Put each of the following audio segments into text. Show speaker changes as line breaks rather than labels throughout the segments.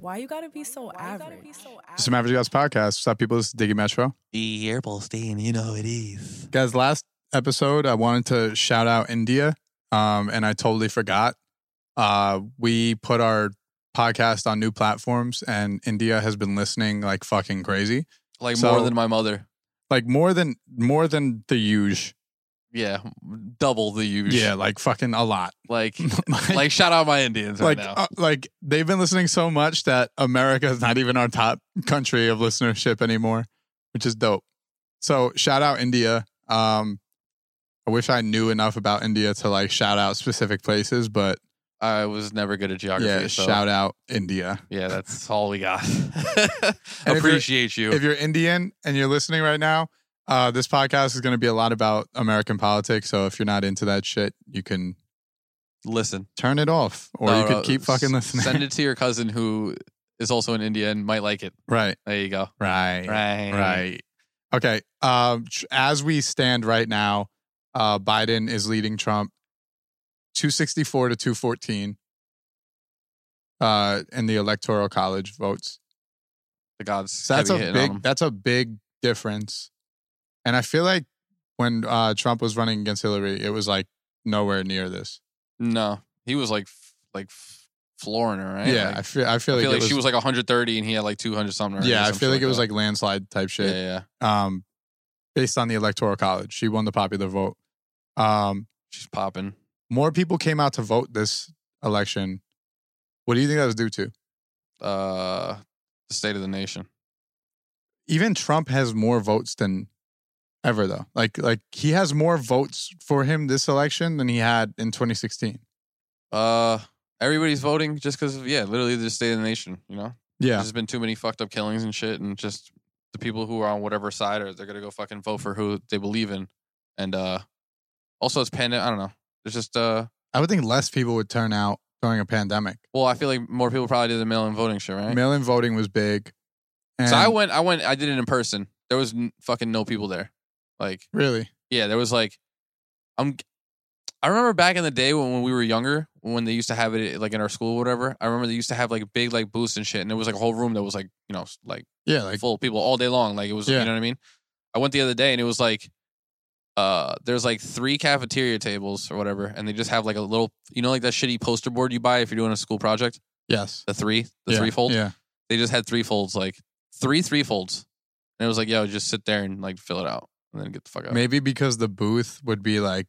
Why you gotta be so average?
Just some average guys podcast. Stop people. This is Diggy Metro.
The Airpulse team, you know it is.
Guys, last episode I wanted to shout out India, um, and I totally forgot. Uh, we put our podcast on new platforms, and India has been listening like fucking crazy,
Like
So-
more than my mother.
like more than more than the huge.
Yeah, double the use.
Yeah, like fucking a lot.
like
like
like shout out my Indians right
like,
now.
uh, like they've been listening so much that America is not even our top country of listenership anymore, which is dope. So shout out India. Um, I wish I knew enough about India to like shout out specific places, but
I was never good at geography.
yeah,
so
shout out India.
yeah, that's all we got.
you're-
Appreciate you.
If you're Indian and you're listening right now, uh, this podcast is going to be a lot about American politics. So if you're not into that shit, you can
Listen,
turn it off, or
No,
you can
no,
keep
s-
fucking listening.
Send it to your cousin who is also in India and might like it.
right,
There you go.
right,
Right,
Right. Okay. Um, tr- as we stand right now, uh, Biden is leading Trump 264 to 214 uh, in the electoral college votes.
The gods.
So that's a
gotta be hitting on
big.
'em.
That's a big difference. And I feel like when uh, Trump was running against Hillary, it was like nowhere near this.
No, he was like f- like f- flooring her, right?
Yeah,
Like,
I feel. I
I
feel like,
feel
it
like she was like 130 and he had like 200 something. or
yeah, I
some
feel
shit
like it was
that.
like landslide type shit.
yeah, yeah.
um, based on the electoral college. She won the popular vote. Um,
She's popping.
more people came out to vote this election. What do you think that was due to?
Uh, the state of the nation.
Even Trump has more votes than ever, though. Like, like he has more votes for him this election than he had in 2016.
Uh, everybody's voting just because of yeah, literally the state of the nation. You know,
Yeah,
there's been too many fucked up killings and shit, and just the people who are on whatever side are they're gonna go fucking vote for who they believe in, and uh, also it's pandemic. I don't know. There's just uh,
I would think less people would turn out during a pandemic.
well, I feel like more people probably did the mail-in voting shit, right?
Mail-in voting was big. And
so I went, I went, I did it in person. There was n- fucking no people there. Like,
really.
yeah, there was like, I'm. I remember back in the day when, when we were younger, when they used to have it like in our school, or whatever. I remember they used to have like big like booths and shit, and there was like a whole room that was like you know like
Yeah, like
full of people all day long. Like it was,
Yeah.
you know what I mean? I went the other day and it was like, uh, there's like three cafeteria tables or whatever, and they just have like a little, you know, like that shitty poster board you buy if you're doing a school project,
yes,
the three, the
yeah.
three fold.
Yeah,
They just had three folds, like three three folds, and it was like, yo, just sit there and like fill it out, and then get the fuck out.
maybe because the booth would be like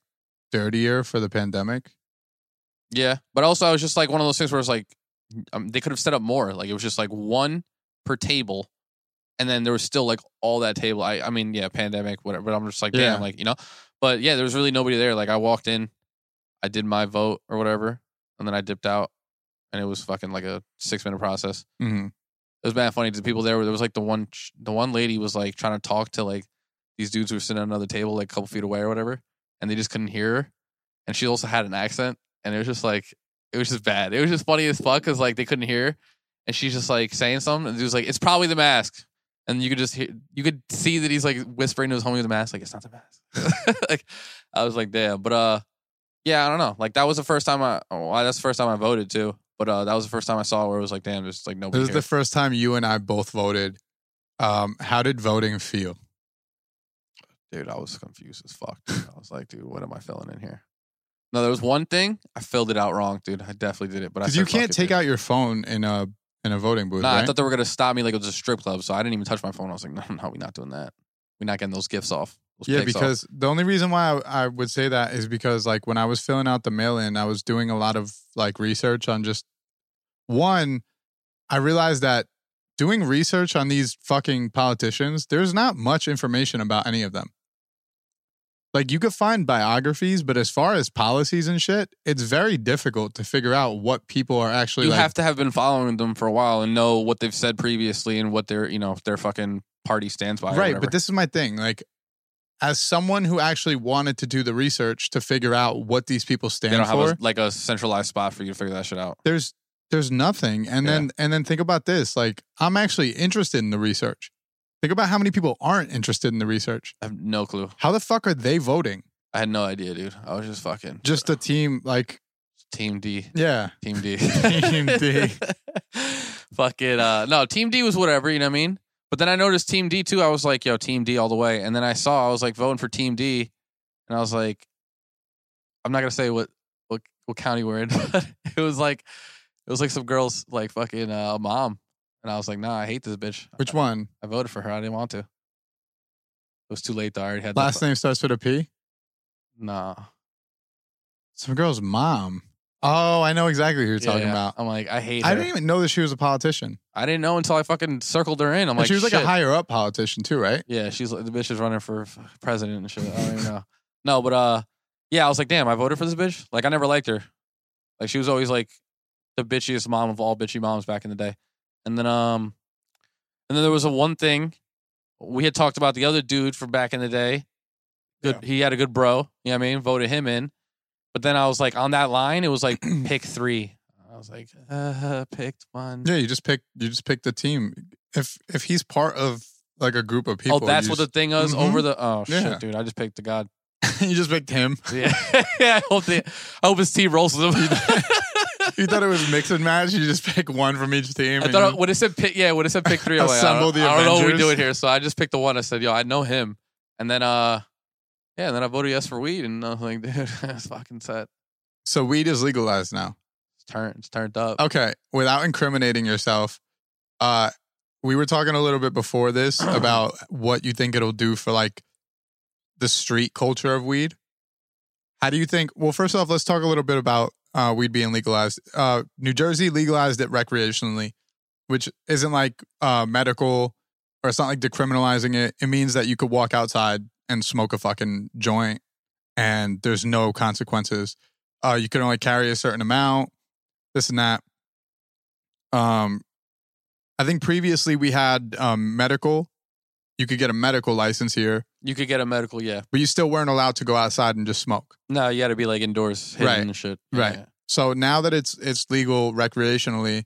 dirtier for the pandemic.
Yeah, but also I was just like one of those things where it's like um, they could have set up more. Like it was just like one per table, and then there was still like all that table. I I mean yeah, pandemic whatever. But I'm just like damn,
Yeah.
like you know. But yeah, there was really nobody there. Like I walked in, I did my vote or whatever, and then I dipped out, and it was fucking like a six minute process.
Mm-hmm.
It was bad funny. The people there were there was like the one ch- the one lady was like trying to talk to like these dudes who were sitting at another table like a couple feet away or whatever, and they just couldn't hear her. And she also had an accent, and it was just like it was just bad. It was just funny as fuck because like they couldn't hear, her, and she's just like saying something, and he was like, "It's probably the mask," and you could just hear, you could see that he's like whispering to his homie with the mask, like, "It's not the mask." like I was like, "Damn," but uh, yeah, I don't know. Like that was the first time I oh, that's the first time I voted too. But uh, that was the first time I saw where it was like, "Damn, there's like nobody."
This is
here.
the first time you and I both voted. Um, how did voting feel?
dude, I was confused as fuck. dude. I was like, dude, what am I filling in here? No, there was one thing I filled it out wrong, dude. I definitely did it, but I
Because you
said, fuck
can't
it,
take
dude.
out your phone in a in a voting booth.
Nah, I
right?
thought they were gonna stop me like it was a strip club, so I didn't even touch my phone. I was like, no, no, we're not doing that. We're not getting those gifts off. those
yeah,
pics off."
because the only reason why I, I would say that is because like when I was filling out the mail in, I was doing a lot of like research on just one. I realized that doing research on these fucking politicians, there's not much information about any of them. Like you could find biographies, but as far as policies and shit, it's very difficult to figure out what people are actually
you
like
have to have been following them for a while and know what they've said previously and what their you know their fucking party stands by.
right
or
but
whatever.
this is my thing like as someone who actually wanted to do the research to figure out what these people stand
they don't have
for
a, like a centralized spot for you to figure that shit out.
there's there's nothing and
Yeah.
then and then think about this like i'm actually interested in the research think about how many people aren't interested in the research
I have no clue.
how the fuck are they voting
I had no idea, dude. I was just fucking
just the team like
team D.
yeah
Team D.
Team D.
Fucking uh, no, Team D was whatever. You know what I mean? But then I noticed Team D too. I was like, yo, Team D all the way. And then I saw I was like voting for Team D, and I was like, I'm not gonna say what what what county we're in, but it was like it was like some girl's like fucking uh, mom, and I was like, nah, I hate this bitch.
Which one?
I voted for her. I didn't want to. It was too late. Though. I already had
Last
that.
name starts with a P.
Nah,
Some girl's mom. Oh, I know exactly who you're talking
Yeah.
about.
I'm like, I hate.
I
her.
didn't even know that she was a politician.
I didn't know until I fucking circled her in. I'm
And
like,
she was like a
"Shit."
higher up politician too, right?
Yeah, she's like, the bitch is running for f- president and shit. I don't even know. No, but uh, yeah, I was like, damn, I voted for this bitch. Like, I never liked her. Like, she was always like the bitchiest mom of all bitchy moms back in the day. And then um, and then there was a one thing we had talked about the other dude from back in the day. Good, he had a good bro. You know what I mean? Voted him in. But then I was like, on that line, it was like pick three. I was like, uh, picked one.
Yeah, you just pick you just pick the team. If if he's part of like a group of people,
oh, that's
you
what the
just,
thing is
Mhm.
over the. Oh
Yeah.
shit, dude! I just picked the god.
you just picked him.
Yeah, yeah. I hope they, I hope his team rolls with him.
You thought it was mix and match. You just pick one from each team.
I
and
thought
you-
when it said pick, yeah, when it said pick three, I'm like, I,
Assemble
don't,
the
I don't know what we
Avengers.
doing here. So I just picked the one. I said, yo, I know him, and then uh, yeah, and then I voted yes for weed, and I was like, dude, it's fucking set.
so weed is legalized now.
It's turned, it's turned up.
Okay, without incriminating yourself, uh, we were talking a little bit before this about what you think it'll do for like the street culture of weed. How do you think? Well, first off, let's talk a little bit about uh, weed being legalized. Uh, New Jersey legalized it recreationally, which isn't like uh, medical or it's not like decriminalizing it. It means that you could walk outside and smoke a fucking joint and there's no consequences. Uh, you can only carry a certain amount, this and that. Um, I think previously we had um, medical. You could get a medical license here,
You could get a medical, yeah.
but you still weren't allowed to go outside and just smoke.
No, you got to be like indoors, hidden
Right.
and shit.
Right.
Yeah.
So now that it's it's legal recreationally,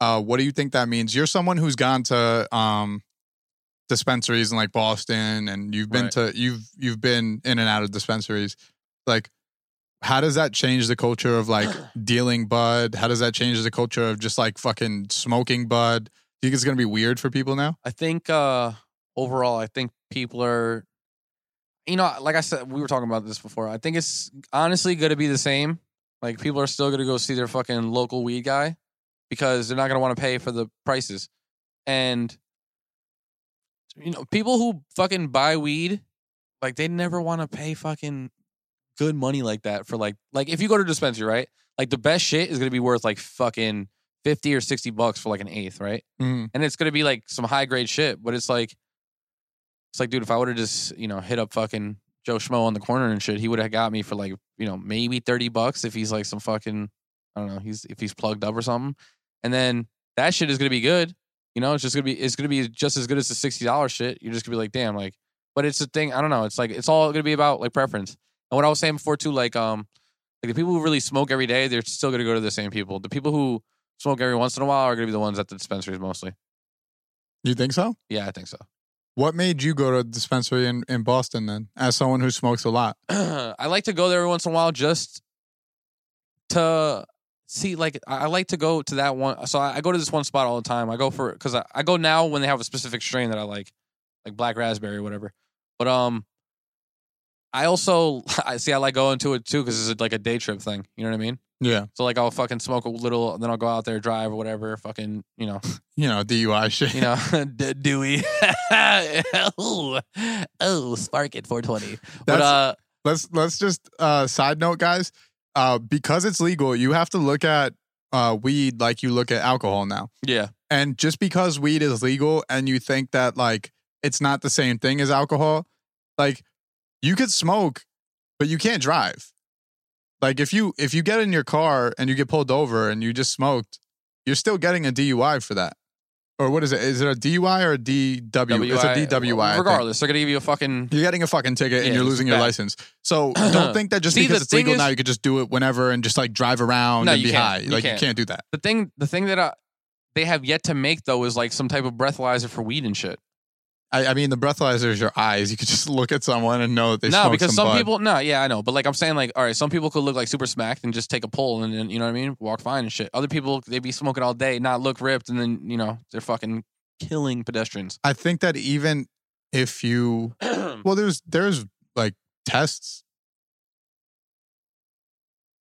uh, what do you think that means? You're someone who's gone to um, dispensaries in like Boston, and you've been
Right.
to you've you've been in and out of dispensaries. Like, how does that change the culture of like dealing bud? How does that change the culture of just like fucking smoking bud? Do you think it's gonna be weird for people now?
I think uh overall, I think people are, you know, like I said, we were talking about this before. I think it's honestly going to be the same. Like people are still going to go see their fucking local weed guy because they're not going to want to pay for the prices, and you know, people who fucking buy weed, like they never want to pay fucking good money like that for like like if you go to a dispensary, right? Like the best shit is going to be worth like fucking fifty or sixty bucks for like an eighth, right?
Mm-hmm.
and it's gonna be like some high grade shit. But it's like, it's like, dude, if I would have just you know hit up fucking Joe Schmo on the corner and shit, he would have got me for like you know maybe thirty bucks if he's like some fucking I don't know, he's if he's plugged up or something. And then that shit is gonna be good. You know, it's just gonna be it's gonna be just as good as the sixty dollars shit. You're just gonna be like, damn, like. But it's the thing. I don't know. It's like it's all gonna be about like preference. And what I was saying before too, like um, like the people who really smoke every day, they're still gonna go to the same people. The people who smoke every once in a while are gonna be the ones at the dispensaries mostly.
You think so?
Yeah, I think so.
What made you go to a dispensary in, in Boston then, as someone who smokes a lot?
I like to go there every once in a while just to see. Like, I I like to go to that one. So I, I go to this one spot all the time. I go for because I, I go now when they have a specific strain that I like, like black raspberry or whatever. But um, I also I see I like going to it too because it's like a day trip thing. You know what I mean?
Yeah,
So like I'll fucking smoke a little, then I'll go out there drive or whatever. Fucking you know
you know DUI shit.
you know, D- Dewey. oh, oh, spark at 420. But
That's-
uh,
let's let's just uh side note guys uh because it's legal you have to look at uh weed like you look at alcohol now
yeah,
and just because weed is legal and you think that like it's not the same thing as alcohol like you could smoke but you can't drive like if you if you get in your car and you get pulled over and you just smoked you're still getting a DUI for that or what is it is it a DUI or a DW it's a
WI,
DWI I think.
Regardless, they're gonna give you a fucking.
You're getting a fucking ticket and
Yeah,
you're
it's
losing your
bad.
license. So don't think that just
See,
because
the
it's legal
thing
now
is-
you could just do it whenever and just like drive around
No,
and
you
be
can't.
high.
You
like
can't.
you can't do that.
The thing, the thing that I, they have yet to make though is like some type of breathalyzer for weed and shit.
I, I mean, the breathalyzer is your eyes. You could just look at someone and know that they
no,
smoked
because
some,
some
bud.
people, no, yeah, I know, but like I'm saying, like, all right, some people could look like super smacked and just take a pull and then you know what I mean, walk fine and shit. Other people, they be smoking all day, not look ripped, and then you know they're fucking killing pedestrians.
I think that even if you
yeah,
Well, there's there's like tests.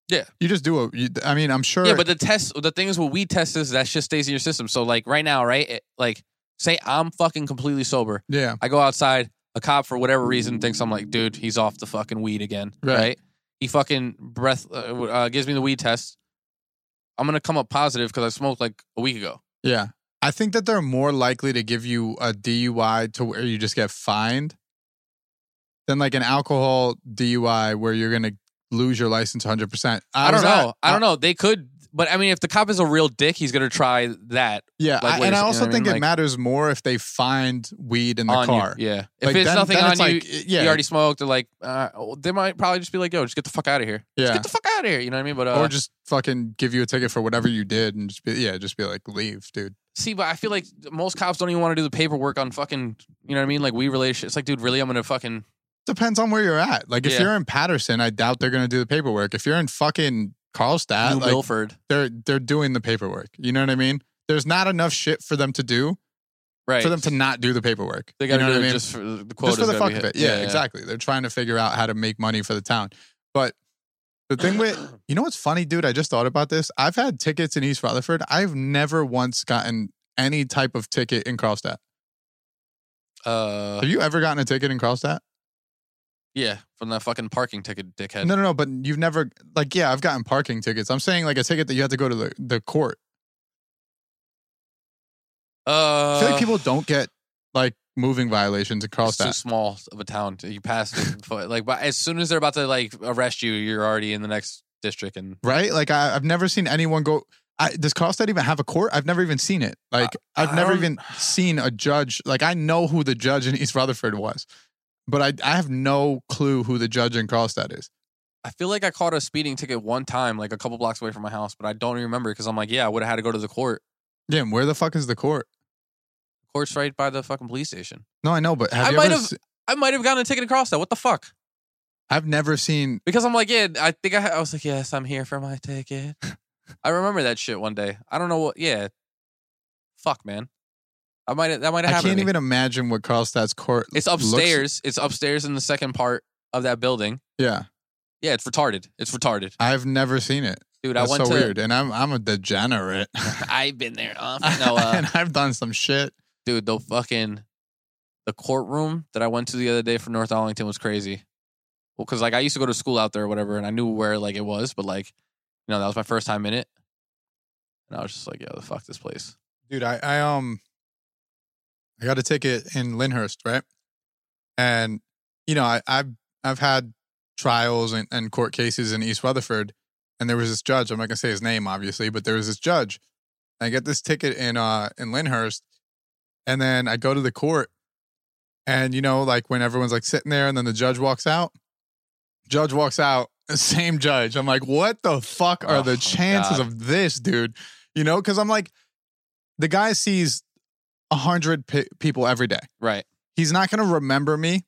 Yeah.
you just do a. You, I mean, I'm sure.
but the test, the things what we test is that shit stays in your system. So like right now, right, it, like say I'm fucking completely sober,
yeah,
I go outside. A cop, for whatever reason, thinks I'm like, dude, he's off the fucking weed again.
Right.
Right. He fucking breath uh, w- uh, gives me the weed test. I'm gonna come up positive because I smoked like a week ago.
yeah. I think that they're more likely to give you a DUI to where you just get fined than like an alcohol DUI where you're gonna lose your license 100. percent
I, don't know. I don't know. They could, but I mean, if the cop is a real dick, he's gonna try that
Yeah,
Like,
I-
wait
and I
a second,
also
you know what I
think
mean?
it
Like-
matters more if they find weed in the
on
car.
you. Yeah.
Like,
if it's
then-
nothing
then
on
it's
you,
like, yeah,
you already smoked. They're like, uh, well, they might probably just be like, yo, just get the fuck out of here.
yeah.
Just get the fuck out of here. You know what I mean? But uh,
or just fucking give you a ticket for whatever you did, and just be yeah, just be like, leave, dude.
See, but I feel like most cops don't even want to do the paperwork on fucking, you know what I mean? Like we related shit. It's like, dude, really? I'm gonna fucking
Depends on where you're at. Like if
Yeah.
you're in Patterson, I doubt they're gonna do the paperwork. If you're in fucking Carlstadt,
New
like
Milford,
they're they're doing the paperwork. You know what I mean? There's not enough shit for them to do
right?
for them to not do the paperwork.
They
you
got to
know what I
do it
mean?
just for the quotas.
Just for the
gotta
fuck
be
of
hit.
it. Yeah, exactly. They're trying to figure out how to make money for the town. But the thing with you know what's funny, dude? I just thought about this. I've had tickets in East Rutherford. I've never once gotten any type of ticket in Carlstadt.
Uh,
Have you ever gotten a ticket in Carlstadt?
yeah, from that fucking parking ticket, dickhead.
No, no, no. But you've never like yeah, I've gotten parking tickets. I'm saying like a ticket that you have to go to the, the court.
Uh,
I feel like people don't get like moving violations in
It's too
Carlstadt.
small of a town. To, you pass it, but, like, but as soon as they're about to like arrest you, you're already in the next district. And
right? Like I, I've never seen anyone go. I, does Carlstadt even have a court? I've never even seen it. Like I've
I
never
don't-
even seen a judge. Like I know who the judge in East Rutherford was, but I I have no clue who the judge in Carlstadt is.
I feel like I caught a speeding ticket one time, like a couple blocks away from my house, but I don't even remember because I'm like, yeah, I would have had to go to the court.
Damn, where the fuck is the court?
Court's right by the fucking police station.
No, I know, but have
I
you
might
ever?
have-
se-
I might have gotten a ticket across that. What the fuck?
I've never seen.
Because I'm like, yeah, I think I, ha- I was like, yes, I'm here for my ticket. I remember that shit one day. I don't know what. Yeah, fuck, man. I might that might
I
have happened.
can't
to me.
even imagine what Carlstadt's court.
It's
looks-
upstairs. It's upstairs in the second part of that building.
yeah,
Yeah, it's retarded. It's retarded,
I've never seen it.
dude.
That's
I went
so
to.
weird, and I'm I'm a degenerate.
I've been there. Uh, no, uh,
and I've done some shit.
dude, the fucking the courtroom that I went to the other day for North Arlington was crazy. Well, because like I used to go to school out there or whatever, and I knew where like it was, but like you know that was my first time in it, and I was just like, yo, the fuck this place.
dude i i um i got a ticket in lyndhurst right and you know i i've i've had trials and, and court cases in east rutherford and there was this judge i'm not gonna say his name obviously but there was this judge i get this ticket in uh in lyndhurst and then i go to the court and you know like when everyone's like sitting there and then the judge walks out judge walks out same judge i'm like what the fuck are
Oh,
the
God.
chances of this dude you know because i'm like the guy sees a hundred pe- people every day.
Right.
He's not going to remember me,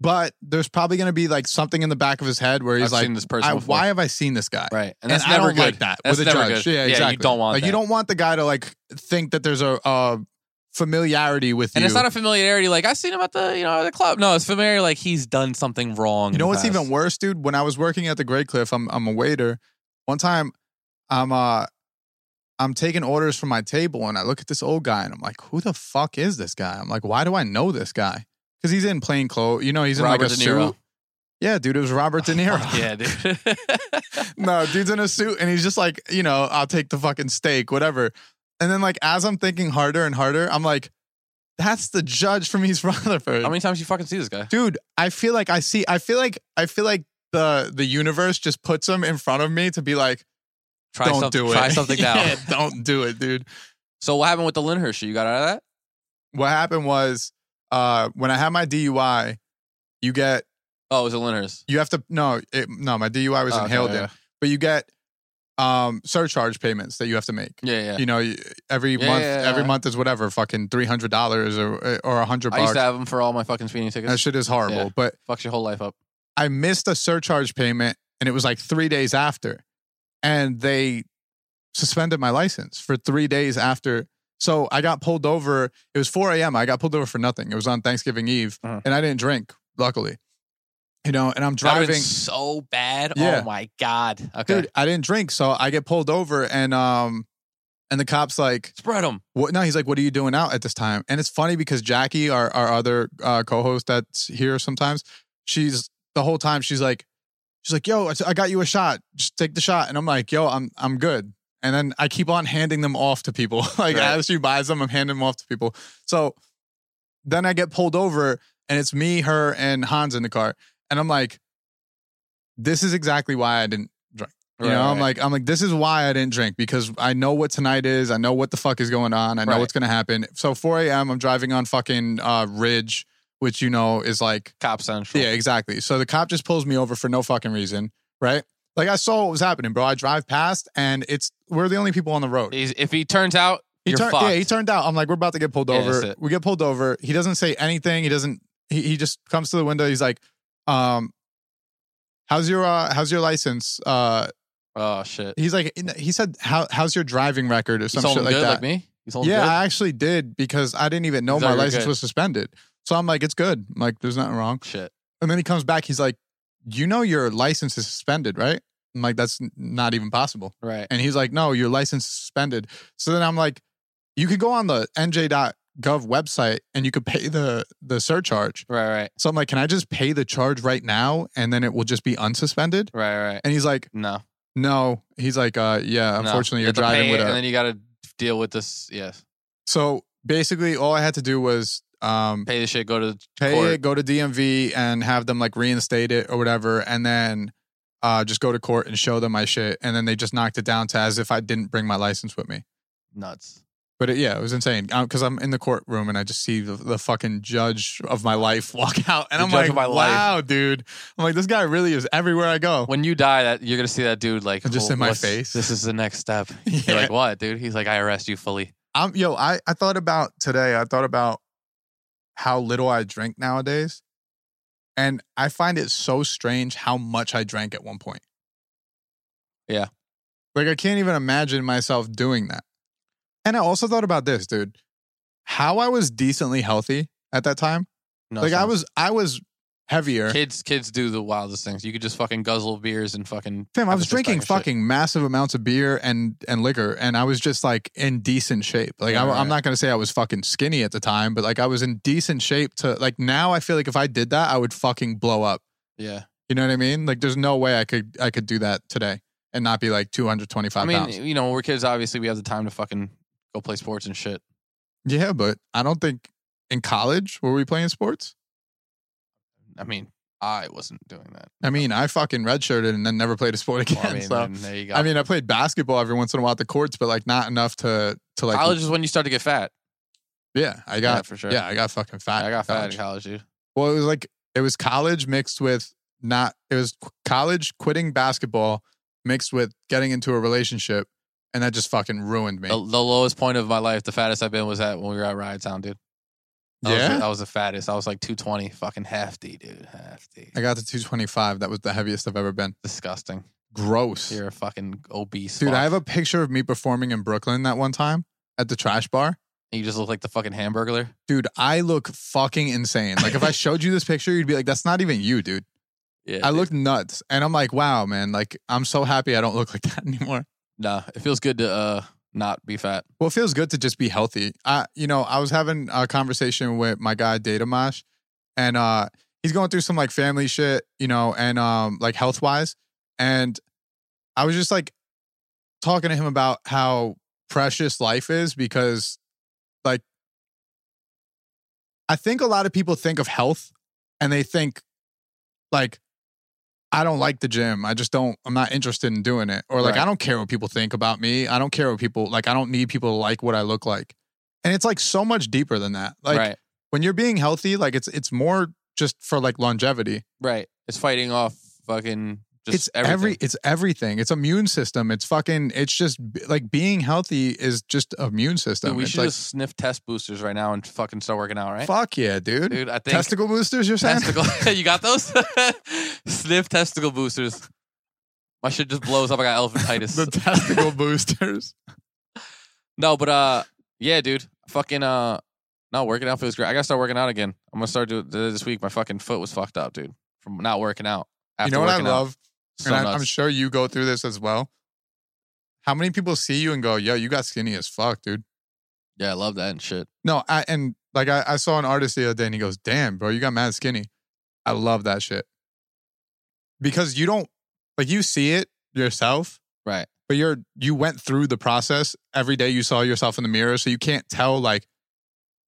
but there's probably going to be like something in the back of his head where he's
I've
like,
seen this person.
I,
before.
"Why have I seen this guy?"
Right.
And, I don't like that
That's
with a
never
judge.
good.
Yeah,
you
exactly.
don't want
like
that.
you don't want the guy to like think that there's a, a familiarity with
And
you.
it's not a familiarity like I've seen him at the you know the club. No, it's familiar like he's done something wrong.
You know
in the
what's
past.
even worse, dude? When I was working at the Great Cliff, I'm I'm a waiter. One time, I'm uh, I'm taking orders from my table, and I look at this old guy, and I'm like, "Who the fuck is this guy?" I'm like, "Why do I know this guy?" Because he's in plain clothes. You know, he's in
Robert
like a
De Niro.
suit. Yeah, dude, it was Robert De Niro.
yeah, dude.
no, dude's in a suit, and he's just like, you know, I'll take the fucking steak, whatever. And then, like, as I'm thinking harder and harder, I'm like, "That's the judge from East Rutherford."
How many times you fucking see this guy?
dude i feel like i see i feel like i feel like the the universe just puts them in front of me to be like
Try
don't
something.
do it
Try something now.
yeah, don't do it dude
So what happened with the Lyndhurst shoe? You got out of that?
what happened was uh when i had my dui you get
Oh, it was a Lyndhurst.
you have to no it, no my dui was
Oh,
in
okay,
Halden,
yeah.
but you get um surcharge payments that you have to make.
Yeah, yeah.
You know, you- every
Yeah,
month,
yeah, yeah.
every month is whatever, fucking three hundred dollars or or a hundred
I used
bucks.
to have them for all my fucking speeding tickets.
That shit is horrible.
Yeah.
But
Fucks your whole life up.
I missed a surcharge payment, and it was like three days after, and they suspended my license for three days after. So I got pulled over. It was 4 a.m. I got pulled over for nothing. It was on Thanksgiving Eve,
Uh-huh.
and I didn't drink, luckily. You know, and I'm
That would've
driving.
been so bad.
Yeah.
Oh my god. Okay.
Dude, I didn't drink, so I get pulled over, and um, and the cops like,
Spread them.
What? No, he's like, what are you doing out at this time? And it's funny because Jackie, our our other uh, co-host that's here sometimes, she's the whole time she's like, she's like, yo, I I got you a shot. Just take the shot. And I'm like, yo, I'm I'm good. And then I keep on handing them off to people. like
Right.
as she buys them, I'm handing them off to people. So then I get pulled over, and it's me, her, and Hans in the car, and I'm like, this is exactly why I didn't you know, I'm like, I'm like, this is why I didn't drink because I know what tonight is. I know what the fuck is going on. I know
Right.
what's gonna happen. So 4 a.m. I'm driving on fucking uh, Ridge, which you know is like,
cop central.
yeah, exactly. So the cop just pulls me over for no fucking reason, right? Like I saw what was happening, bro. I drive past and it's we're the only people on the road.
He's, if he turns out,
He
you're
turned,
fucked.
yeah, he turned out. I'm like, we're about to get pulled
Yeah, that's
over.
it.
We get pulled over. He doesn't say anything. He doesn't. He, he just comes to the window. He's like, um, how's your uh, how's your license? Uh,
oh shit.
He's like, he said, How, "How's your driving record or
You
some
told
shit
him
like
good,
that."
like me. You told him
yeah,
good?
I actually did because I didn't even know
He's like,
my
"You're
license
good."
was suspended. So I'm like, "It's good." I'm like, "There's nothing wrong."
Shit.
And then he comes back. He's like, "You know your license is suspended, right?" I'm like, "That's n- not even possible."
Right.
And he's like, "No, your license is suspended." So then I'm like, "You could go on the NJ.gov website and you could pay the the surcharge."
Right. Right.
So I'm like, "Can I just pay the charge right now and then it will just be unsuspended?"
Right. Right.
And he's like,
No.
"No." He's like, uh, "Yeah,
no.
unfortunately,
You
you're
have to
driving
pay
with
it,
a."
and then you got to deal with this. Yes.
So basically, all I had to do was um,
Pay the shit. Go to the
pay
court.
it, go to DMV, and have them like reinstate it or whatever, and then uh, just go to court and show them my shit, and then they just knocked it down to as if I didn't bring my license with me.
Nuts.
But it, yeah, it was insane because I'm in the courtroom and I just see the, the fucking judge of my life walk out, and
The
I'm
judge
like,
of my life.
"Wow, dude!" I'm like, "This guy really is everywhere I go."
When you die, that you're gonna see that dude like
And just
"Well,
in my
what's-
face."
This is the next step.
Yeah.
You're like, what, dude? He's like, I arrest you fully.
I'm yo, I, I thought about today, I thought about how little I drink nowadays. And I find it so strange how much I drank at one point.
Yeah.
Like I can't even imagine myself doing that. And I also thought about this, dude. How I was decently healthy at that time.
No,
like I
son.
was I was heavier.
Kids, kids do the wildest things. You could just fucking guzzle beers and fucking.
Fam, I
have
was
a six-pack
drinking
of shit.
fucking massive amounts of beer and and liquor, and I was just like in decent shape. Like I,
Right,
I'm
right.
not gonna say I was fucking skinny at the time, but like I was in decent shape to like now. I feel like if I did that, I would fucking blow up.
Yeah,
You know what I mean? Like there's no way I could I could do that today and not be like 225
I mean,
pounds.
you know, when we're kids. Obviously, we have the time to fucking go play sports and shit.
Yeah, but I don't think in college were we playing sports.
I mean, I wasn't doing that.
I mean, I fucking redshirted and then never played a sport
Well,
again.
I mean,
so
then there you go.
I mean, I played basketball every once in a while at the courts, but like not enough to to like.
college is when you start to get fat.
Yeah, I
Yeah,
got.
for sure.
Yeah, I got fucking fat.
I
in
got fat
college.
in college, dude.
Well, it was like it was college mixed with not it was qu- college quitting basketball mixed with getting into a relationship and that just fucking ruined me.
The, the lowest point of my life, the fattest I've been was at when we were at Riot Town, dude. That was-
yeah.
that was the fattest. I was like 220, fucking hefty, dude. Hefty.
I got to 225. That was the heaviest I've ever been.
Disgusting.
Gross.
You're a fucking obese.
Dude,
fuck.
I have a picture of me performing in Brooklyn that one time at the trash bar.
You just look like the fucking hamburglar.
Dude, I look fucking insane. Like if I showed you this picture, you'd be like that's not even you, dude.
Yeah.
I look nuts. And I'm like, "Wow, man, like I'm so happy I don't look like that anymore."
Nah, it feels good to uh not be fat.
Well, it feels good to just be healthy. I, you know, I was having a conversation with my guy Datamash, and uh, he's going through some like family shit, you know, and um, like health wise, and I was just like talking to him about how precious life is because, like, I think a lot of people think of health, and they think, like. I don't like the gym. I just don't, I'm not interested in doing it. Or like,
Right.
I don't care what people think about me. I don't care what people, like, I don't need people to like what I look like. And it's like so much deeper than that. Like,
right.
when you're being healthy, like it's it's more just for like longevity.
Right. It's fighting off fucking Just
it's every it's everything. It's immune system. It's fucking it's just b- like being healthy is just immune system.
Dude, we
it's
should
like
just sniff test boosters right now and fucking start working out, right?
fuck yeah, dude.
Dude, I think
Testicle boosters, you're saying?
testicle. you got those? Sniff testicle boosters. My shit just blows up. I got elephantitis.
the testicle boosters.
no, but uh, yeah, dude, fucking uh, no, working out feels great. I gotta start working out again. I'm gonna start doing this week. My fucking foot was fucked up, dude, from not working out.
you
After
know what I
working out.
love?
So
and I,
nuts.
I'm sure you go through this as well. How many people see you and go, "Yo, you got skinny as fuck, dude"?
yeah, I love that and shit.
No, I and like I, I saw an artist the other day, and he goes, "Damn, bro, you got mad skinny." I love that shit because you don't like you see it yourself,
Right.
But you're you went through the process every day. You saw yourself in the mirror, so you can't tell. Like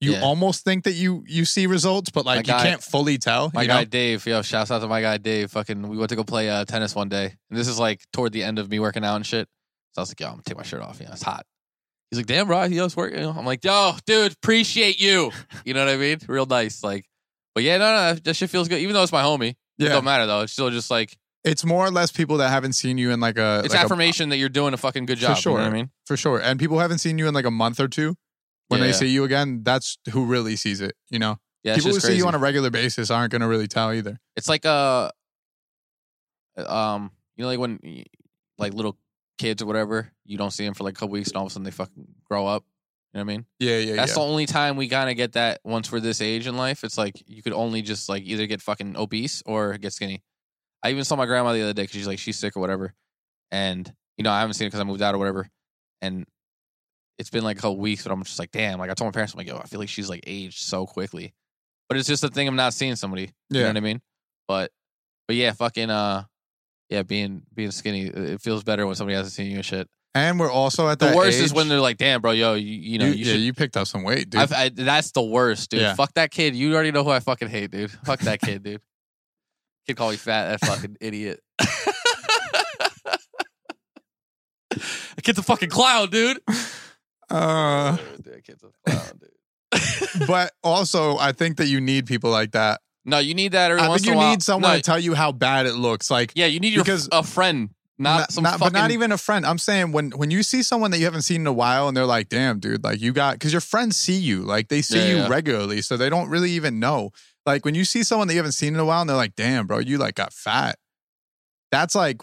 you
Yeah.
almost think that you you see results, but like you
guy-
can't fully tell.
My
you
guy
know?
Dave, yo, shouts out to my guy Dave. Fucking, we went to go play uh, tennis one day, and this is like toward the end of me working out and shit. So I was like, yo, I'm gonna take my shirt off. You know, it's hot. He's like, damn, bro, yo, it's working. I'm like, yo, dude, appreciate you. You know what I mean? Real nice, like. But yeah, no, no, that- that shit feels good. Even though it's my homie, it
yeah.
don't matter though. It's still just like
It's more or less people that haven't seen you in like a
it's
like a-
affirmation that you're doing a fucking good
For
job. You know what
sure.
I mean?
for sure. And people haven't seen you in like a month or two. When
Yeah.
they see you again, that's who really sees it. You know,
Yeah, it's
people who
just
see
crazy.
you on a regular basis aren't going to really tell either.
It's like uh um, you know, like when y- like little kids or whatever, you don't see them for like a couple weeks, and all of a sudden they fucking grow up. You know what I mean?
Yeah, yeah,
That's
yeah.
the only time we kind of get that. Once we're this age in life, it's like you could only just like either get fucking obese or get skinny. I even saw my grandma the other day because she's like she's sick or whatever, and you know I haven't seen her because I moved out or whatever, and it's been like a couple weeks, but I'm just like, damn. Like I told my parents, I'm like, yo, I feel like she's like aged so quickly, but it's just the thing I'm not seeing somebody. You know
yeah.
what I mean? But but yeah, fucking uh yeah, being being skinny, uh, it feels better when somebody hasn't seen you and shit.
And we're also at
The
that
worst is
age-
when they're like, "Damn, bro, yo, you, you know, you,
yeah,
should."
you picked up some weight, dude.
I've, I, that's the worst, dude.
Yeah.
Fuck that kid. You already know who I fucking hate, dude. Fuck that kid, dude. Kid call me fat. That fucking idiot. That kid's a fucking clown, dude.
uh,
Dude, that kid's a clown, dude.
but also, I think that you need people like that.
no, you need that every
I
once
think
in
you
a while.
need someone
No,
to tell you how bad it looks. Like,
yeah, you need your
because-
a friend, not, some fucking.
but not even a friend. I'm saying when when you see someone that you haven't seen in a while, and they're like, "Damn, dude, like you got," because your friends see you, like they see
Yeah,
you
yeah.
regularly, so they don't really even know. Like when you see someone that you haven't seen in a while, and they're like, "Damn, bro, you like got fat." That's like,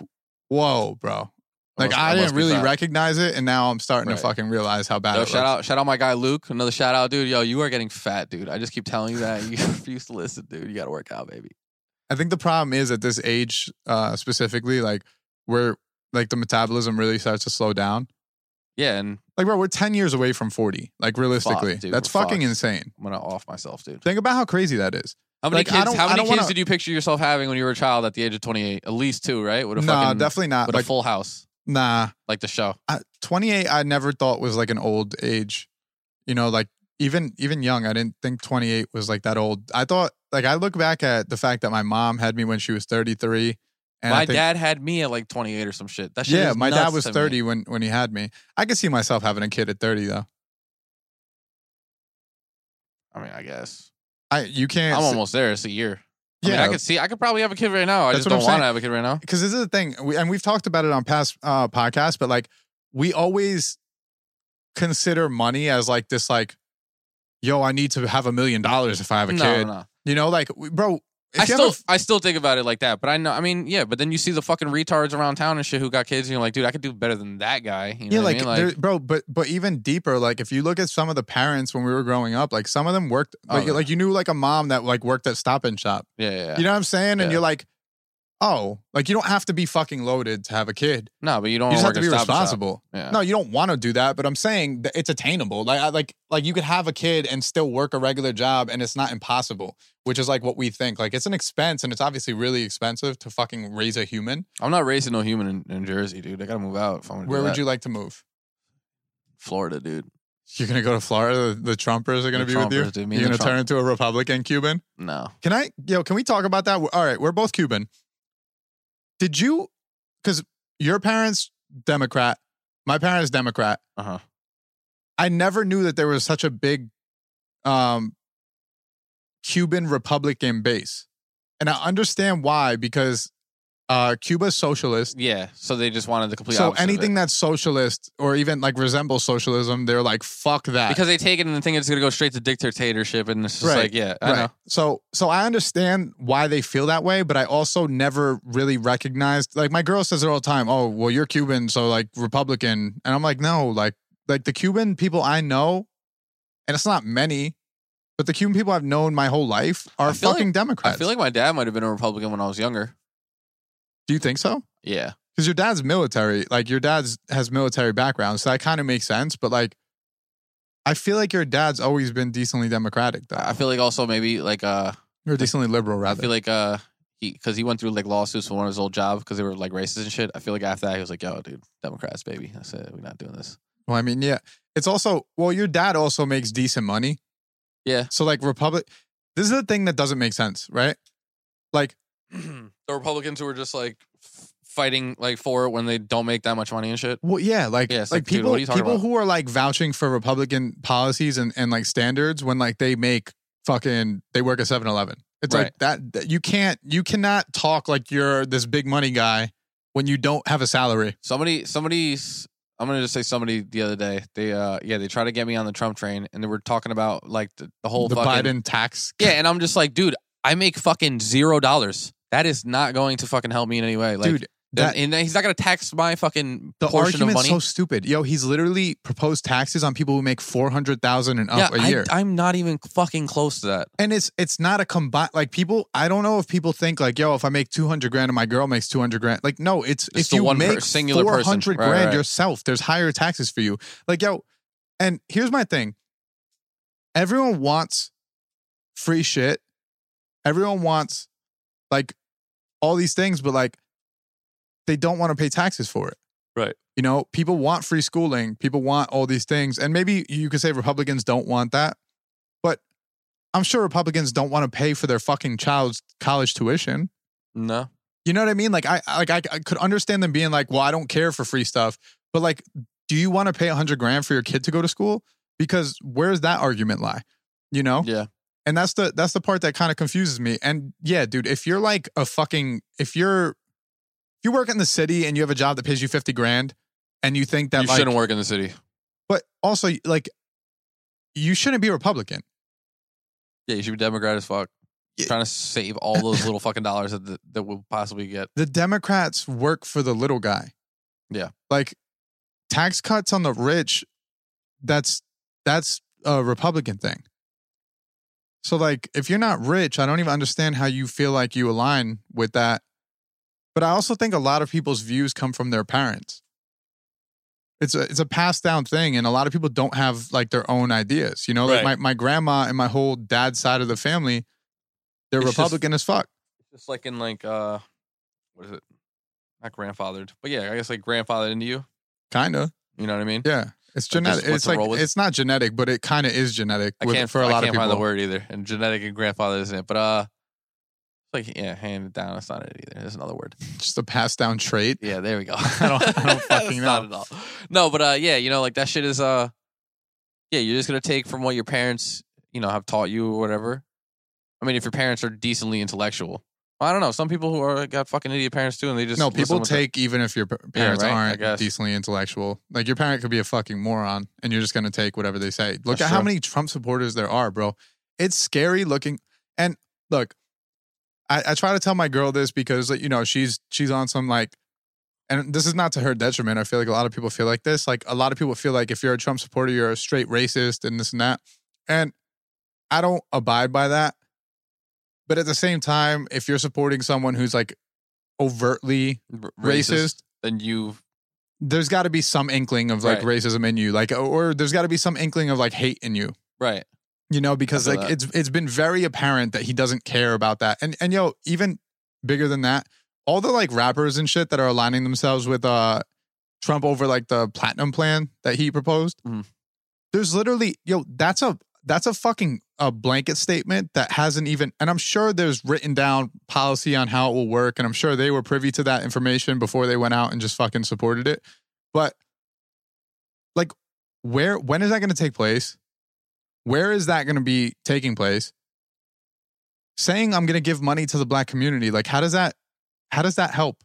whoa, bro. Like
must-
I
must
didn't
be
really
fat.
recognize it, and now I'm starting
Right.
to fucking realize how bad.
Yo,
it
shout
looks.
out, shout out my guy Luke. Another shout out, dude. Yo, you are getting fat, dude. I just keep telling you that. You refuse to listen, dude. You got to work out, baby.
I think the problem is at this age, uh, specifically, like we're like the metabolism really starts to slow down.
Yeah, and
Like, bro, we're ten years away from forty. Like realistically,
dude,
that's
we're
fucking
fucked.
insane.
I'm gonna off myself, dude.
Think about how crazy that is.
How many
Like, I
kids?
don't-
How
I
many
don't
kids
wanna-
did you picture yourself having when you were a child at the age of 28? At least two, right? With a
No,
fucking,
definitely not.
with
Like,
a full house,
nah,
like the show.
I, 28, I never thought was like an old age. You know, like even even young, I didn't think 28 was like that old. I thought, like, I look back at the fact that my mom had me when she was 33. And
my
I think,
dad had me at like 28 or some shit. That shit.
yeah,
is
my dad
nuts
was
to me.
30 when when he had me. I could see myself having a kid at 30 though.
I mean, I guess
I you can't.
I'm almost there. It's a year. I mean,
yeah,
I could see. I could probably have a kid right now. I
That's
just
what I'm
don't want
saying.
to have a kid right now.
because this is the thing, we, and we've talked about it on past uh, podcasts, but like we always consider money as like this, like, yo, I need to have a million dollars if I have a
no,
kid.
no.
You know, like, we- bro, if
I
you have
still,
a-
I still think about it like that, but I know, I mean, yeah. But then you see the fucking retards around town and shit who got kids, and you're like, dude, I could do better than that guy. You know
yeah,
what
like,
I mean?
there, bro, but but even deeper, like if you look at some of the parents when we were growing up, like some of them worked,
Oh,
like,
yeah.
like you knew like a mom that like worked at Stop and Shop.
yeah, yeah, yeah.
You know what I'm saying?
Yeah.
And you're like, oh, like you don't have to be fucking loaded to have a kid.
no, but you don't
you just have
work
to
at
be
Oh, Stop and Shop.
responsible.
Yeah.
No, you don't want to do that, but I'm saying that it's attainable. Like I, like like you could have a kid and still work a regular job and it's not impossible, which is like what we think. Like it's an expense and it's obviously really expensive to fucking raise a human.
I'm not racing no human in, in Jersey, dude. I gotta move out. If I'm gonna
Where
do
would
that.
you like to move?
Florida, dude.
You're going to go to Florida, the, the Trumpers are going to
The
be with you.
Trumpers, dude. Me
You're
and
going
the
to turn into a Republican Cuban?
No,
Can I yo, can we talk about that? We're- All right, we're both Cuban. Did you cuz your parents Democrat, my parents Democrat.
uh huh.
I never knew that there was such a big um, Cuban Republican base. And I understand why, because uh, Cuba's socialist.
Yeah. So they just wanted the complete.
So
opposite of it.
anything that's socialist or even like resembles socialism, they're like, fuck that.
because they take it and think it's gonna go straight to dictatorship, and it's just
Right.
like, yeah, I know.
So so I understand why they feel that way, but I also never really recognized like my girl says it all the time, "Oh, well you're Cuban, so like Republican." And I'm like, "No, like like the Cuban people I know, and it's not many, but the Cuban people I've known my whole life
I
are
feel like-
fucking Democrats."
I feel like my dad might have been a Republican when I was younger.
Do you think so?
Yeah.
Cuz your dad's military, like your dad's has military background, so that kind of makes sense, but like I feel like your dad's always been decently democratic though.
I feel like also maybe like uh
or decently liberal
I
rather.
feel like uh he because he went through like lawsuits for one of his old job because they were like racist and shit. I feel like after that he was like, yo, dude, Democrats, baby. I said we're not doing this.
Well, I mean, yeah. It's also well, your dad also makes decent money.
Yeah.
So like Republic this is the thing that doesn't make sense, right? Like,
the Republicans who were just like f- fighting like for it when they don't make that much money and shit.
well, yeah, like,
Yeah, it's
like
like, dude,
people
what are you talking
people
about?
who are like vouching for Republican policies and, and like standards when like they make fucking they work at 7-Eleven. It's like
Right.
that, that you can't you cannot talk like you're this big money guy when you don't have a salary.
Somebody, somebody's. I'm gonna just say somebody the other day. They, uh, yeah, they tried to get me on the Trump train, and they were talking about like the, the whole
the
fucking
Biden tax.
yeah. And I'm just like, dude, I make fucking zero dollars. That is not going to fucking help me in any way, like,
Dude, that-
That, and he's not gonna tax my fucking
the
portion of
argument's
money.
so stupid. Yo, he's literally proposed taxes on people who make 400,000 and
yeah,
up a
I-
year.
I'm not even fucking close to that.
and it's it's not a combined like people i don't know if people think like yo if i make 200 grand and my girl makes 200 grand like no it's,
It's
if
the
you
one per-
make
singular person.
400
Right,
grand
right.
yourself there's higher taxes for you like yo and here's my thing everyone wants free shit everyone wants like all these things but like they don't want to pay taxes for it
Right.
you know people want free schooling people want all these things and maybe you could say republicans don't want that but i'm sure republicans don't want to pay for their fucking child's college tuition
No,
you know what i mean like i I- like i, I could understand them being like well i don't care for free stuff but like do you want to pay 100 grand for your kid to go to school because where's that argument lie you know
yeah,
and that's the that's the part that kind of confuses me and yeah dude if you're like a fucking if you're if you work in the city and you have a job that pays you 50 grand and you think that
you
like
shouldn't work in the city.
but also like you shouldn't be republican
Yeah, you should be Democrat as fuck.
Yeah.
Trying to save all those little fucking dollars that that, that we'll possibly get.
the democrats work for the little guy
Yeah.
like tax cuts on the rich that's that's a republican thing so like if you're not rich i don't even understand how you feel like you align with that but i also think a lot of people's views come from their parents it's a it's a passed down thing and a lot of people don't have like their own ideas you know like
Right.
my, my grandma and my whole dad's side of the family they're
It's just-
republican as fuck
Just like in like uh, what is it? Not grandfathered, but yeah, I guess like grandfathered into you.
kind of
You know what I mean?
Yeah, it's
Like,
genetic.
just what
it's
to
like
roll with.
it's not genetic, but it kind of is genetic
I
with,
can't
for a
I
lot
can't
of people.
find the word either. And genetic and grandfather isn't it? But uh, it's like yeah, handed down. It's not it either. There's another word.
Just a passed down trait.
Yeah, there we go.
I don't- I don't
That's
fucking
Not
know.
at all. No, but uh, yeah, you know, like that shit is uh, yeah, you're just gonna take from what your parents, you know, have taught you or whatever. I mean, if your parents are decently intellectual, I don't know. Some people who are got fucking idiot parents too, and they just
no,
listen
people
with their-
take even if your p- parents
right, I guess.
aren't decently intellectual. Like your parent could be a fucking moron, and you're just gonna take whatever they say. Look
That's
at how
true.
many Trump supporters there are, bro. It's scary looking. And look, I, I try to tell my girl this because like, you know she's she's on some like. And this is not to her detriment. I feel like a lot of people feel like this. Like a lot of people feel like if you're a Trump supporter, you're a straight racist and this and that. And I don't abide by that. But at the same time, if you're supporting someone who's like overtly
r-
racist,
then you
there's got to be some inkling of like
Right.
racism in you, like or there's got to be some inkling of like hate in you,
right.
you know, because
I feel
like
that.
it's it's been very apparent that he doesn't care about that. And and yo, even bigger than that, all the like rappers and shit that are aligning themselves with uh Trump over like the platinum plan that he proposed.
Mhm.
There's literally yo, that's a that's a fucking a blanket statement that hasn't even and I'm sure there's written down policy on how it will work and I'm sure they were privy to that information before they went out and just fucking supported it. But like where when is that going to take place? Where is that going to be taking place? Saying I'm going to give money to the black community, like how does that How does that help?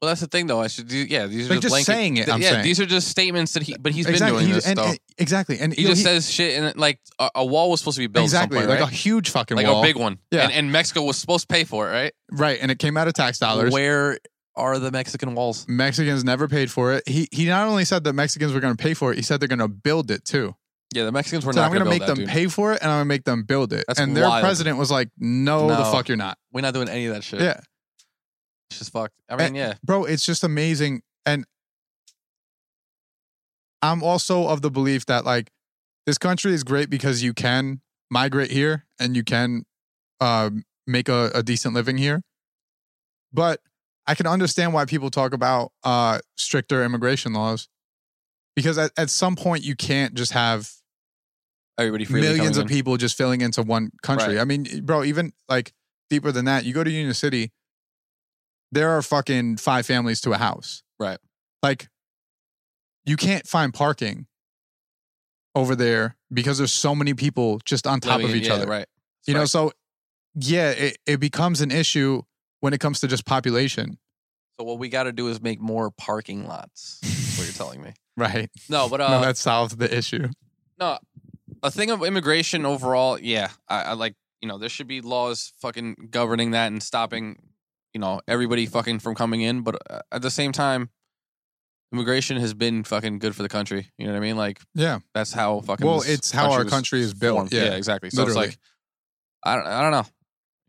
Well, that's the thing, though. I should do. Yeah, these are
Like just
blanket-
saying it.
th-
I'm
yeah,
saying
these are just statements that he. But he's been
exactly.
doing
He's-
this
and,
though.
and- exactly. And
he
you know,
just says shit, and like a, a wall was supposed to be built.
exactly
Exactly,
like
right?
a huge fucking
like
wall,
a big one.
Yeah.
and, and Mexico was supposed to pay for it, right?
right? And it came out of tax dollars.
Where are the Mexican walls?
Mexicans never paid for it. He he not only said that Mexicans were going to pay for it, he said they're going to build it too.
Yeah, the Mexicans were
so I'm
not
going to
build
make
that,
them
dude.
pay for it, and I'm going to make them build it.
That's
and their
wild.
president was like, "No, the
No.
fuck, you're not."
We're not doing any of that shit.
Yeah, Eh,
it's just fucked. I mean, yeah,
bro, it's just amazing. And I'm also of the belief that like this country is great because you can migrate here and you can uh, make a, a decent living here. But I can understand why people talk about uh, stricter immigration laws because at, at some point you can't just have
everybody freely
millions
coming
of
in.
people just filling into one country.
Right.
I mean, bro, even like deeper than that, you go to Union City, there are fucking five families to a house.
Right.
Like, you can't find parking over there because there's so many people just on top
Living
of
in-
each
yeah,
other.
right?
You know,
Right.
so yeah, it, it becomes an issue when it comes to just population.
So what we got to do is make more parking lots. That's what you're telling me?
Right.
No, but uh,
no, that solves the issue.
No, a thing of immigration overall, yeah. I, I like, you know, there should be laws fucking governing that and stopping, you know, everybody fucking from coming in. But uh, at the same time, immigration has been fucking good for the country. You know what I mean? Like,
Yeah.
that's how fucking.
Well,
this
it's how our
was
country is built.
formed.
Yeah.
exactly. So
Literally.
it's like, I don't, I don't know.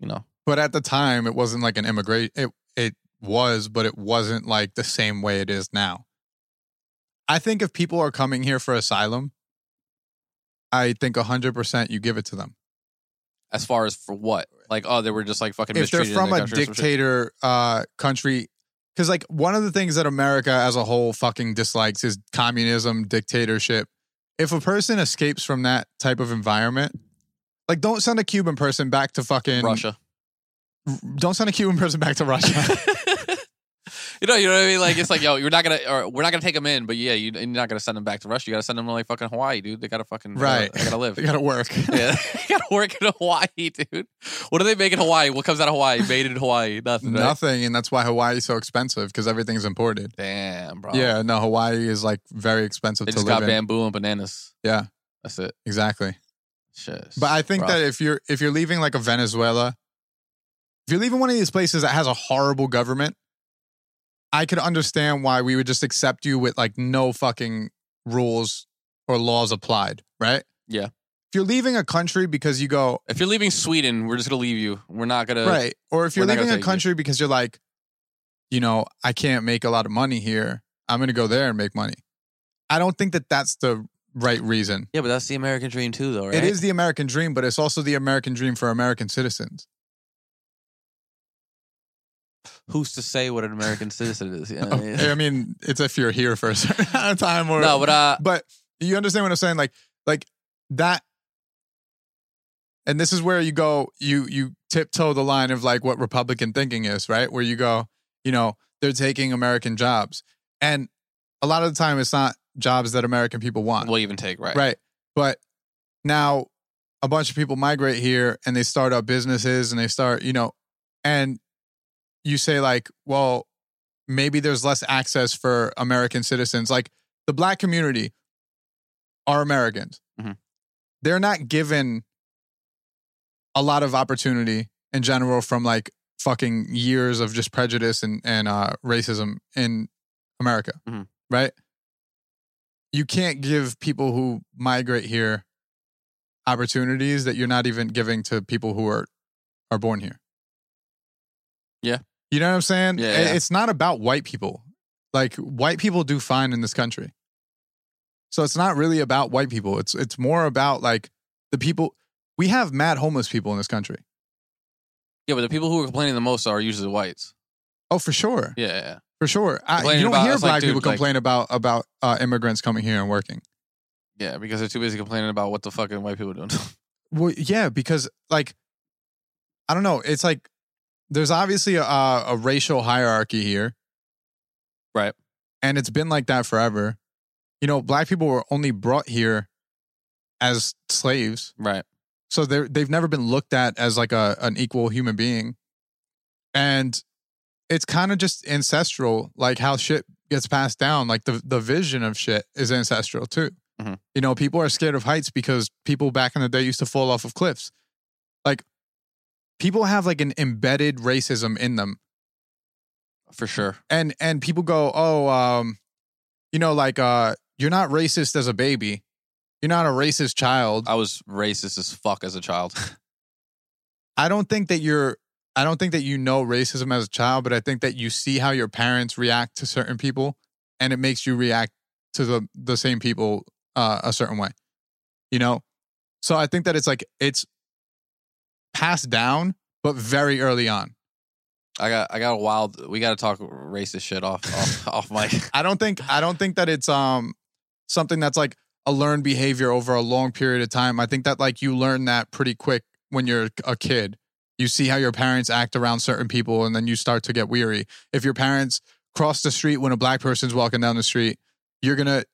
You know,
but at the time it wasn't like an immigrate it it was but it wasn't like the same way it is now i think if people are coming here for asylum i think 100% you give it to them
as far as for what? Like, oh, they were just like fucking
if they're
mistreated in
from
the
a
country or some shit.
dictator uh, country because like one of the things that america as a whole fucking dislikes is communism dictatorship if a person escapes from that type of environment like don't send a cuban person back to fucking
Russia.
don't send a cuban person back to russia
You know, you know what I mean. Like it's like, yo, you're not gonna, or we're not gonna take them in, but yeah, you, you're not gonna send them back to Russia. You gotta send them to like fucking Hawaii, dude. They gotta fucking they gotta-
Right.
They gotta live.
they gotta work
yeah, they gotta work in Hawaii, dude. What do they make in Hawaii? What comes out of Hawaii? Made in Hawaii? Nothing. right?
Nothing, and that's why Hawaii's so expensive because everything's imported.
Damn, bro.
Yeah, no, Hawaii is like very expensive
they
to
just
live
got
in.
bamboo and bananas.
Yeah.
that's it.
Exactly.
Shit. it's
But I think
rough.
that if you're if you're leaving like a Venezuela, if you're leaving one of these places that has a horrible government, I could understand why we would just accept you with like no fucking rules or laws applied, right?
Yeah.
If you're leaving a country because you go,
if you're leaving Sweden, we're just gonna leave you. We're not gonna.
right or if
we're
you're
not gonna
leaving a
take you.
country because you're like you know i can't make a lot of money here i'm gonna go there and make money i don't think that that's the right reason
Yeah, but that's the American dream too, though, right?
it is the american dream but it's also the american dream for american citizens
Who's to say what an American citizen is? Oh, Yeah.
i mean it's if you're here for a certain amount of time or
no, but uh,
but you understand what I'm saying? Like, like that. And this is where you go, you you tiptoe the line of like what Republican thinking is, right? Where you go, you know, they're taking American jobs, and a lot of the time it's not jobs that American people want,
we'll even take right.
right? But now a bunch of people migrate here and they start up businesses and they start, you know, and you say like, well, maybe there's less access for American citizens, like the black community are Americans.
Mhm.
They're not given a lot of opportunity in general from like fucking years of just prejudice and and uh, racism in America,
Mhm.
right? You can't give people who migrate here opportunities that you're not even giving to people who are are born here.
Yeah.
You know what I'm saying?
Yeah,
It-
yeah.
It's not about white people. Like white people do fine in this country. So it's not really about white people. It's it's more about like the people we have mad homeless people in this country.
Yeah, but the people who are complaining the most are usually whites.
Oh, for sure.
Yeah, yeah, yeah.
For sure. I,
Complaining
you don't
about-
hear
it's like,
black
dude,
people
like-
complain about about uh, immigrants coming here and working.
Yeah, because they're too busy complaining about what the fucking white people are doing.
Well, yeah, because like I don't know, it's like there's obviously a, a racial hierarchy here.
Right.
And it's been like that forever. You know, black people were only brought here as slaves.
right.
so they they've never been looked at as like a an equal human being and it's kind of just ancestral, like how shit gets passed down. Like the the vision of shit is ancestral too.
Mhm.
You know, people are scared of heights because people back in the day used to fall off of cliffs. Like people have like an embedded racism in them
for sure.
and and people go oh um you know like uh you're not racist as a baby you're not a racist child
I was racist as fuck as a child.
i don't think that you're i don't think that you know racism as a child but i think that you see how your parents react to certain people and it makes you react to the the same people uh, a certain way you know so i think that it's like it's passed down but very early on
I got I got a wild. We got to talk racist shit off off, off mic.
I don't think I don't think that it's um something that's like a learned behavior over a long period of time. I think that like you learn that pretty quick when you're a kid. You see how your parents act around certain people and then you start to get weary. If your parents cross the street when a black person's walking down the street, you're going to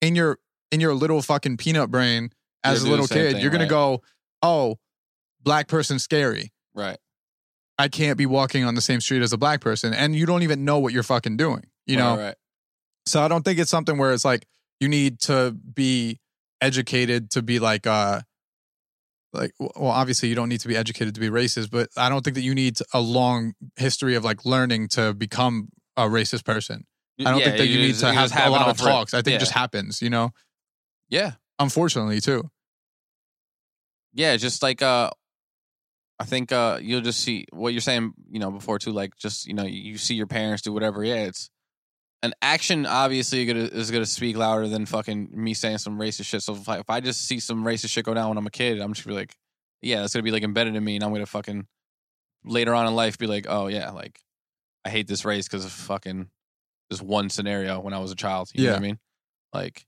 in your in your little fucking peanut brain as a
You'll do the
little
same
kid,
thing,
you're going
right.
to go, "Oh, black person's scary.
Right.
I can't be walking on the same street as a black person." And you don't even know what you're fucking doing, you know?
Right.
So I don't think it's something where it's like you need to be educated to be like uh like well obviously you don't need to be educated to be racist, but I don't think that you need a long history of like learning to become a racist person. I don't think that you, need to have a lot of talks. I think it just happens, you know.
yeah,
Unfortunately, too.
yeah. it's Just like uh, I think uh, you'll just see what you're saying. You know, before too, like just you know, you see your parents do whatever. Yeah, it's an action. Obviously, gonna, is gonna speak louder than fucking me saying some racist shit. So if I, if I just see some racist shit go down when I'm a kid, I'm just gonna be like, yeah, that's gonna be like embedded in me, and I'm gonna fucking later on in life be like, oh yeah, like I hate this race because of fucking this one scenario when I was a child. You know what I mean? Like,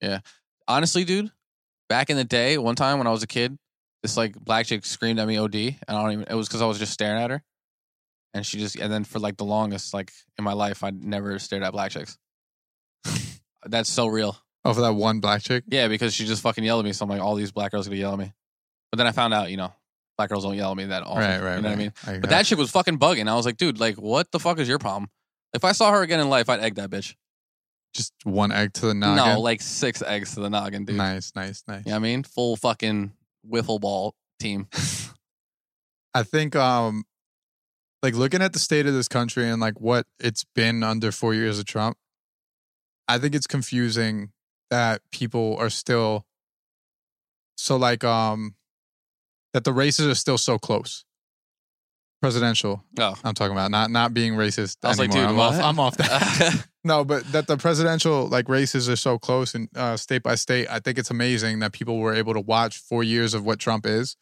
yeah. Honestly, dude, back in the day, one time when I was a kid, this like black chick screamed at me OD, and I don't even. It was because I was just staring at her, and she just. And then for like the longest, like in my life, I never stared at black chicks. That's so real.
Oh, for that one black chick.
Yeah, because she just fucking yelled at me. So I'm like, all these black girls are gonna yell at me. But then I found out, you know, black girls don't yell at me that often.
Right, right,
You know what I mean?
I
But that shit was fucking bugging. I was like, dude, like, what the fuck is your problem? If I saw her again in life, I'd egg that bitch.
just one egg to the
No,
noggin.
like six eggs to the noggin, dude.
nice, nice, nice.
You know what I mean? Full fucking wiffle ball team.
I think um like looking at the state of this country and like what it's been under 4 years of Trump I think it's confusing that people are still so like um that the races are still so close presidential
Oh.
I'm talking about not not being racist
I was like,
anymore.
dude,
I'm
what?
off I'm off that no, but that the presidential like races are so close and uh, state by state, I think it's amazing that people were able to watch four years of what Trump is,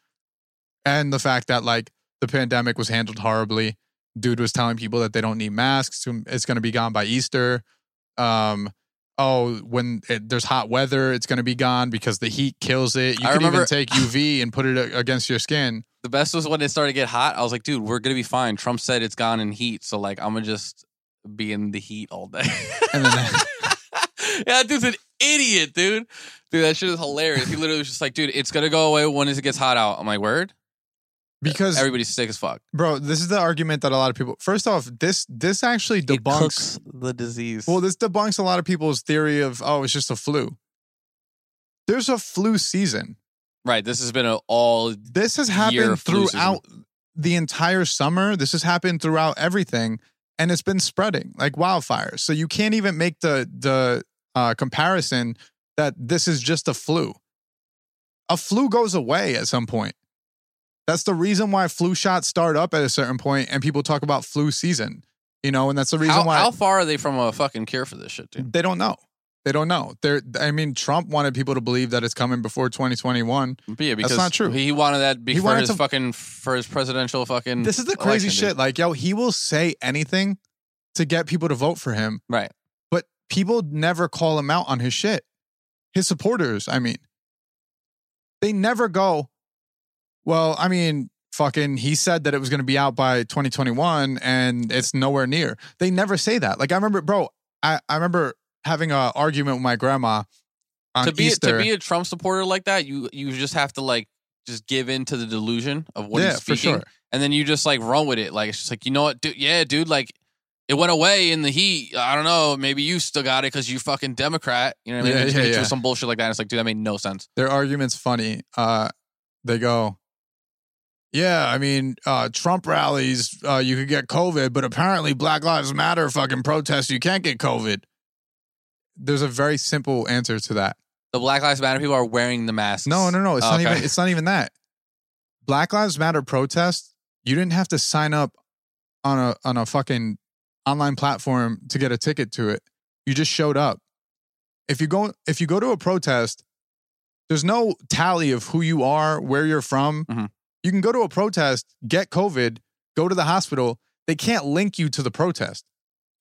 and the fact that like the pandemic was handled horribly. Dude was telling people that they don't need masks. um, It's going to be gone by Easter. Um, oh, when it, there's hot weather, it's going to be gone because the heat kills it. You
I
can
remember- Uh,
even take UV and put it a- against your skin.
the best was when it started to get hot. I was like, dude, we're going to be fine. Trump said it's gone in heat. So, like, I'm going to just be in the heat all day.
And then-
yeah, that dude's an idiot, dude. Dude, that shit is hilarious. He literally was just like, dude, it's going to go away when it gets hot out. I'm like, word?
Because
Everybody's sick as fuck.
bro, this is the argument that a lot of people. First off, this this actually
It
debunks
cooks the disease.
Well, this debunks a lot of people's theory of oh, it's just a flu. There's a flu season.
right. This has been a all
This has
Year
happened
of flu
throughout the entire summer. This has happened throughout everything, and it's been spreading like wildfire. So you can't even make the the uh, comparison that this is just a flu. A flu goes away at some point. That's the reason why flu shots start up at a certain point, and people talk about flu season. You know, and that's the reason
how,
why
how far are they from a fucking cure for this shit, dude?
they don't know. They don't know. They're, I mean, Trump wanted people to believe that it's coming before 2021.
Yeah, because
Mm. not true.
He wanted that be-
He
for
wanted
his
to-
fucking for his presidential fucking.
This is the crazy
election, dude.
shit. Like, yo, he will say anything to get people to vote for him,
Right.
but people never call him out on his shit. His supporters, I mean, they never go, well, I mean, fucking, he said that it was going to be out by 2021 and it's nowhere near. They never say that. Like, I remember, bro, I, I remember having an argument with my grandma on
To be
Easter.
to be a Trump supporter like that, you you just have to like just give in to the delusion of what
yeah,
he's
for
speaking,
sure.
and then you just like run with it. Like it's just like you know what, dude? Yeah, dude. Like it went away in the heat. I don't know. Maybe you still got it because you fucking Democrat. You know what I mean?
Yeah,
They just
yeah,
hit you with
yeah.
Some bullshit like that. And it's like, dude, that made no sense.
Their argument's funny. Uh, they go, yeah, I mean, uh, Trump rallies, uh, you could get COVID, but apparently Black Lives Matter fucking protests, you can't get COVID. There's a very simple answer to that.
The Black Lives Matter people are wearing the masks.
No, no, no. It's
Oh,
not
okay.
even. It's not even that. Black Lives Matter protest. You didn't have to sign up on a on a fucking online platform to get a ticket to it. You just showed up. If you go if you go to a protest, there's no tally of who you are, where you're from.
Mhm.
You can go to a protest, get COVID, go to the hospital. They can't link you to the protest.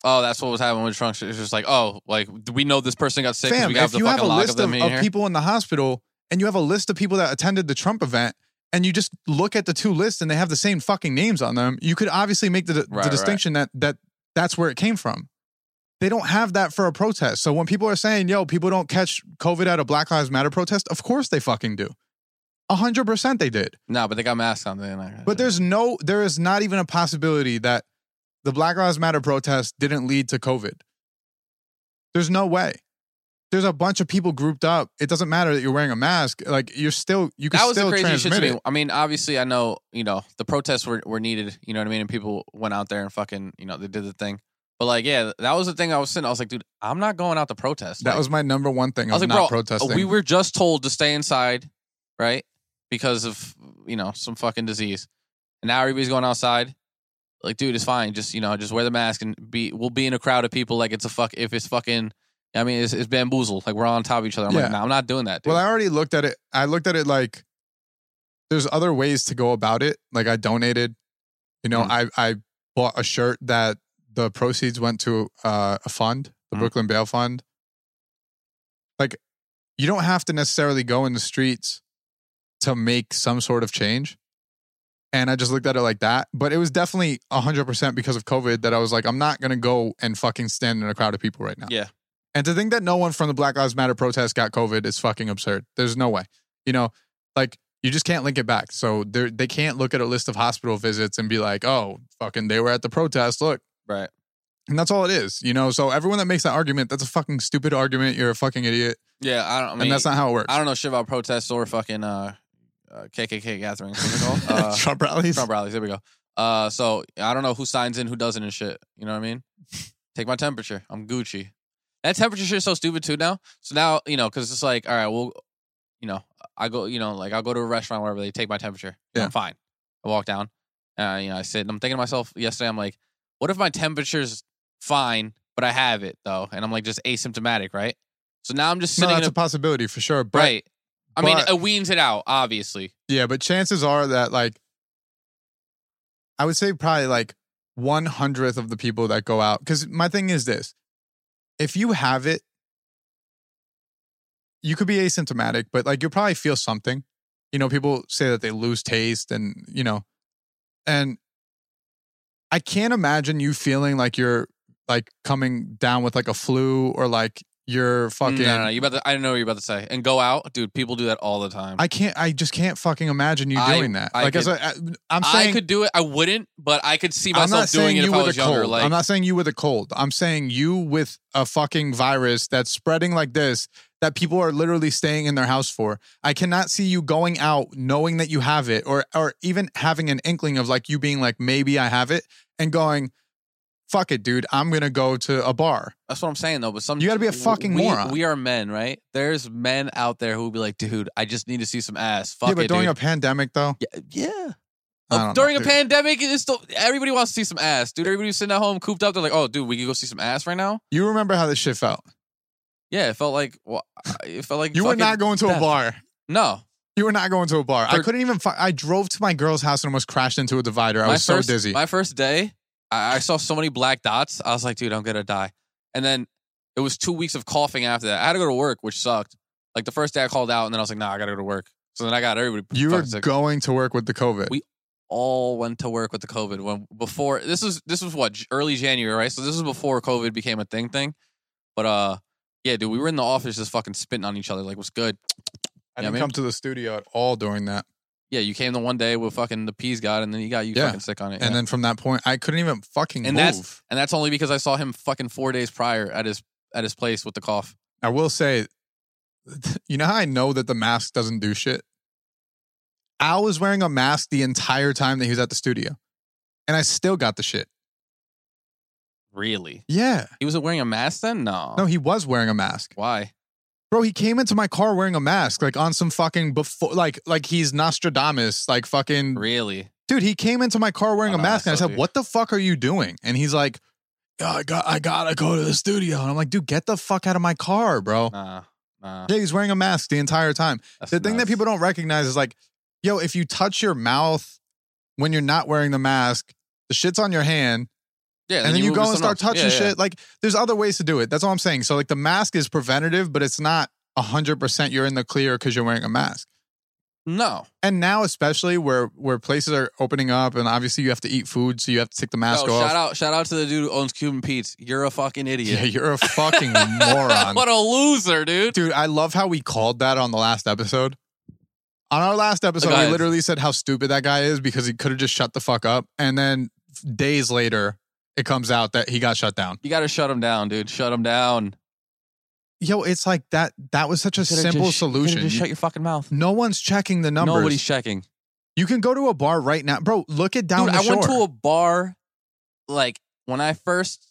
Oh, that's what was happening with Trump. It's just like, oh, like we know this person got sick. 'cause
Fam,
we got
if
the
you
fucking
have a
log
list
of
of,
them in
of
here.
people in the hospital and you have a list of people that attended the Trump event and you just look at the two lists and they have the same fucking names on them, you could obviously make the, the
Right, right.
distinction that that that's where it came from. They don't have that for a protest. So when people are saying, yo, people don't catch COVID at a Black Lives Matter protest, of course they fucking do. 100% they did.
no, but they got masks on. They didn't.
But there's no, there is not even a possibility that the Black Lives Matter protest didn't lead to COVID. There's no way. There's a bunch of people grouped up. It doesn't matter that you're wearing a mask. Like you're still, you can
that was
still
the crazy shit
transmit
to me.
it.
I mean, obviously, I know you know the protests were, were needed. You know what I mean? And people went out there and fucking you know they did the thing. But like, yeah, that was the thing. I was sitting. I was like, dude, I'm not going out to protest.
That
Like,
was my number one thing.
I was
I'm
like,
not
bro,
protesting.
we were just told to stay inside, right? Because of you know some fucking disease, and now everybody's going outside. Like, dude, it's fine. Just you know, just wear the mask and be. We'll be in a crowd of people. Like, it's a fuck. If it's fucking, I mean, it's, it's bamboozled. Like, we're on top of each other. I'm
Yeah.
like, no, I'm not doing that. Dude.
well, I already looked at it. I looked at it like there's other ways to go about it. Like I donated, you know,
Mhm.
I, I bought a shirt that the proceeds went to uh, a fund, the
Mhm.
Brooklyn Bail Fund. Like you don't have to necessarily go in the streets to make some sort of change. And I just looked at it like that. But it was definitely 100% because of COVID that I was like, I'm not going to go and fucking stand in a crowd of people right now.
Yeah.
And to think that no one from the Black Lives Matter protest got COVID is fucking absurd. There's no way. You know, like you just can't link it back. So they they can't look at a list of hospital visits and be like, oh, fucking, they were at the protest. Look.
right.
And that's all it is, you know? So everyone that makes that argument, that's a fucking stupid argument. You're a fucking idiot.
Yeah, I don't. I mean,
and that's not how it works.
I don't know shit about protests or fucking uh, uh KKK gatherings. What's it called? Uh,
Trump rallies.
Trump rallies. There we go. Uh, so I don't know who signs in, who doesn't, and shit. You know what I mean? Take my temperature. I'm Gucci. That temperature shit's so stupid too now. So now you know because it's like, all right, well, you know, I go, you know, like I'll go to a restaurant wherever they take my temperature. Yeah.
Yeah.
I'm fine. I walk down. Uh, you know, I sit and I'm thinking to myself yesterday. I'm like, what if my temperature's fine, but I have it though, and I'm like just asymptomatic, right? So now I'm just
no,
sitting in
that's
a
a possibility for sure. But
right. I mean,
but-
it weans it out, obviously.
Yeah, but chances are that like I would say probably like one hundredth of the people that go out. Because my thing is this: if you have it, you could be asymptomatic, but like you'll probably feel something. You know, people say that they lose taste, and you know, and I can't imagine you feeling like you're like coming down with like a flu or like you're
No,
fucking.
no, no. You about to, I know what you're about to say. And go out, dude. People do that all the time.
I can't. I just can't fucking imagine you
I-
doing that.
I
like as
could-
a, I, I'm
I
saying,
could do it. I wouldn't, but I could see
I'm not
myself doing
saying
it if
you
I
with a
was younger.
cold.
Like,
I'm not saying you with a cold. I'm saying you with a fucking virus that's spreading like this that people are literally staying in their house for. I cannot see you going out knowing that you have it, or or even having an inkling of like you being like maybe I have it and going. Fuck it, dude. I'm gonna go to a bar.
that's what I'm saying though. But some
You gotta be a
w-
fucking
we,
moron.
We are men, right? There's men out there who will be like, dude, I just need to see some ass. Fuck
yeah, but
it,
during
dude.
a pandemic, though,
yeah. yeah.
I
Uh,
don't know,
during a
dude.
pandemic, it's still, everybody wants to see some ass, dude. Everybody's sitting at home cooped up. They're like, oh, dude, we can go see some ass right now.
you remember how this shit felt.
Yeah, it felt like well, I- it felt like
You were
fucking-
not going to a
death.
bar.
No,
You were not going to a bar. I
For-
couldn't even. Fi- I drove to my girl's house and almost crashed into a divider. I was so
first,
dizzy.
My first day, I, I saw so many black dots. I was like, dude, I'm gonna die. And then it was two weeks of coughing after that. I had to go to work, which sucked. Like the first day I called out, and then I was like, nah, I gotta go to work. So then I got everybody.
you were
fucking sick.
going to work with the COVID.
We- all went to work with the COVID when before this was this was what J- early January, right? So this was before COVID became a thing thing. But uh, yeah, dude, we were in the office just fucking spitting on each other. Like, what's good?
I
Yeah,
didn't
man.
come to the studio at all during that.
Yeah, you came the one day with fucking the peas god, and then he got you
Yeah.
fucking sick on it. yeah.
And then from that point, I couldn't even fucking
And
move.
that's- and that's only because I saw him fucking four days prior at his at his place with the cough.
I will say, you know how I know that the mask doesn't do shit? Al was wearing a mask the entire time that he was at the studio. And I still got the shit.
Really?
Yeah.
He wasn't wearing a mask then? No.
No, he was wearing a mask.
Why?
Bro, he came into my car wearing a mask, like on some fucking before like like he's Nostradamus, like fucking
Really?
dude, he came into my car wearing
Oh,
a
no,
mask, and I
that's so
said,
deep.
"What the fuck are you doing?" And he's like, "Yeah, "I got, I gotta go to the studio." And I'm like, "Dude, get the fuck out of my car, bro."
Nah. Nah.
Yeah, he's wearing a mask the entire time.
That's
the thing that
nuts.
people don't recognize is like, yo, if you touch your mouth when you're not wearing the mask, the shit's on your hand,
Yeah,
and, then you,
move
go
to
and
something
start
else.
touching
Yeah, yeah.
shit. Like, there's other ways to do it. That's all I'm saying. So, like, the mask is preventative, but it's not 100% you're in the clear because you're wearing a mask
No.
and now especially where where places are opening up and obviously you have to eat food so you have to take the mask
Yo,
off
Oh, shout out shout out to the dude who owns Cuban Pete's. You're a fucking
yeah
idiot.
you're a fucking moron
what a loser, dude.
dude i love how we called that on the last episode on our last episode we
guy-
literally said how stupid that guy is because he could have just shut the fuck up and then days later it comes out that he got shut down
You gotta shut him down, dude. Shut him down.
yo it's like that that was such a simple solution
Just
You-
shut your fucking mouth.
no one's checking the numbers
Nobody's checking.
you can go to a bar right now bro look at down
Dude,
the
I went
shore
to a bar like when I first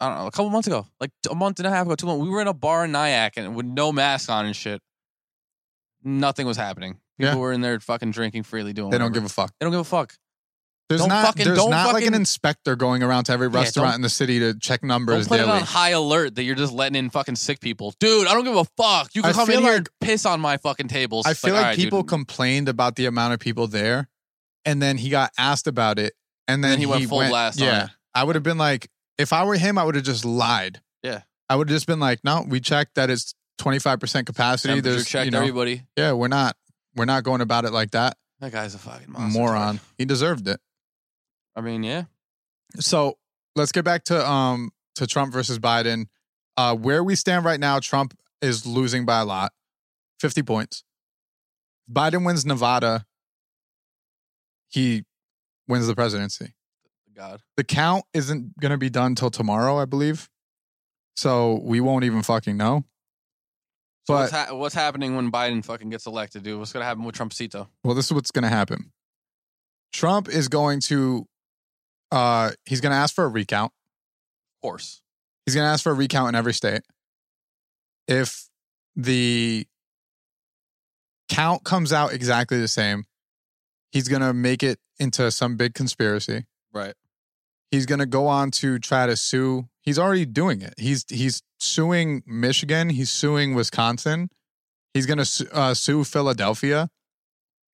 I don't know, a couple months ago, like a month and a half ago, two months. We were in a bar in Nyack and with no mask on and shit. Nothing was happening.
Yeah.
People were in there fucking drinking freely, doing.
they don't
whatever.
give a fuck
They don't give a fuck.
There's
Don't
not
fucking-
there's
don't
not like an
fucking-
inspector going around to every
Yeah,
restaurant
don't-
in the city to check
Don't
numbers
put it
daily.
on high alert that you're just letting in fucking sick people, dude. I don't give a fuck. You can
I
come in
feel
here
like-
and piss on my fucking tables.
I
It's
feel like,
all right, dude.
people complained about the amount of people there, and then he got asked about it, and then,
then he went full blast on
Yeah,
it.
I would have been like, if I were him, I would have just lied.
Yeah.
I would have just been like, no, we checked that it's 25 percent capacity.
Temperature
There's
checked
you know,
everybody.
yeah, we're not we're not going about it like that.
That guy's a fucking monster,
Moron,
dude.
he deserved it.
I mean, yeah.
So let's get back to um to Trump versus Biden. Uh, where we stand right now, Trump is losing by a lot, fifty points. Biden wins Nevada. He wins the presidency.
God.
The count isn't going to be done till tomorrow, I believe. So we won't even fucking know. But-
So what's, ha- what's happening when Biden fucking gets elected, dude? What's gonna happen with Trumpcito?
Well, this is what's going to happen. Trump is going to, uh, he's going to ask for a recount.
course.
He's going to ask for a recount in every state. If the count comes out exactly the same, he's going to make it into some big conspiracy.
Right.
He's going to go on to try to sue. He's already doing it. He's he's suing Michigan. He's suing Wisconsin. He's going to uh, sue Philadelphia.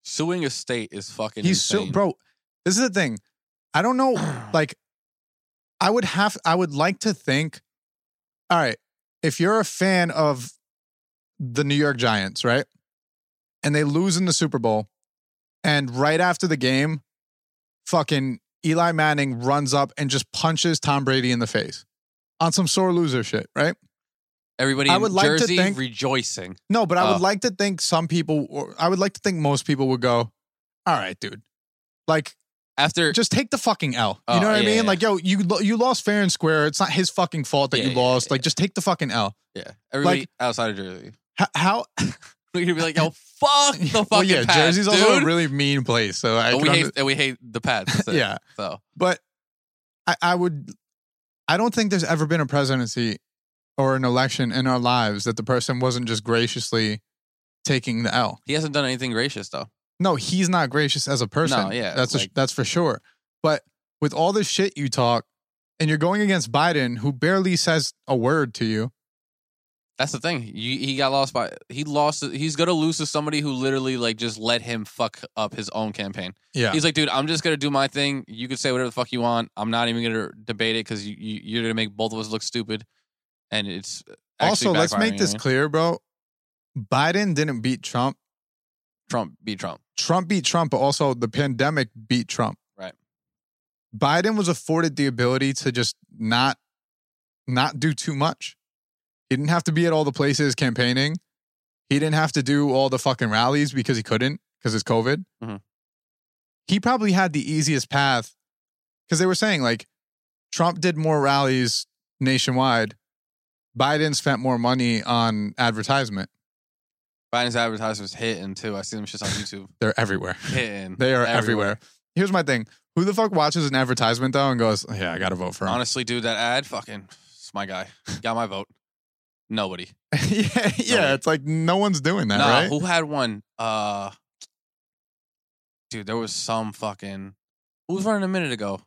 Suing a state is fucking
He's
insane.
so bro. This is the thing. I don't know. Like, I would have. I would like to think. All right, if you're a fan of the New York Giants, right, and they lose in the Super Bowl, and right after the game, fucking Eli Manning runs up and just punches Tom Brady in the face on some sore loser shit, right?
Everybody
I
in
would like to
Jersey
think-
rejoicing.
No, but I
Oh.
would like to think some people, or I would like to think most people would go, "All right, dude." Like
After
just take the fucking L. You
Oh,
know what I
yeah,
mean?
yeah.
Like, yo, you lo- you lost fair and square. It's not his fucking fault that
Yeah,
you
yeah,
lost.
yeah,
like, just take the fucking L.
yeah, everybody outside of Jersey.
How? how
We're gonna be like, yo, fuck the fucking
well, yeah,
Pats,
Jersey's
dude.
also a really mean place. So I
and we
can
hate
under-
and we hate the Pats. So,
yeah,
So
but I, I would. I don't think there's ever been a presidency or an election in our lives that the person wasn't just graciously taking the L.
he hasn't done anything gracious though.
No, he's not gracious as a person.
No, yeah,
that's a-
like-
that's for sure. But with all the shit you talk, and you're going against Biden, who barely says a word to you.
That's the thing. You, he got lost by he lost. He's gonna lose to somebody who literally like just let him fuck up his own campaign.
Yeah,
He's like, dude, I'm just gonna do my thing. You can say whatever the fuck you want. I'm not even gonna debate it because you, you you're gonna make both of us look stupid. And it's actually
also let's
backfiring,
make
you know
this
what I mean?
clear bro biden didn't beat trump
Trump beat Trump.
trump beat trump but also the pandemic beat trump
Right.
biden was afforded the ability to just not not do too much he didn't have to be at all the places campaigning he didn't have to do all the fucking rallies because he couldn't because it's COVID.
Mhm.
He probably had the easiest path because they were saying like Trump did more rallies nationwide. Biden spent more money on advertisement.
Biden's advertisements hitting too. I see them shits on YouTube.
They're everywhere.
Hitting.
They are everywhere. Here's my thing. Who the fuck watches an advertisement though and goes, "Yeah, I got to vote for him."
Honestly, dude, that ad fucking it's my guy. Got my vote. Nobody.
yeah, yeah, it's like no one's doing that,
nah,
right?
who had one? Uh dude, there was some fucking who was running a minute ago?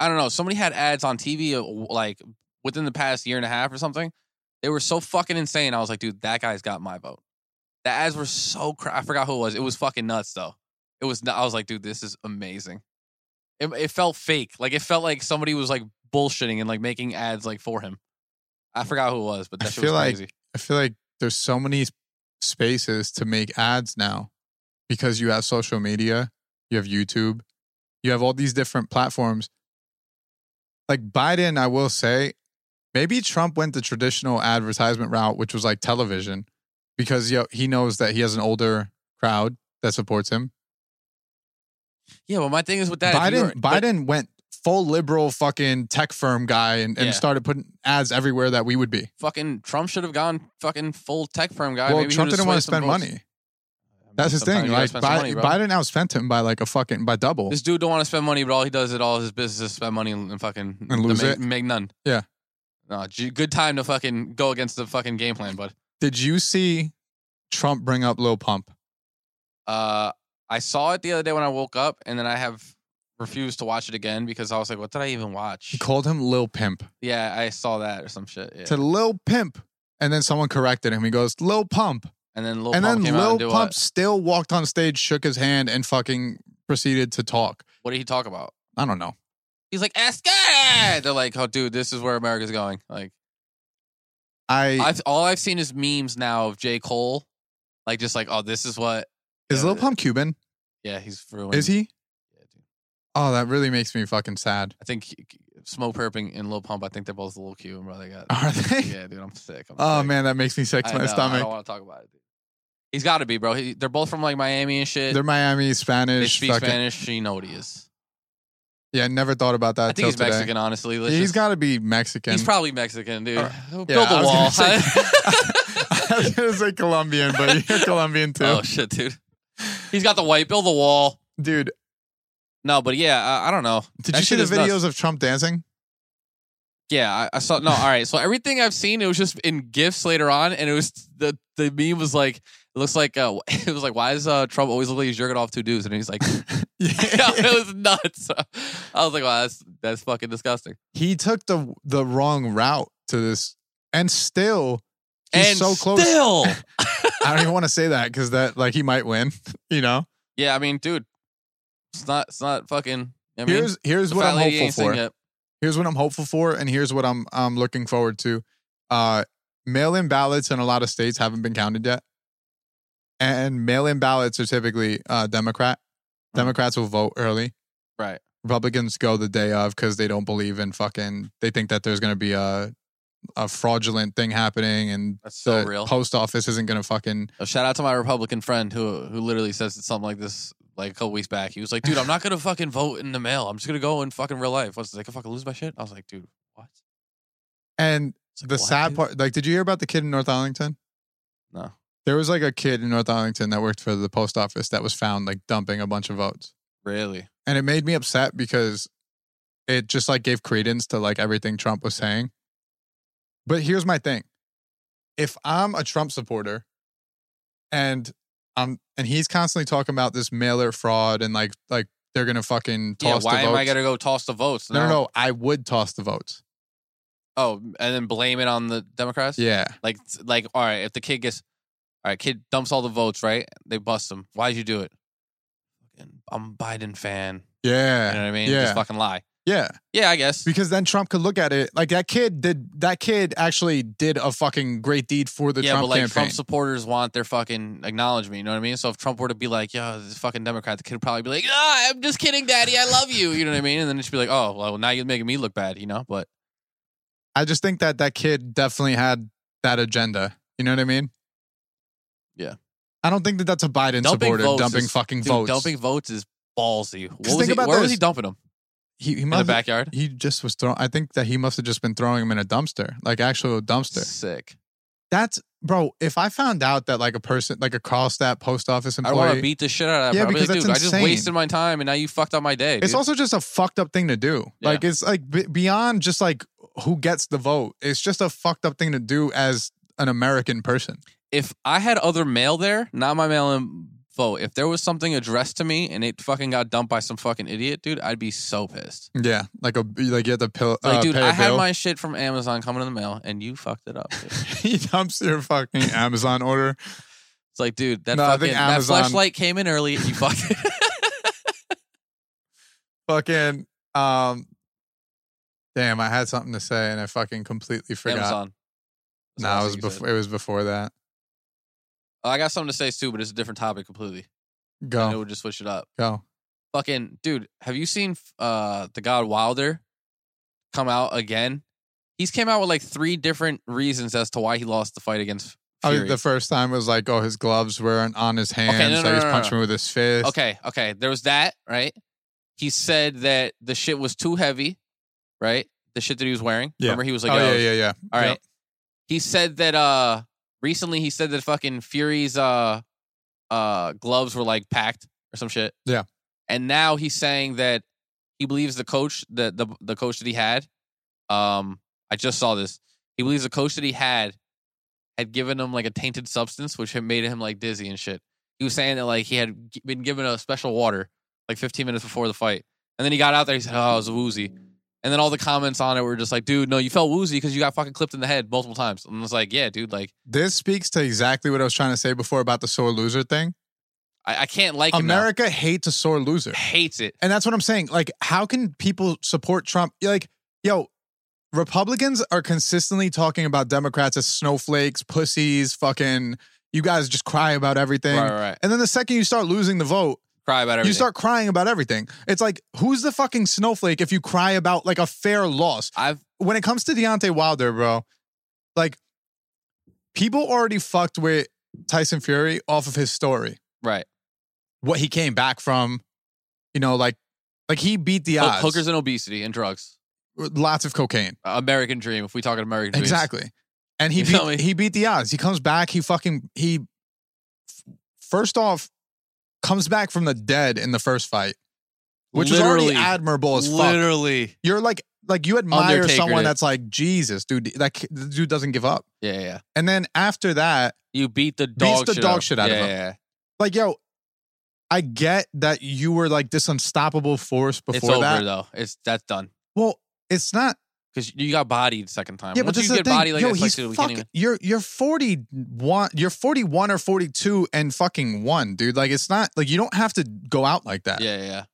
I don't know. Somebody had ads on TV uh, like within the past year and a half or something. They were so fucking insane. I was like, dude, that guy's got my vote. The ads were so cra- I forgot who it was. It was fucking nuts though. It was nu- I was like, dude, this is amazing. It, it felt fake. Like it felt like somebody was like bullshitting and like making ads like for him. I forgot who it was, but
I
that shit was
feel like-
crazy.
I feel like there's so many spaces to make ads now because you have social media, you have YouTube, you have all these different platforms. Like Biden, I will say, maybe Trump went the traditional advertisement route, which was like television, because yo, he knows that he has an older crowd that supports him.
Yeah, but my thing is with that if you
Biden
were- but-
Biden went full liberal fucking tech firm guy and, and
Yeah.
started putting ads everywhere that we would be.
fucking Trump should have gone fucking full tech firm guy.
well,
Maybe he
Trump
would've
didn't want to
swayed
spend
some votes.
money.
I mean,
That's his
sometimes
thing.
you gotta
Like
spend some
Bi-
money, bro.
Biden outspent him by like a fucking by double.
This dude don't want to spend money, but all he does at all his business is spend money and and fucking
And lose
make,
it.
make none.
Yeah.
Nah, gee, good time to fucking go against the fucking game plan, bud.
Did you see Trump bring up Lil Pump?
Uh, I saw it the other day when I woke up, and then I have refused to watch it again because I was like, what did I even watch?
He called him Lil Pimp.
Yeah, I saw that or some shit. Yeah.
Said Lil Pimp, and then someone corrected him. He goes Lil Pump,
And then Lil
and
Pump
then
came out
Lil
and did
Pump
what?
still walked on stage, shook his hand, and fucking proceeded to talk.
What did he talk about?
I don't know.
He's like, Esca! They're like, oh, dude, this is where America's going. Like,
I
I've all I've seen is memes now of J. Cole, like just like, oh, this is what.
is Lil Pump Cuban?
Yeah, he's ruined.
Is he?
Yeah, dude.
Oh, that really makes me fucking sad.
I think Smoke Perping and Lil Pump. I think they're both a little Cuban, bro. They got.
Are they?
Yeah, dude, I'm sick. I'm
Oh
sick.
man, that makes me sick
I
to my
know, I
stomach.
don't want to talk about it. Dude. He's got to be, bro. He, they're both from like Miami and shit.
They're Miami
they
Spanish.
speak
Fucking,
Spanish. You know what he is.
Yeah, I never thought about that.
I think
till
he's
today.
Mexican. Honestly, Let's
Yeah, he's
just-
got to be Mexican.
He's probably Mexican, dude.
Uh,
Build
yeah, I
a
was
wall.
gonna I was gonna say Colombian, but you're Colombian too,
oh shit, dude. He's got the white. Build the wall.
dude.
No, but yeah, I, I don't know.
Did
That
you see
shit
the
is nuts.
videos of Trump dancing?
Yeah, I, I saw. No, all right. So everything I've seen, it was just in gifs later on, and it was the the meme was like, it looks like uh, it was like, why is uh, Trump always look like he's jerking off two dudes? And he's like, it was nuts. I was like, wow, that's that's fucking disgusting.
he took the the wrong route to this, and still he's
and
so close.
Still,
I don't even want to say that because that like he might win. You know,
yeah. I mean, dude, it's not it's not fucking. I mean,
here's here's
the
what
fat
I'm
lady
hopeful
ain't sing
for.
yet.
Here's what I'm hopeful for, and here's what I'm I'm looking forward to. Uh, mail-in ballots in a lot of states haven't been counted yet, and mail-in ballots are typically uh, Democrat.
Mhm.
Democrats will vote early.
Right.
Republicans go the day of because they don't believe in fucking. They think that there's going to be a a fraudulent thing happening, and
That's so
the
real.
post office isn't going to fucking.
Oh, shout out to my Republican friend who who literally says something like this like a couple weeks back. He was like, "Dude, I'm not gonna fucking vote in the mail. I'm just gonna go in fucking real life. What's like, I fucking lose my shit?" I was like, "Dude, what?"
And
It's like,
the
"What,
sad
dude?"
part, like, did you hear about the kid in North Arlington?
No.
There was like a kid in North Arlington that worked for the post office that was found like dumping a bunch of votes,
Really?
and it made me upset because it just like gave credence to like everything Trump was saying. But here's my thing. If I'm a Trump supporter and I'm and he's constantly talking about this mailer fraud and like like they're gonna fucking
Yeah.
toss
Why
the
am
votes.
I gonna go toss the votes?
no, no, no. I would toss the votes.
Oh, and then blame it on the Democrats?
Yeah.
Like, like, all right. If the kid gets, all right, kid dumps all the votes, right? They bust him. Why'd you do it? Fucking, I'm a Biden fan. You know
Yeah.
what I mean?
Yeah.
Just fucking lie.
Yeah.
Yeah, I guess.
Because then Trump could look at it like that kid did that kid actually did a fucking great deed for the
yeah,
Trump
but like
campaign.
Trump supporters want their fucking acknowledgement. You know what I mean? So if Trump were to be like, "Yo, this fucking Democrat," the kid would probably be like, "Ah, I'm just kidding, Daddy. I love you." You know what I mean? And then it'd be like, "Oh, well, now you're making me look bad," you know? But
I just think that that kid definitely had that agenda. You know what I mean?
Yeah.
I don't think that that's a Biden
Dumping
supporter
votes
dumping
is-
fucking
Dude,
votes.
dumping votes is ballsy. What was
think
he,
about
where was
this.
he dumping them?
he, he
In the
must
backyard?
he just was throwing. I think that he must have just been throwing him in a dumpster, like actual dumpster.
Sick.
That's bro. If I found out that like a person, like a Carlstat post office
I want to
employee,
beat the shit out of that.
Yeah,
bro. I'd be
because that's
like, dude, I
insane.
just wasted my time and now you fucked up my day.
it's
dude."
also just a fucked up thing to do.
Yeah.
Like it's like b- beyond just like who gets the vote. It's just a fucked up thing to do as an American person.
if I had other mail there, not my mail in vote, if there was something addressed to me and it fucking got dumped by some fucking idiot, dude, I'd be so pissed.
Yeah, like a like you have to pill.
Like,
uh,
dude,
pay a
I had
bill.
my shit from Amazon coming in the mail and you fucked it up. dude.
he dumps your fucking Amazon order.
It's like, dude, that
No, I
fucking
think
that
Amazon-
flashlight came in early and you fucked it.
Fucking um. Damn, I had something to say and I fucking completely forgot.
Amazon. That's
No,
what I
it was
thinking you said.
before. It was before that.
Oh, I got something to say too, but it's a different topic completely. I know
Go,
we'll just switch it up.
go.
Fucking dude, have you seen uh the God Wilder come out again? He's came out with like three different reasons as to why he lost the fight against
Oh,
Fury.
the first time was like, oh, his gloves weren't on his hands,
no,
so
no,
he's
no, no,
punching me with his fist.
Okay, okay. There was that, right? He said that the shit was too heavy, right? The shit that he was wearing.
Yeah.
Remember he was like,
oh
"Oh,
yeah, yeah, yeah.
all right."
Yep.
He said that uh recently he said that fucking Fury's uh uh gloves were like packed or some shit.
Yeah.
And now he's saying that he believes the coach that the the coach that he had um I just saw this. He believes the coach that he had had given him like a tainted substance which had made him like dizzy and shit. He was saying that like he had g- been given a special water like 15 minutes before the fight. And then he got out there he said, "Oh, I was woozy." And then all the comments on it were just like, "Dude, no, you felt woozy cuz you got fucking clipped in the head multiple times." And I was like, "Yeah, dude, like
This speaks to exactly what I was trying to say before about the sore loser thing.
I, I can't like him now.
America hates a sore loser.
hates it.
And that's what I'm saying. Like, how can people support Trump? Like, yo, Republicans are consistently talking about Democrats as snowflakes, pussies, fucking, you guys just cry about everything.
Right, right, right.
And then the second you start losing the vote,
Cry about everything.
you start crying about everything. It's like, who's the fucking snowflake if you cry about like a fair loss?
I've
When it comes to Deontay Wilder, bro, like people already fucked with Tyson Fury off of his story,
right.
what he came back from, you know, like like he beat the
Ho-
odds.
Hookers and obesity and drugs.
with lots of cocaine.
American dream. If we talk American dreams.
Exactly. And he
You feel
beat,
me?
he beat the odds. He comes back. He fucking he f- first off comes back from the dead in the first fight, which
Literally.
is already admirable as fuck.
Literally.
you're like like you admire
Undertaker
someone
did.
that's like Jesus, dude. That ki- the dude doesn't give up.
Yeah, yeah.
And then after that,
You beat the dog
the
shit
dog
out of-
shit out of
yeah,
him.
Yeah, yeah.
like yo, I get that you were like this unstoppable force before
It's over
that.
though. It's that's done
Well, it's not.
because you got bodied second time.
Yeah,
Once
but this
you
is
get
the thing.
bodied like
yo,
that, it's like,
he's
dude, we can't
fucking.
even.
You're you're forty one. You're forty one or forty two and fucking one, dude. Like it's not like you don't have to go out like that.
Yeah, yeah, yeah.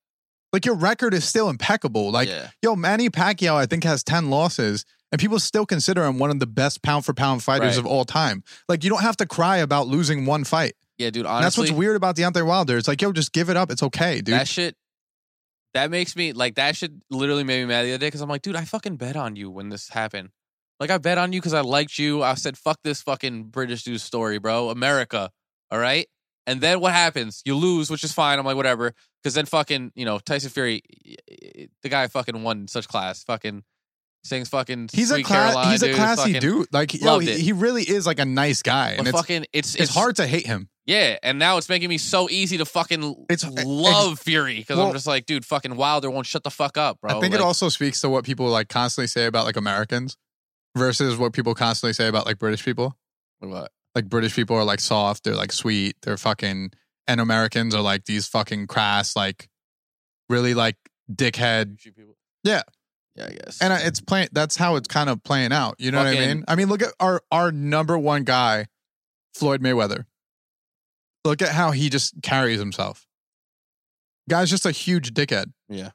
Like your record is still impeccable. Like
yeah.
yo, Manny Pacquiao, I think has ten losses, and people still consider him one of the best pound for pound fighters
Right.
of all time. Like you don't have to cry about losing one fight.
yeah, dude.
And that's
Honestly,
what's weird about Deontay Wilder. It's like yo, just give it up. It's okay, dude.
that shit. That makes me like that shit. Literally made me mad the other day because I'm like, dude, I fucking bet on you when this happened. Like I bet on you because I liked you. I said, fuck this fucking British dude story, bro. America, all right. And then what happens? You lose, which is fine. I'm like, whatever. Because then fucking, you know, Tyson Fury, y- y- the guy fucking won such class. Fucking sings fucking.
he's a
Sweet
class.
Caroline,
he's a
dude.
classy
Fucking-
dude. Like yo,
loved
he,
it.
he really is like a nice guy,
But
and it's
fucking, it's,
it's hard to hate him.
Yeah, and now it's making me so easy to fucking
It's-
love Fury because
well-
I'm just like, dude, fucking Wilder won't shut the fuck up, bro.
I think it
Like,
also speaks to what people like constantly say about like Americans versus what people constantly say about like British people.
what?
Like British people are like soft, they're like sweet, they're fucking and Americans are like these fucking crass, like really like dickhead.
Shoot people.
Yeah.
yeah, I guess.
And I- it's playing that's how it's kind of playing out. You know what I
Fucking-
mean? I mean, look at our our number one guy, Floyd Mayweather. Look at how he just carries himself. Guy's just a huge dickhead.
yeah,
And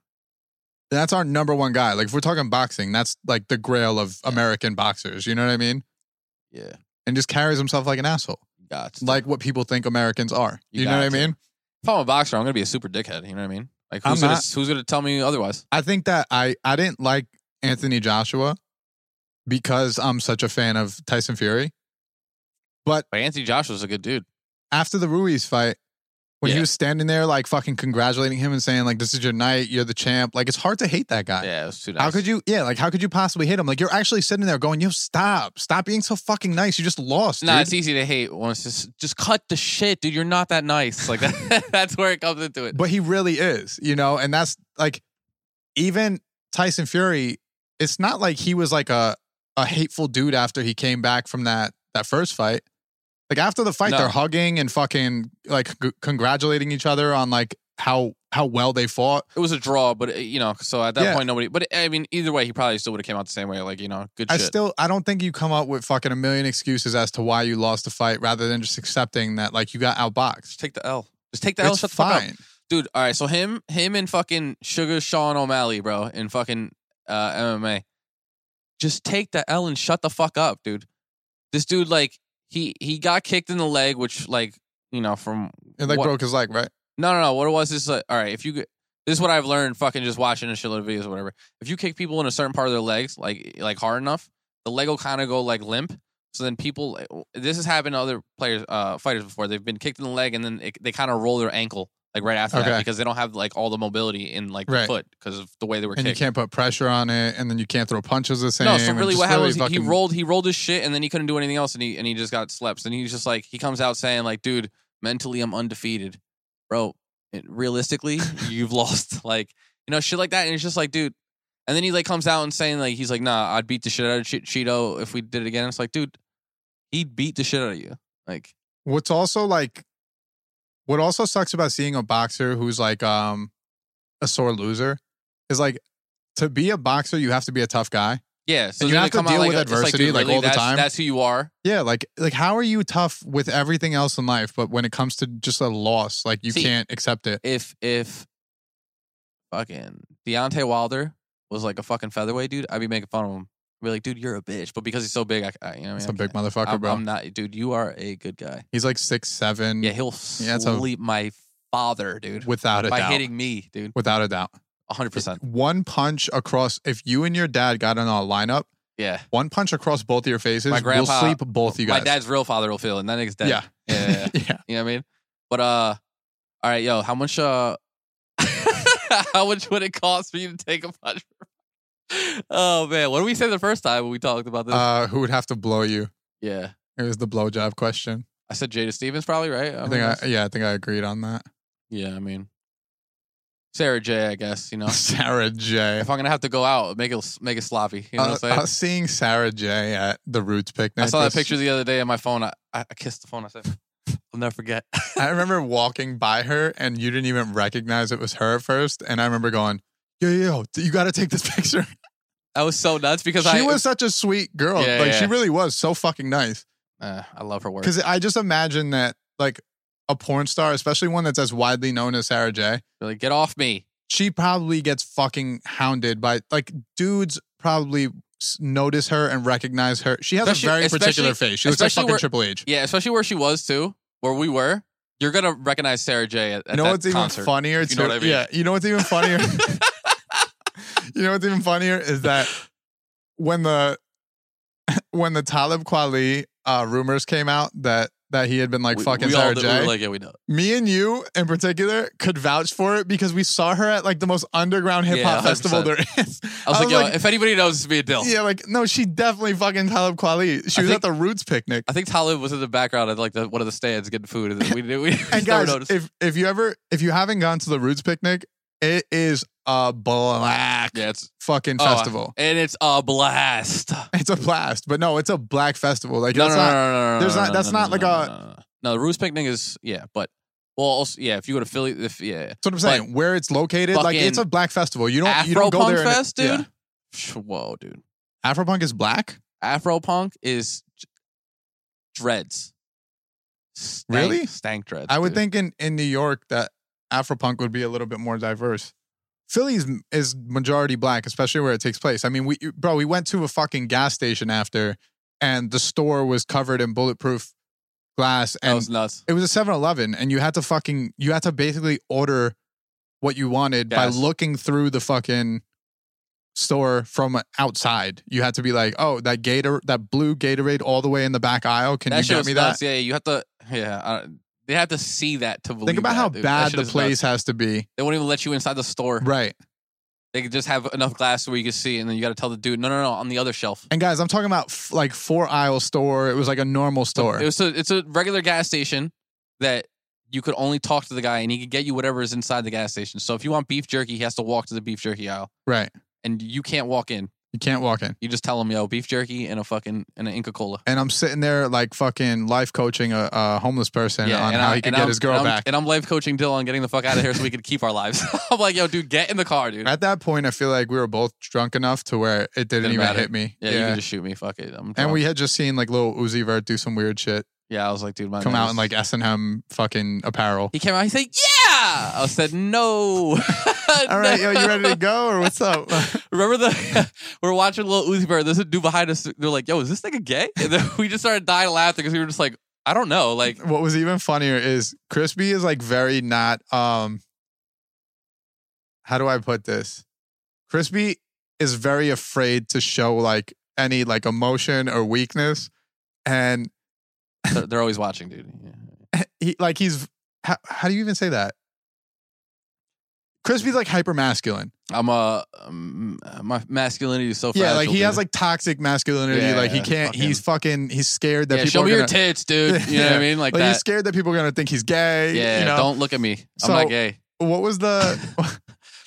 that's our number one guy. Like if we're talking boxing, that's like the grail of
Yeah.
American boxers. You know what I mean?
yeah,
And just carries himself like an asshole,
got to.
like what people think Americans are.
You
You, know
got
what I
to.
mean?
If I'm a boxer, I'm gonna be a super dickhead. You know what I mean? Like,
I'm
who's gonna
not.
who's gonna tell me otherwise?
I think that I I didn't like Anthony Joshua because I'm such a fan of Tyson Fury. But
But Anthony Joshua's a good dude.
after the Ruiz fight, when he
Yeah.
was standing there like fucking congratulating him and saying like this is your night, you're the champ. Like it's hard to hate that guy.
Yeah, it was too nice.
How could you? Yeah, like how could you possibly hate him? Like you're actually sitting there going, "Yo, stop! Stop being so fucking nice. You just lost."
Nah,
dude."
it's easy to hate once. Just, just cut the shit, dude. You're not that nice. Like that, that's where it comes into it.
but he really is, you know, and that's like even Tyson Fury, it's not like he was like a a hateful dude after he came back from that that first fight. Like after the fight
No.
they're hugging and fucking like c- congratulating each other on like how how well they fought.
It was a draw, but uh, you know, so at that
Yeah.
point, nobody. But I mean, either way, he probably still would have came out the same way. Like you know, good
I
shit.
still I don't think you come up with fucking a million excuses as to why you lost the fight rather than just accepting that like you got outboxed.
just take the L. Just take the L.
That's
Shut the fuck up.
fine.
dude. All right, so him, him, and fucking Sugar Sean O'Malley, bro, in fucking uh, MMA. Just take the L and shut the fuck up, dude. This dude, like, he he got kicked in the leg, which, like, you know, from
It like
what-
broke his leg, right?
no, no, no. What it was is like, all right. If you get- this is what I've learned, fucking just watching a shitload of videos or whatever. If you kick people in a certain part of their legs, like eh, like hard enough, the leg will kind of go like limp. So then people, eh, this has happened to other players, uh, fighters before. They've been kicked in the leg and then it, they kind of roll their ankle like right after
Okay.
that because they don't have like all the mobility in like the
Right.
foot because of the way they were
And you
kicked.
can't put pressure on it and then you can't throw punches the same.
No, so
and
really,
just
what happened was he- he,
fucking-
rolled. He rolled his shit, and then he couldn't do anything else, and he and he just got slept. And he's just like, he comes out saying like, dude, mentally I'm undefeated, bro. It, realistically, you've lost, like you know, shit like that. And it's just like, dude. And then he like comes out and saying like, he's like, nah, I'd beat the shit out of che- Cheeto if we did it again. It's like, dude, he beat the shit out of you. Like,
What's also like, what also sucks about seeing a boxer who's like um a sore loser is like to be a boxer, you have to be a tough guy.
yeah. So
And you
then
have
they
to
come out
deal
like,
with
it's
adversity,
dude,
like,
really?
all the
that's,
time.
That's who you are.
Yeah, like like how are you tough with everything else in life, but when it comes to just a loss, like you
See-
can't accept it.
if if fucking Deontay Wilder was like a fucking featherweight dude, I'd be making fun of him. I'd be like, dude, you're a bitch. But because he's so big, I, I you know, what I mean?
It's
I
a big
can't-
motherfucker,
I'm,
bro.
I'm not, dude. You are a good guy.
He's like six seven,
Yeah, he'll
Yeah, it's a-
sleep my father, dude,
without a
by
doubt.
hitting me, dude.
without a doubt,
100. percent
one punch across. If you and your dad got in a lineup,
Yeah,
one punch across both of your faces
My grandpa-
will sleep both you
my
guys.
dad's real father will feel, it, and that nigga's dead.
yeah,
yeah, yeah, yeah.
yeah.
you know what I mean. But uh, all right, yo, how much uh, how much would it cost for you to take a punch? Oh man, what did we say the first time when we talked about this?
Uh, who would have to blow you?
yeah.
It was the blowjob question.
I said Jada Stevens, probably right.
I,
mean,
think I,
that's-
yeah, I think I agreed on that.
yeah, I mean Sarah J, I guess you know.
Sarah J.
if I'm gonna have to go out, make it make it sloppy. You know
I,
what I'm saying?
I was seeing Sarah J at the Roots picnic.
I saw that
This-
picture the other day on my phone. I, I I kissed the phone. I said, "I'll never forget."
I remember walking by her and you didn't even recognize it was her at first. And I remember going, yo, yo, yo, you got to take this picture.
I was so nuts because
she
I
was such a sweet girl.
Yeah,
like, she
yeah.
really was so fucking nice.
Uh, I love her work.
Because I just imagine that, like, a porn star, especially one that's as widely known as Sarah J,
Like, get off me!
she probably gets fucking hounded by, like, dudes probably s- notice her and recognize her. She has
Especially-
a very particular
especially-
face. She looks like
especially
fucking
where-
Triple H.
Yeah, especially where she was too, where we were. You're gonna recognize Sarah J at, at
you know
that
what's
concert.
even funnier?
if you know
too-
what I mean.
Yeah, you know what's even funnier? you know what's even funnier is that when the when the Talib Kweli uh, rumors came out that that he had been like
We-
fucking
we all
Sarah
did- we
J,
were like, yeah, we know.
me and you in particular could vouch for it because we saw her at like the most underground hip
Yeah,
hop festival there is.
I was, like, yo, if anybody knows, it's me and Dill.
yeah, like no, she definitely fucking Talib Kweli. She
I
was
think-
at the Roots picnic.
I think Talib was in the background at like the, one of the stands getting food, and then we we, we
And
just never
guys,
noticed.
if if you ever if you haven't gone to the Roots picnic, it is a black
yeah, it's
fucking
Oh, I-
festival.
and it's a blast.
It's a blast, but no, it's a black festival. Like
No, no,
that's
no, no,
not
no, no,
there's
no,
not-
no,
that's
no,
not
no,
like
no,
a-
no, no, no. no. The Roost picnic is yeah, but well, also yeah, if you go to Philly, if yeah,
that's what I'm saying. Where it's located, like it's a
fucking
black festival. You don't you
Afro
don't go
Punk
there. and-
Fest,
yeah.
dude. Psh, Whoa, dude,
Afropunk is black.
Afro Punk is j- dreads. Stank,
Really?
stank dreads.
I would
dude.
think in in New York that Afropunk would be a little bit more diverse. Philly's is majority black, especially where it takes place. I mean, we bro, we went to a fucking gas station after, and the store was covered in bulletproof glass,
that
and
was nuts.
it was a 7-Eleven and you had to fucking you had to basically order what you wanted
Yes.
by looking through the fucking store from outside. You had to be like, "Oh, that Gator that blue Gatorade all the way in the back aisle, can
that
you
shit
get
was
me
nuts.
that?"
Yeah, you have to. Yeah, I, they have to see that to believe.
Think about
that,
how
dude. That
bad
shit
the
is nuts.
place has to be.
They won't even let you inside the store.
Right.
They could just have enough glass where you can see, and then you got to tell the dude, no, no, no, on the other shelf.
And guys, I'm talking about f- like four aisle store. It was like a normal store.
It was a, it's a regular gas station that you could only talk to the guy, and he could get you whatever is inside the gas station. So if you want beef jerky, he has to walk to the beef jerky aisle,
right.
and you can't walk in.
You can't walk in.
You just tell him, yo, beef jerky and a fucking and an Inca Cola.
And I'm sitting there like fucking life coaching a, a homeless person on how he
can
could get his girl
and I'm,
back.
And I'm life coaching Dill on getting the fuck out of here so we could keep our lives. I'm like, yo, dude, get in the car, dude.
At that point, I feel like we were both drunk enough to where it didn't,
Didn't
even
matter.
hit me.
Yeah, you can just shoot me. Fuck it. I'm
and
drunk.
we had just seen like little Uzi Vert do some weird shit,
yeah, I was like, dude, my
come
man
out
is-
in like S and M fucking apparel.
Oh, he came out. He said, yeah. I said, no.
All right, yo, you ready to go or what's up?
Remember the we're watching Lil Uzi Vert. There's a dude behind us. They're like, "Yo, is this nigga gay?" And then we just started dying laughing because we were just like, "I don't know." Like,
what was even funnier is Crispy is like very not um how do I put this? Crispy is very afraid to show like any like emotion or weakness and
they're, they're always watching, dude. Yeah.
he like he's how, how do you even say that? Crispy's like hyper masculine.
I'm uh, um, my masculinity is so
Yeah,
fragile,
like he
dude.
has like toxic masculinity.
Yeah,
like he
yeah,
can't. He's fucking. He's scared that
yeah,
people
show
are
me
gonna,
your tits, dude. You know what
Yeah.
I mean? Like,
like he's
that.
scared that people are gonna think he's gay.
Yeah,
you know?
don't look at me. I'm
So-
not gay.
What was the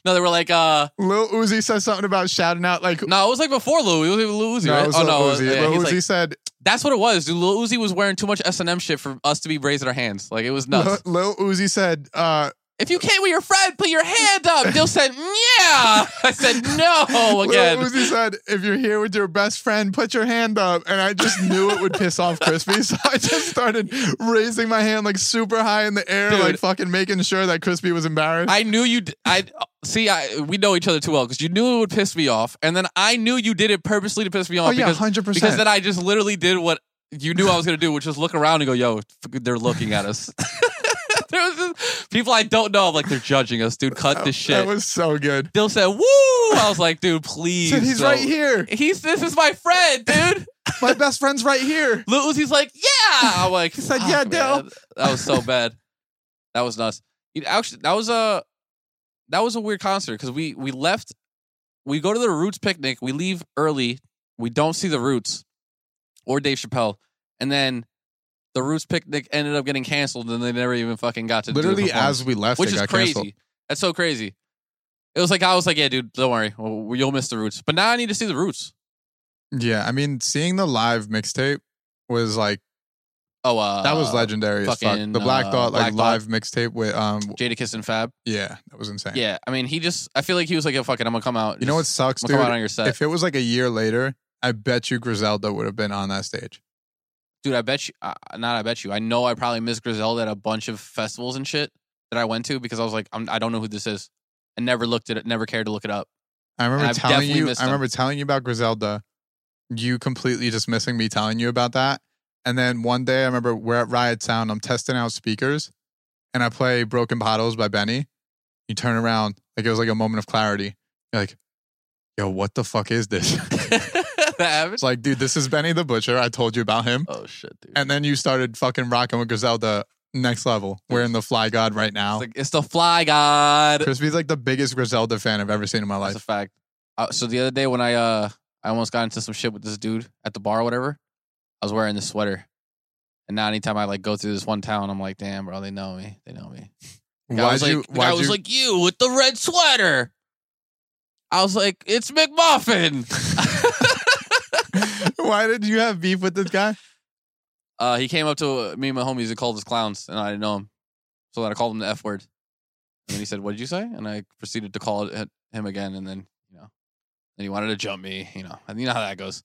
No, they were like, uh,
Lil Uzi said something about shouting out like
no, it was like before Lil. It was like Lil Uzi,
No,
right?
it was
oh
Lil
no,
Uzi.
yeah,
Lil
he's
Uzi
like,
said
that's what it was, dude. Lil Uzi was wearing too much S and M shit for us to be raising our hands. Like it was nuts.
Lil, Lil Uzi said uh,
If you came with your friend, put your hand up. Dill said, yeah. I said, no, Oh, again.
Lil Uzi said if you're here with your best friend, put your hand up. And I just knew it would piss off Crispy, so I just started raising my hand like super high in the air,
Dude.
like fucking making sure that Crispy was embarrassed.
I knew you. d- I see. I we know each other too well because you knew it would piss me off, and then I knew you did it purposely to piss me off
oh yeah,
because
hundred
because
percent.
then I just literally did what you knew I was gonna do, which was look around and go, "Yo, f- they're looking at us." there was just, people I don't know. I'm like, they're judging us, dude. Cut this
Oh, That
shit.
was so good.
Dill said, "Woo!" I was like, "Dude, please."
Said, he's
So-
right here.
He's this is my friend, dude.
My best friend's right here.
Lil Uzi's like, "Yeah." I'm like,
He said,
"Fuck,
"Yeah,
man."
Dill."
That was so bad. That was nuts. You know, actually, that was a that was a weird concert because we we left. We go to the Roots picnic. We leave early. We don't see the Roots or Dave Chappelle, and then the Roots picnic ended up getting canceled, and they never even fucking got to do the
Literally
performance
as we left,
which
it
is
got
crazy.
canceled.
That's so crazy. It was like I was like, yeah, dude, don't worry, Well, you'll miss the roots. But now I need to see the roots.
Yeah, I mean, seeing the live mixtape was like
Oh, uh,
that was legendary as
fucking,
fuck. The Black
uh,
Thought like
Black Thought.
live mixtape with um
Jada Kiss and Fab.
yeah, that was insane.
Yeah, I mean, he just. I feel like he was like, yeah, fuck it, I'm gonna come out.
You know what
just-
sucks,
I'm
dude?
gonna come out on your set,
If it was like a year later, I bet you Griselda would have been on that stage.
dude. I bet you, uh, not. I bet you. I know I probably missed Griselda at a bunch of festivals and shit that I went to because I was like, I'm, I don't know who this is. I never looked at it. Never cared to look it up.
I remember
I've
telling
definitely
you.
missed
I remember telling you about Griselda. You completely just missing me telling you about that. And then one day, I remember we're at Riot Sound. I'm testing out speakers, and I play "Broken Bottles" by Benny. You turn around, like it was like a moment of clarity. You're like, "Yo, what the fuck is this?"
that happened.
it's like, dude, this is Benny the Butcher. I told you about him.
Oh shit, dude.
And then you started fucking rocking with Griselda. Next level. We're in the Fly God right now.
it's, like, it's the Fly God.
Crispy's like the biggest Griselda fan I've ever seen in my
That's a
life.
fact. Uh, so the other day when I uh I almost got into some shit with this dude at the bar or whatever, I was wearing this sweater. And now anytime I like go through this one town, I'm like, damn, bro, they know me. They know me. The guy
Why'd
was
you?
like, the guy
Why'd
was
you?
like, you with the red sweater. I was like, it's McMuffin.
why did you have beef with this guy?
uh, he came up to uh, me and my homies and called us clowns, and I didn't know him. So then I called him the F word. And then he said, What did you say? And I proceeded to call it, him again. And then, you know, then he wanted to jump me, you know, and you know how that goes.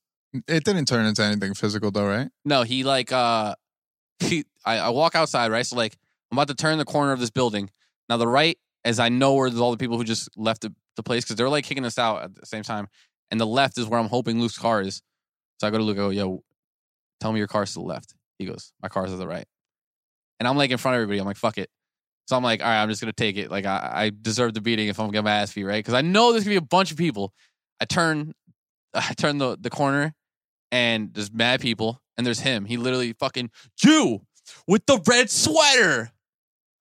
It didn't turn into anything physical though, right?
No, he like uh he I, I walk outside, right? So like I'm about to turn the corner of this building. Now the right is I know where there's all the people who just left the, the place because they're like kicking us out at the same time. And the left is where I'm hoping Luke's car is. So I go to Luke, I go, yo, tell me your car's to the left. He goes, My car's to the right. And I'm like in front of everybody. I'm like, fuck it. So I'm like, all right, I'm just gonna take it. Like I, I deserve the beating if I'm gonna get my ass beat, right? Because I know there's gonna be a bunch of people. I turn I turn the, the corner and there's mad people, and there's him. He literally fucking you with the red sweater.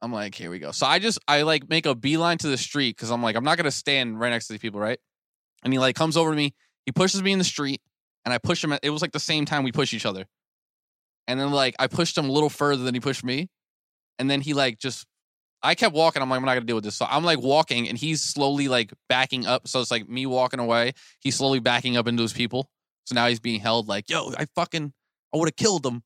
I'm like, here we go. So I just I like make a beeline to the street because I'm like, I'm not gonna stand right next to these people, right? And he like comes over to me, he pushes me in the street, and I push him. At, it was like the same time we push each other, and then like I pushed him a little further than he pushed me, and then he like just. I kept walking. I'm like, I'm not gonna deal with this. So I'm like walking, and he's slowly like backing up. So it's like me walking away. He's slowly backing up into his people. So now he's being held. Like, yo, I fucking, I would have killed him.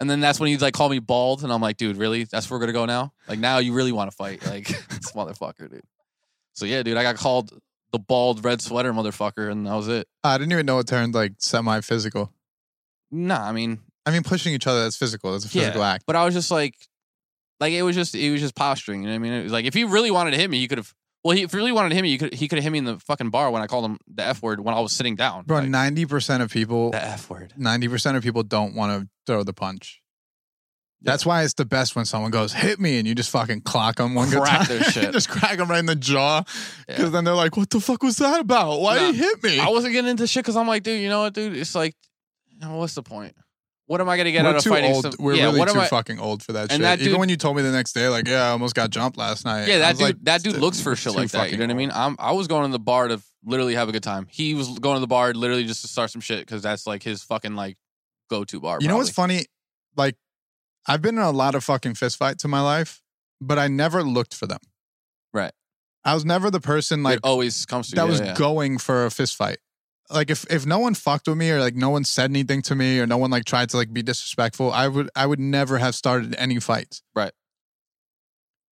And then that's when he's like, call me bald. And I'm like, dude, really? That's where we're going to go now? Like, now you really want to fight. Like, this motherfucker, dude. So, yeah, dude, I got called the bald red sweater motherfucker. And that was it.
I didn't even know it turned like semi physical.
Nah, I mean,
I mean, pushing each other, that's physical. That's a
Yeah.
physical act.
but I was just like, like, it was just, it was just posturing. You know what I mean? It was like, if he really wanted to hit me, he could have, well, he, if he really wanted to hit me, he could, he could have hit me in the fucking bar when I called him the F word when I was sitting down.
Bro,
Like,
90% of people,
the F word.
90% of people don't want to throw the punch.
Yeah.
That's why it's the best when someone goes, hit me, and you just fucking clock them one good
Crack
time.
their shit.
just crack them right in the jaw. Because
Yeah.
then they're like, what the fuck was that about? Why did he hit me?
I wasn't getting into shit because I'm like, dude, you know what, dude? It's like, what's the point? What am I gonna get
we're
out of
too
fighting?
old.
some-
we're
yeah,
really
what
too
am I?
fucking old for that
And
shit.
that
Even
dude-
when you told me the next day, like, yeah, I almost got jumped last night.
yeah,
I
that
was
dude.
like,
that dude
"Dude,
looks for shit
too
like that. You
fucking
know what I mean?
old."
I'm. I was going to the bar to literally have a good time. He was going to the bar literally just to start some shit because that's like his fucking like go to bar.
you know what's
probably.
funny? Like, I've been in a lot of fucking fistfights in my life, but I never looked for them.
Right.
I was never the person
It
like
always comes to
that
yeah,
was
yeah.
going for a fist fight. Like if if no one fucked with me or like no one said anything to me or no one like tried to like be disrespectful, I would I would never have started any fights.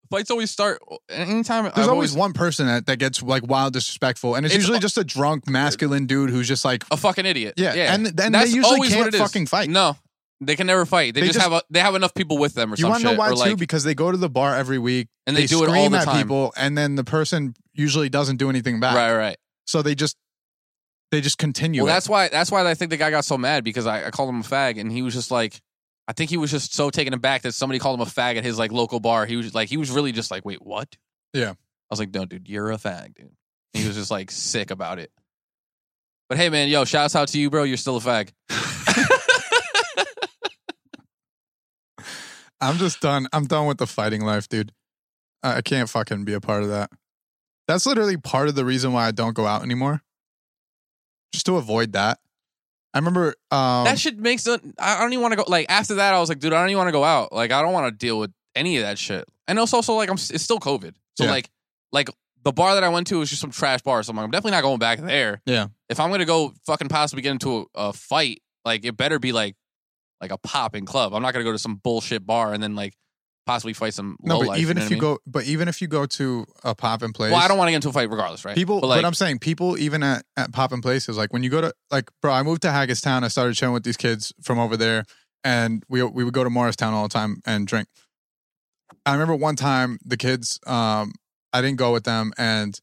Fights always start anytime.
There's
I've
always, one person that, that gets like wild disrespectful, and it's,
It's
usually
al-
just a drunk masculine dude who's just like
a fucking idiot.
yeah,
yeah.
and then they
That's
usually
always what
can't
it is.
fucking fight.
no, they can never fight. They,
They
just,
just-
have a, they have enough people with them or
You
some
want to know
shit.
why
or
too?
like,
because they go to the bar every week
and they, do it all
scream
the
at
time.
people, and then the person usually doesn't do anything back.
Right, right.
So they just they just continue.
Well,
it.
that's why that's why I think the guy got so mad because I, I called him a fag and he was just like, I think he was just so taken aback that somebody called him a fag at his like local bar. He was like, he was really just like, wait, what?
Yeah.
I was like, no, dude, you're a fag, dude. And he was just like sick about it. But hey, man, yo, shouts out to you, bro. You're still a fag.
I'm just done. I'm done with the fighting life, dude. I I can't fucking be a part of that. That's literally part of the reason why I don't go out anymore. Just to avoid that. I remember um
that shit makes it. I don't even want to go. Like after that, I was like, dude, I don't even want to go out. Like I don't want to deal with any of that shit. And it's also like I'm. It's still COVID. So
Yeah.
like, like the bar that I went to was just some trash bar. So I'm like, I'm definitely not going back there.
Yeah.
If I'm gonna go fucking possibly get into a, a fight, like it better be like, like a popping club. I'm not gonna go to some bullshit bar and then like possibly fight some.
no, but
lowlife,
even if
know what I
you
mean?
go but even if you go to a pop and place
well, I don't want to get into a fight regardless, right?
people
but
but,
like,
I'm saying people even at, at pop and places, like when you go to like bro, I moved to Haggistown, I started chilling with these kids from over there and we we would go to Morristown all the time and drink. I remember one time the kids, um, I didn't go with them and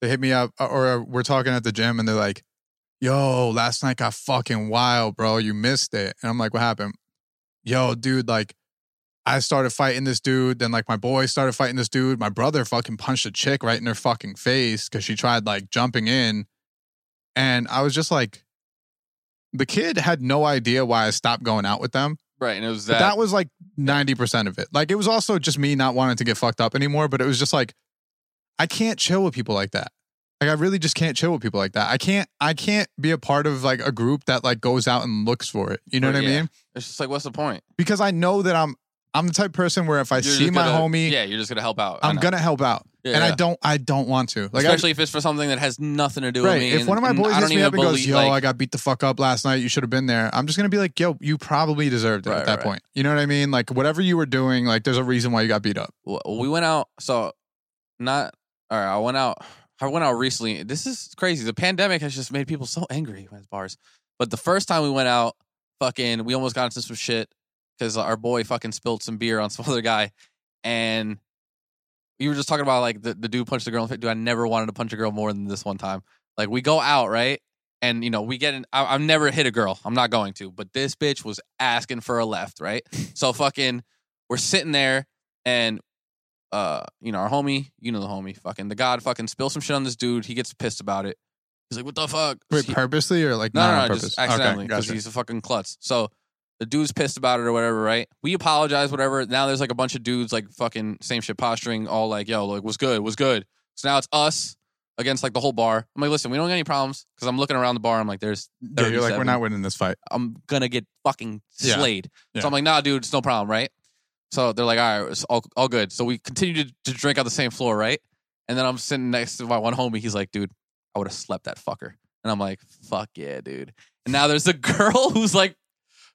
they hit me up uh, or we're talking at the gym and they're like, yo, last night got fucking wild, bro. You missed it. And I'm like, what happened? Yo, dude, like I started fighting this dude. Then like my boy started fighting this dude. My brother fucking punched a chick right in her fucking face because she tried like jumping in. And I was just like, the kid had no idea why I stopped going out with them.
right? And it was
But
that.
that was like 90% of it. Like it was also just me not wanting to get fucked up anymore, but it was just like I can't chill with people like that. Like I really just can't chill with people like that. I can't I can't be a part of like a group that like goes out and looks for it. You know
Right,
what I
yeah.
mean?
it's just like, what's the point?
Because I know that I'm I'm the type of person where if I
You're
see
just
my
gonna-
homie,
Yeah, you're just gonna help out. I
I'm
know.
gonna help out.
Yeah,
And
yeah.
I don't I don't want to. Like I,
especially if it's for something that has nothing to do with
Right.
me.
If
and-
one of my
and
boys
I
hits
don't
me
even
up and goes,
believe-
"Yo, I
like,
got beat the fuck up last night. You should have been there." I'm just gonna be like, "Yo, you probably deserved it
Right,
at that
right.
point." You know what I mean? Like whatever you were doing, like there's a reason why you got beat up.
w- we went out. So not all right. I went out. I went out recently. This is crazy. The pandemic has just made people so angry with bars. But the first time we went out, fucking, we almost got into some shit because our boy fucking spilled some beer on some other guy, and you were just talking about like the, the dude punched the girl in the face. Dude, I never wanted to punch a girl more than this one time. Like we go out, right? And you know, we get in I, I've never hit a girl. I'm not going to, but this bitch was asking for a left, right? so fucking we're sitting there and uh, you know, our homie, you know the homie, fucking the god fucking spills some shit on this dude. He gets pissed about it. He's like, what the fuck?
Wait,
He-
purposely or like
no,
not
no,
on
no,
purpose?
just accidentally
okay,
because
gotcha.
he's a fucking klutz. So The dude's pissed about it or whatever, right? We apologize, whatever. Now there's like a bunch of dudes like fucking same shit posturing, all like, yo, like, what's good? What's good? So now it's us against like the whole bar. I'm like, listen, we don't get any problems because I'm looking around the bar. I'm like, there's,
Yeah, you're like, we're
37.
not winning this fight.
I'm gonna get fucking
Yeah.
slayed.
Yeah.
So I'm like, nah, dude, it's no problem, right? So they're like, all right, it's all, all good. So we continue to, to drink on the same floor, right? And then I'm sitting next to my one homie. He's like, dude, I would have slept that fucker. And I'm like, fuck yeah, dude. And now there's a girl who's like,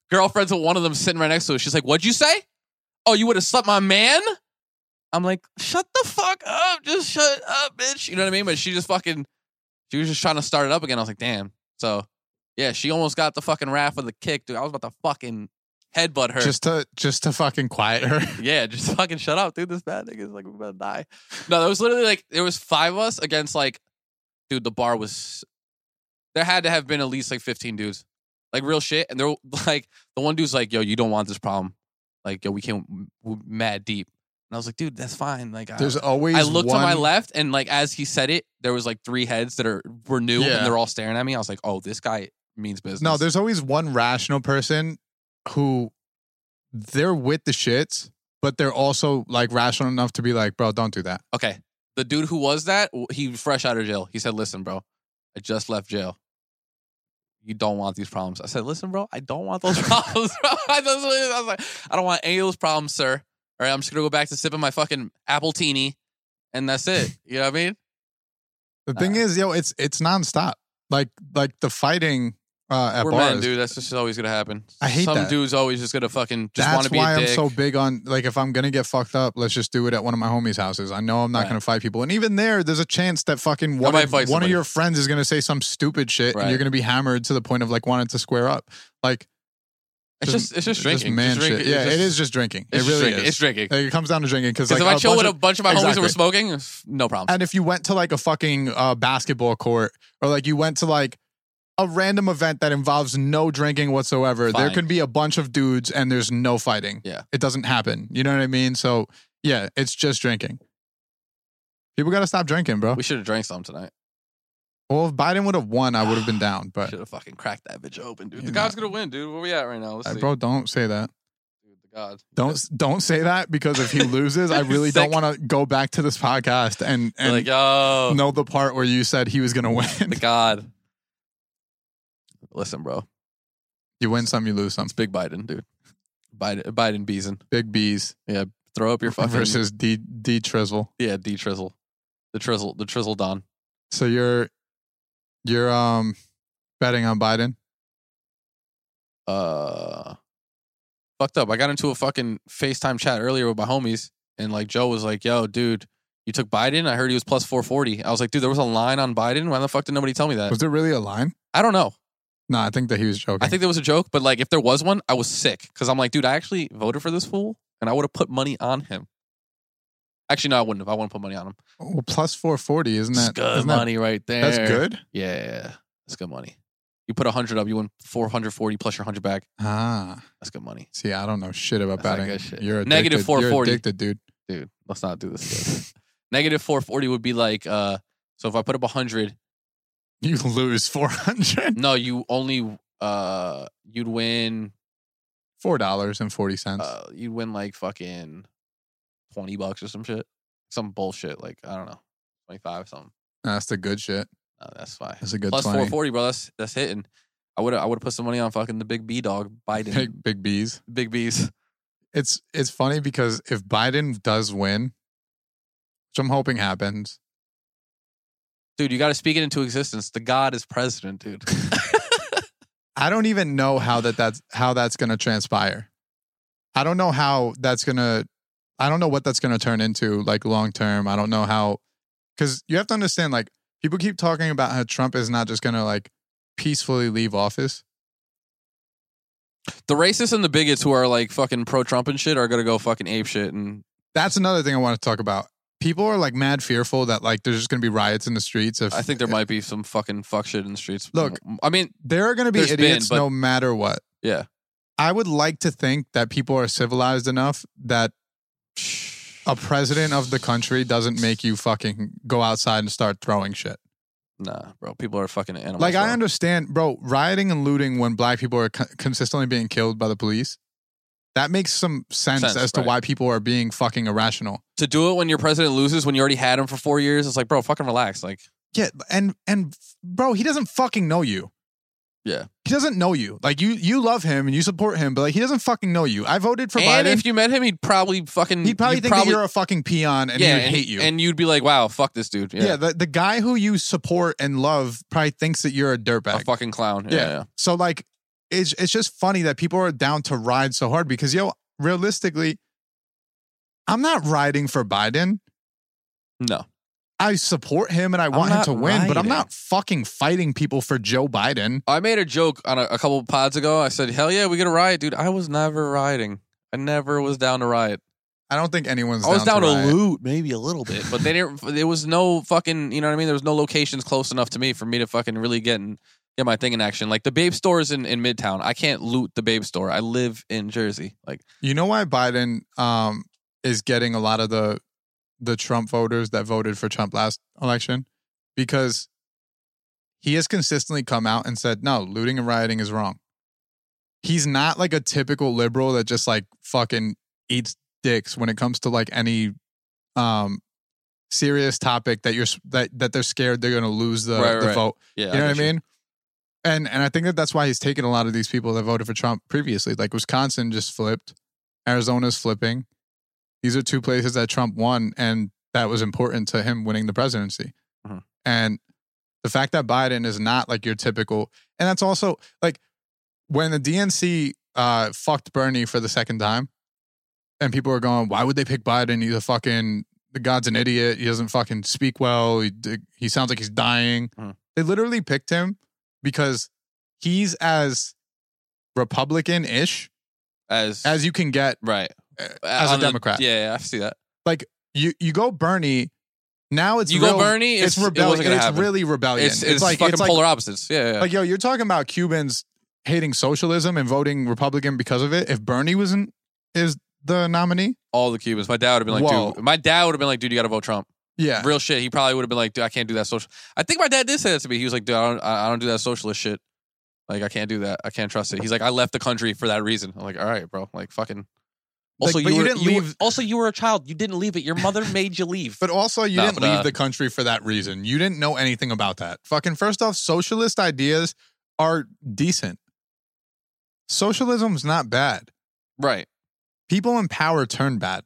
girlfriends with one of them sitting right next to us. She's like, what'd you say? Oh, you would have slept my man? I'm like, shut the fuck up. Just shut up, bitch. You know what I mean? But she just fucking, she was just trying to start it up again. I was like, damn. So yeah, she almost got the fucking wrath of the kick, dude. I was about to fucking headbutt her.
Just to just to fucking quiet her.
yeah, just fucking shut up, dude. This bad nigga's like, we're about to die. No, there was literally like, there was five of us against like, dude, the bar was, there had to have been at least like 15 dudes. Like real shit. And they're like, the one dude's like, yo, you don't want this problem. Like, yo, we can't, we're mad deep. And I was like, dude, that's fine. Like, I,
There's always
I looked
one,
to my left, and like as he said it, there was like three heads that are were new,
Yeah.
and they're all staring at me. I was like, "Oh, this guy means business."
No, there's always one rational person who they're with the shits, but they're also like rational enough to be like, bro, don't do that.
Okay. The dude who was that, w- he was fresh out of jail. He said, Listen, bro, I just left jail. You don't want these problems. I said, Listen, bro, I don't want those problems. bro." I was like- I was like, I don't want any of those problems, sir. All right, I'm just going to go back to sipping my fucking apple teeny, and that's it. You know what I mean?
The thing
Uh,
is, yo, it's it's nonstop. Like like the fighting uh, at
We're
bars.
men, dude. That's just always going to happen.
I hate
Some
that.
dude's always just going to fucking just want
That's
to be
why
a
I'm
dick.
so big on like if I'm gonna get fucked up, let's just do it at one of my homies' houses. I know I'm not
Right.
gonna fight people, and even there, there's a chance that fucking one,
might
of,
fight
one of
somebody.
your friends is gonna say some stupid shit, and
Right.
you're gonna be hammered to the point of like wanting to square up. Like
it's just, it's just drinking.
man
Just
shit.
drinking.
Yeah,
It's just-
it is just drinking.
It's
it really
just drinking.
is.
It's drinking.
Like, it comes down to drinking because
Because
like
if I
a
chill
bunch
with
of-
a bunch of my homies that
Exactly.
were smoking, it's no problem.
and if you went to like a fucking uh, basketball court or like you went to like a random event that involves no drinking whatsoever, there
Fine.
can be a bunch of dudes and there's no fighting.
Yeah.
It doesn't happen. You know what I mean? So yeah, it's just drinking. People gotta stop drinking, bro.
we should have drank some tonight.
Well, if Biden would have won, I would have been down. But
Should have fucking cracked that bitch open, dude.
You're
the god's
not-
gonna win, dude. Where we at right now? Let's
Uh,
see.
bro, don't say that.
Dude, the god.
Don't don't say that because if he loses, I really don't
Sick.
want to go back to this podcast and
They're
and
like, yo,
know the part where you said he was gonna win.
the god. Listen, bro,
you win some, you lose some.
it's Big Biden, dude. Biden, Biden, Beeson.
Big B's
Throw up your fucking
versus D D Trizzle.
yeah, D Trizzle, the Trizzle, the Trizzle Don.
So you're you're um betting on Biden.
uh fucked up. I got into a fucking FaceTime chat earlier with my homies and like Joe was like, "Yo, dude, you took Biden? I heard he was plus 440." I was like, "Dude, there was a line on Biden. Why the fuck did nobody tell me that?"
Was there really a line?
I don't know.
No, I think that he was joking.
I think there was a joke, but like if there was one, I was sick cuz I'm like, "Dude, I actually voted for this fool and I would have put money on him." Actually, no, I wouldn't have. I wouldn't put money on him.
well, plus four forty, isn't
That's
that
good
isn't that-
money right there.
that's good.
Yeah. That's good money. You put 100 up, you win 440 plus your 100 back.
Ah,
That's good money.
see, I don't know shit about
That's not
betting.
good shit.
You're addicted.
Negative
You're
440.
addicted, dude.
dude, let's not do this. again. Negative 440 would be like, uh, so if I put up 100,
You lose four hundred.
no, you only, uh, you'd win,
Four dollars and forty cents.
uh, you'd win like fucking 20 bucks or some shit. Some bullshit, like, I don't know, 25, something.
that's the good shit.
No, Oh, that's fine.
That's a good
Plus
20.
440, bro, that's, that's hitting. I would have I would have put some money on fucking the big B dog Biden
Big, big B's.
big B's.
It's it's funny because if Biden does win, which I'm hoping happens,
Dude, you got to speak it into existence. The God is president, dude.
I don't even know how that that's how that's going to transpire. I don't know how that's going to I don't know what that's going to turn into like long term. I don't know how cuz you have to understand like people keep talking about how Trump is not just going to like peacefully leave office.
the racists and the bigots who are like fucking pro Trump and shit are gonna go fucking ape shit and
That's another thing I want to talk about. People are like mad fearful that like there's just going to be riots in the streets if
I think there might be some fucking fuck shit in the streets.
Look,
I mean,
there are going to be
There's been,
idiots
but-
no matter what.
Yeah.
I would like to think that people are civilized enough that a president of the country doesn't make you fucking go outside and start throwing shit.
Nah, bro. People are fucking animals.
Like I
bro.
understand, bro, rioting and looting when black people are co- consistently being killed by the police. That makes some sense,
Sense,
as to
right.
why people are being fucking irrational.
to do it when your president loses when you already had him for four years. It's like, bro, fucking relax. Like,
Yeah, and and bro, he doesn't fucking know you.
Yeah.
He doesn't know you. Like you you love him and you support him, but like he doesn't fucking know you. I voted for
and
Biden.
if you met him, he'd probably fucking
he'd Mm, probably
you'd
think that you're a fucking peon and he would
and,
hate you.
and you'd be like, wow, fuck this dude.
yeah,
Yeah,
the, the guy who you support and love probably thinks that you're a dirtbag.
a fucking clown. Yeah,
Yeah.
yeah.
So like it's it's just funny that people are down to ride so hard because yo, realistically, I'm not riding for Biden.
no,
I support him and I want him
not
to win, but I'm
riding.
not fucking fighting people for Joe Biden.
I made a joke on a, a couple pods ago. I said, hell yeah, we get a riot, dude. I was never rioting. I never was down to riot.
I don't think anyone's.
I was down,
to
to,
riot.
loot, maybe a little bit, but they didn't. There was no fucking, you know what I mean. There was no locations close enough to me for me to fucking really get in, get my thing in action. Like the Babe store is in in Midtown. I can't loot the Babe store. I live in Jersey. Like
You know why Biden um, is getting a lot of the the Trump voters that voted for Trump last election because he has consistently come out and said no, looting and rioting is wrong. He's not like a typical liberal that just like fucking eats dicks when it comes to like any um serious topic that you're s- that that they're scared they're going to lose the,
Right,
the
right.
vote
yeah,
you know what
get
I mean? And and I think that that's why he's taken a lot of these people that voted for Trump previously. Like Wisconsin just flipped, Arizona's flipping. These are two places that Trump won, and that was important to him winning the presidency.
Mhm.
And the fact that Biden is not like your typical, and that's also like when the DNC uh, fucked Bernie for the second time, and people are going, "Why would they pick Biden? He's a fucking the god's an idiot. He doesn't fucking speak well. He he sounds like he's dying."
Mhm.
They literally picked him because he's as Republican ish
As
as you can get.
right
uh, as a
On the-
Democrat.
yeah, yeah, I see that.
You you go Bernie. Now it's
you
real,
go Bernie.
It's
It's, It
rebellion.
wasn't gonna
it's
happen.
really rebellion.
it's, it's, fucking
like,
polar opposites. Yeah, yeah.
like yo, you're talking about Cubans hating socialism and voting Republican because of it. If Bernie wasn't is the nominee,
all the Cubans. My dad would have been like,
Whoa.
dude. My dad would have been like, dude, you got to vote Trump.
yeah,
Real shit. He probably would have been like, dude, I can't do that social. I think my dad did say that to me. He was like, dude, I don't, I I don't do that socialist shit. Like, I can't do that. I can't trust it. He's like, I left the country for that reason. I'm like, all right, bro. Like, fucking.
Like,
Also,
but
you,
you
were,
didn't
were-
leave-
also, you were a child. You didn't leave it. Your mother made you leave.
But also, you
Nah,
didn't
but, uh,
leave the country for that reason. You didn't know anything about that. Fucking first off, socialist ideas are decent. Socialism's not bad.
right,
People in power turn bad.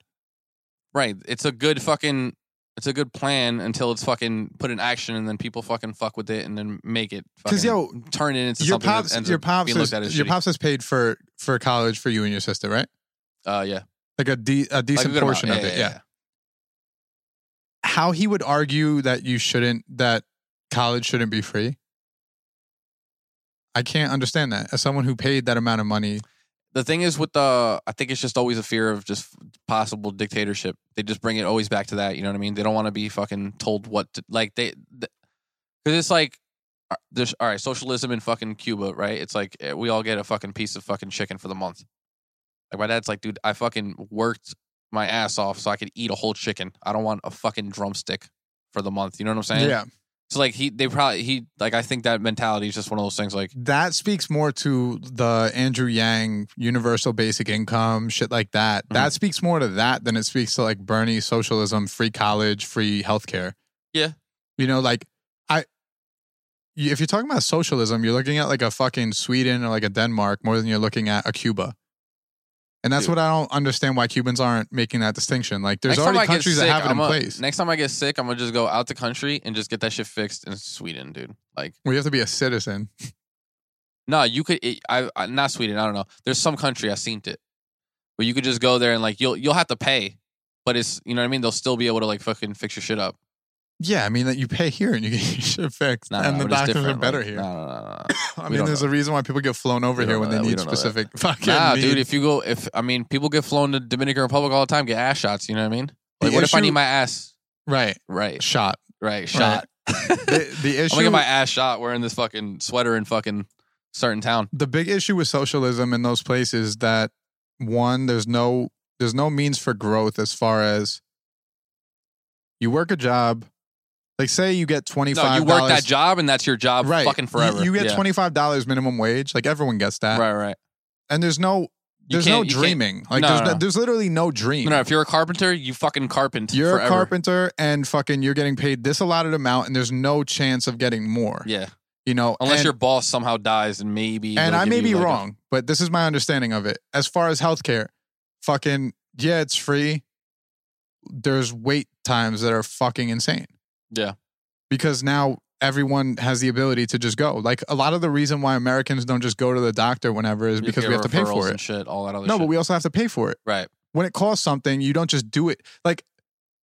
right. It's a good fucking. It's a good plan until it's fucking put in action, and then people fucking fuck with it, and then make it.
Because
fucking-
yo,
turn it into
your
something
pops,
that ends
your
up
pops,
being
is,
looked at as
your
shitty.
pops has paid for for college for you and your sister, right?
uh, yeah,
Like a de- a
Like a
decent
good amount.
portion of it. Yeah,
yeah.
How he would argue that you shouldn't that college shouldn't be free. I can't understand that as someone who paid that amount of money.
The thing is with the, I think it's just always a fear of just possible dictatorship. They just bring it always back to that. You know what I mean? They don't want to be fucking told what to like. They because it's like uh, there's all right socialism in fucking Cuba, right? It's like eh, we all get a fucking piece of fucking chicken for the month. Like my dad's like, dude, I fucking worked my ass off so I could eat a whole chicken. I don't want a fucking drumstick for the month. You know what I'm saying?
yeah,
So like he they probably he like I think that mentality is just one of those things like
that speaks more to the Andrew Yang universal basic income shit like that.
Mm-hmm.
That speaks more to that than it speaks to like Bernie socialism, free college, free healthcare.
Yeah.
You know, like I you- if you're talking about socialism, you're looking at like a fucking Sweden or like a Denmark more than you're looking at a Cuba. And that's
Dude.
what I don't understand why Cubans aren't making that distinction. Like there's
next time I
already
get
countries that
sick,
have it in
I'ma-
place.
Next time I get sick, I'm gonna just go out the country and just get that shit fixed in Sweden, dude. Like
Where you have to be a citizen.
no, you could it, I, I not Sweden, I don't know. There's some country I've seen it where you could just go there and like you'll you'll have to pay, but it's you know what I mean. They'll still be able to like fucking fix your shit up.
Yeah, I mean that you pay here and you get your shit fixed,
No,
and
no,
the
no, it's
doctors are
different.
better
Like,
here.
No, no, no, no, no.
I
We
mean,
don't
there's a reason why people get flown over
We
here
don't
when
know
they
that. We
need
don't know that.
specific fucking.
nah,
needs.
dude. If you go, if I mean, people get flown to Dominican Republic all the time, get ass shots. You know what I mean?
The
Like, what if I
issue-
need my ass
right,
right,
shot.
right shot?
The, the
I'm
issue,
gonna get my ass shot wearing this fucking sweater in fucking certain town.
the big issue with socialism in those places that one, there's no, there's no means for growth as far as you work a job Like, say you get twenty
No,
five.
you work that job and that's your job
right?
fucking
You-
forever.
You, get
Yeah.
twenty five dollars minimum wage. Like everyone gets that.
Right, right.
And there's no
You
there's no
can't- you can't-
dreaming. Like
No,
there's
no,
no-
no.
there's literally no dream.
No, no, if you're a carpenter, you fucking carpent.
You're
forever.
a carpenter and fucking you're getting paid this allotted amount and there's no chance of getting more.
Yeah.
You know,
Unless
and,
your boss somehow dies and maybe.
and
they'll
I
give
may
you,
be
like, a-
wrong, but this is my understanding of it. As far as healthcare, fucking yeah, it's free. There's wait times that are fucking insane.
Yeah.
Because now everyone has the ability to just go. Like a lot of the reason why Americans don't just go to the doctor whenever is
you
because
get
we have to pay
referrals
for
And
it.
shit, all that other
No,
shit.
but we also have to pay for it.
Right.
When it costs something, you don't just do it. Like,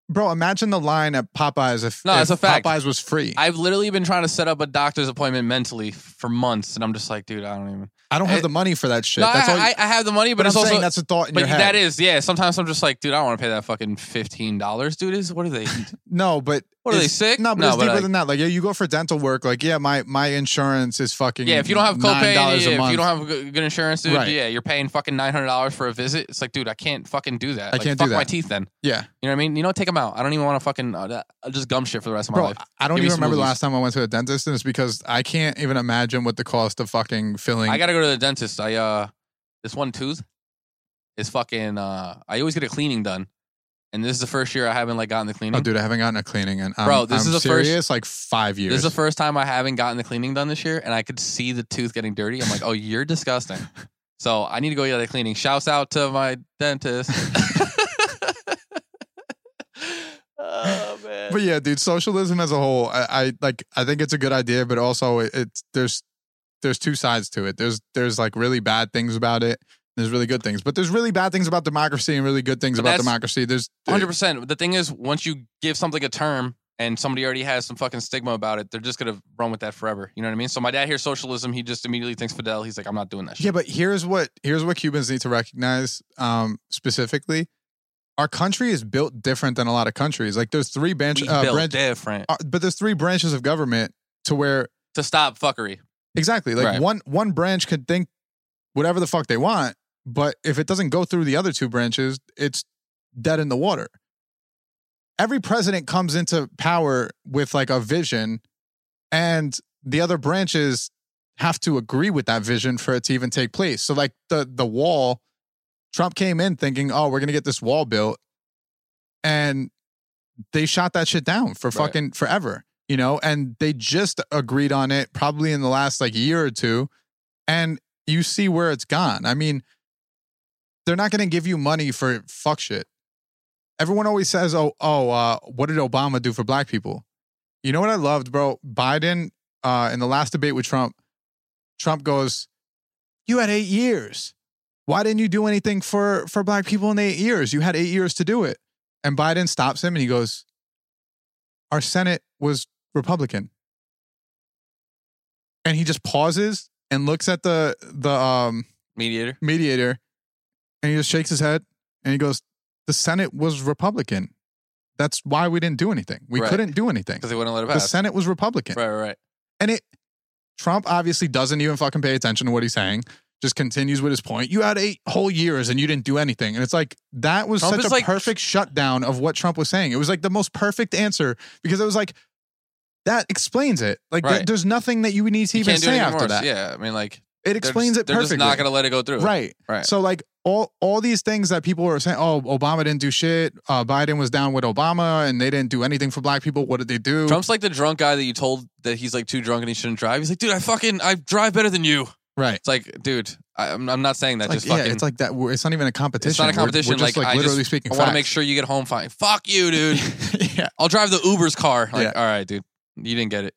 bro, imagine the line at Popeyes if,
No,
if
it's a fact.
Popeyes was free. I,
I've literally been trying to set up a doctor's appointment mentally for months, and I'm just like, dude, I don't even.
don't have
I-
the money for that shit.
no,
that's
I,
all. you-
I, I have the money, but,
but,
it's
I'm
also
saying that's a thought in
but
your head.
that is yeah. Sometimes I'm just like, dude, I don't want to pay that fucking fifteen dollars, dude. Is what are they? eat?
no, but
What are they
it's-
sick?
No, but it's deeper
like,
than that. Like, yeah, you go for dental work. Like, yeah, my my insurance is fucking
yeah. If you don't have copay,
nine
yeah,
dollars
if
a month.
you don't have good good insurance, dude,
Right.
yeah, you're paying fucking nine hundred dollars for a visit. It's like, dude, I can't fucking do that.
I
Like,
can't do
fuck my
that.
teeth then.
yeah,
You know what I mean? You know, take them out. I don't even want to fucking uh, I'll just gum shit for the rest of my
bro,
life.
I don't
Give me
even
some
remember the
movies.
last time I went to a dentist, and it's because I can't even imagine what the cost of fucking filling.
I gotta go to the dentist. I uh, this one tooth is fucking. Uh, I always get a cleaning done, and this is the first year I haven't like gotten the
oh,
cleaning.
dude, I haven't gotten a cleaning, and I'm,
Bro, this
I'm
is the first-
serious. like five years.
This is the first time I haven't gotten the cleaning done this year, and I could see the tooth getting dirty. I'm like, oh, you're disgusting. So I need to go get a cleaning. Shouts out to my dentist. oh man.
but yeah, dude, socialism as a whole, I, I like. I think it's a good idea, but also it, it's there's there's two sides to it. There's there's like really bad things about it. There's really good things, but there's really bad things about democracy and really good things
But
about
that's-
democracy. There's
Hundred percent. The thing is, once you give something a term and somebody already has some fucking stigma about it, they're just gonna run with that forever. You know what I mean? So my dad hears socialism, he just immediately thinks Fidel. He's like, I'm not doing that shit.
Yeah, but here's what here's what Cubans need to recognize um, specifically. Our country is built different than a lot of countries. Like there's three branch,
we
uh,
built
branch
different
uh, but there's three branches of government to where
to stop fuckery.
exactly like
Right.
one one branch could think whatever the fuck they want, but if it doesn't go through the other two branches, it's dead in the water. Every president comes into power with like a vision, and the other branches have to agree with that vision for it to even take place. So like the the wall, Trump came in thinking, oh, we're gonna get this wall built, and they shot that shit down for
Right.
fucking forever, you know. And they just agreed on it probably in the last like year or two, and you see where it's gone. I mean, they're not gonna give you money for fuck shit. Everyone always says, oh, oh, uh, what did Obama do for black people? You know what I loved, bro? Biden uh, in the last debate with Trump, Trump goes, "You had eight years. Why didn't you do anything for for black people in eight years? You had eight years to do it." And Biden stops him and he goes, "Our Senate was Republican." And he just pauses and looks at the the um,
Mediator.
mediator, and he just shakes his head and he goes, "The Senate was Republican. That's why we didn't do anything. We
Right.
couldn't do anything."
Because they wouldn't let it
The
pass.
Senate was Republican.
Right, right, right.
And it Trump obviously doesn't even fucking pay attention to what he's saying. Just continues with his point. You had eight whole years and you didn't do anything. And it's like that was
Trump
such
is
a
like-
perfect shutdown of what Trump was saying. It was like the most perfect answer because it was like that explains it. Like there-
Right.
there's nothing that you would need to
You
even
can't do
say
anything
after
worse.
that.
Yeah, I mean, like
It explains
they're
it
just, They're
perfectly.
just not gonna let it go through.
Right.
Right.
So like all all these things that people are saying, oh, Obama didn't do shit. Uh, Biden was down with Obama and they didn't do anything for black people. What did they do?
Trump's like the drunk guy that you told that he's like too drunk and he shouldn't drive. He's like, dude, I fucking I drive better than you.
right.
It's like, dude, I, I'm I'm not saying that.
It's
just
like,
fucking.
yeah, it's like that. We're, it's not even a competition.
It's not a
We're-
competition,
We're, just
like,
like,
I just-
literally speaking.
I want to make sure you get home fine. Fuck you, dude.
yeah,
I'll drive the Uber's car. Like,
Yeah.
all right, dude, you didn't get it.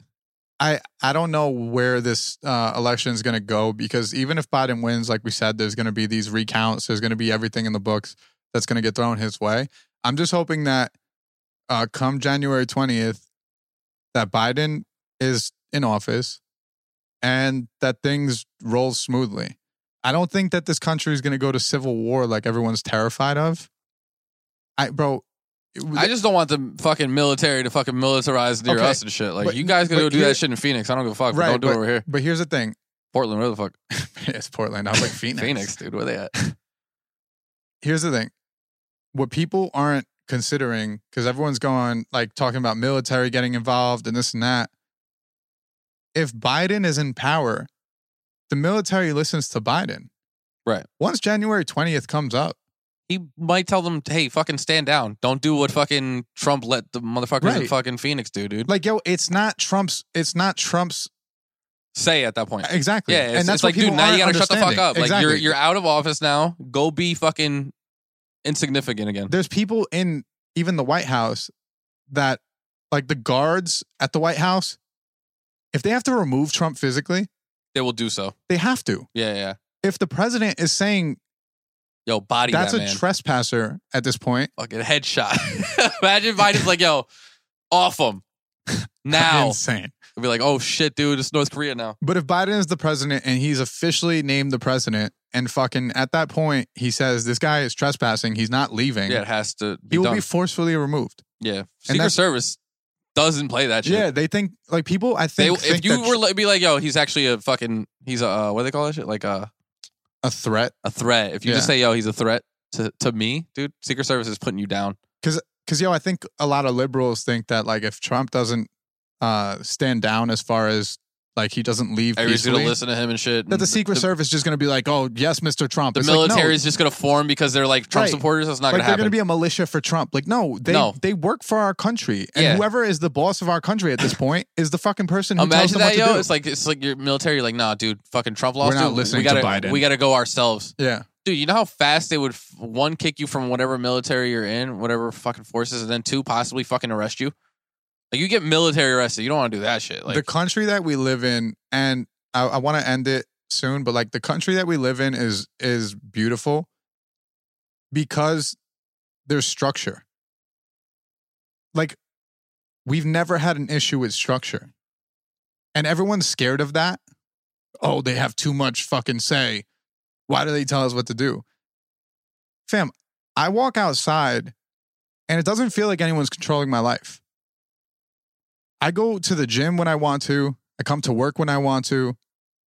I I don't know where this uh, election is going to go because even if Biden wins, like we said, there's going to be these recounts. There's going to be everything in the books that's going to get thrown his way. I'm just hoping that uh, come January 20th, that Biden is in office and that things roll smoothly. I don't think that this country is going to go to civil war like everyone's terrified of. I bro,
I just don't want the fucking military to fucking militarize near
Okay,
us and shit. Like,
but-
you guys can
but
go do
here-
that shit in Phoenix. I don't give a fuck. but
Right,
don't do it over here.
But here's the thing.
Portland, where the fuck?
it's Portland. I was like Phoenix.
Phoenix, dude. Where they at?
Here's the thing. What people aren't considering because everyone's going like talking about military getting involved and this and that. If Biden is in power, the military listens to Biden.
Right.
Once January 20th comes up,
He might tell them, hey, fucking stand down. Don't do what fucking Trump let the motherfuckers in
Right.
fucking Phoenix do, dude.
like yo, it's not Trump's it's not Trump's
Say at that point.
exactly.
Yeah,
and
it's,
that's
it's
what
like, dude,
people
now you
aren't
gotta shut the fuck
understanding.
up. Like you're
Exactly.
you're out of office now. Go be fucking insignificant again.
there's people in even the White House that like the guards at the White House, if they have to remove Trump physically,
They will do so.
they have to.
Yeah, yeah, yeah.
If the president is saying
Yo, body
that's
that
a
man.
trespasser at this point,
fucking headshot. Imagine Biden's like, yo, off him now.
insane.
It'd be like, oh shit, dude, it's North Korea now.
But if Biden is the president and he's officially named the president, and fucking at that point he says this guy is trespassing, he's not leaving.
Yeah, it has to
he
be
will
done.
be forcefully removed.
yeah, Secret
that's-
Service doesn't play that shit.
Yeah, they think like people. I
They,
think,
if
think
you
that
were like, be like, yo, he's actually a fucking, he's a uh, what do they call that shit? Like a
a threat
a threat. If you just
Yeah.
say, yo, he's a threat to to me, dude, Secret Service is putting you down.
because yo, I think a lot of liberals think that like if Trump doesn't uh stand down as far as like he doesn't leave
Everybody's gonna
peacefully,
listen to him and shit.
that
and
the Secret Service is just going to be like, oh yes, Mr. Trump.
the
It's
military
like, no,
is just gonna form because they're like Trump
Right.
supporters. That's not
like
gonna
they're
happen.
going to be a militia for Trump. Like no, they
No.
they work for our country, and
Yeah.
whoever is the boss of our country at this point is the fucking person who tells
Imagine
them
that,
what to
yo.
do.
It's like it's like your military. Like, nah, dude, fucking Trump lost.
We're not
dude.
listening
we gotta,
to Biden.
We gotta go ourselves,
yeah,
dude. You know how fast they would f- one kick you from whatever military you're in, whatever fucking forces, and then two possibly fucking arrest you. Like you get military arrested. You don't want to do that shit. Like
the country that we live in, and I, I want to end it soon, but like the country that we live in is is beautiful because there's structure. Like we've never had an issue with structure, and everyone's scared of that. Oh, they have too much fucking say. Why do they tell us what to do? Fam, I walk outside and it doesn't feel like anyone's controlling my life. I go to the gym when I want to. I come to work when I want to.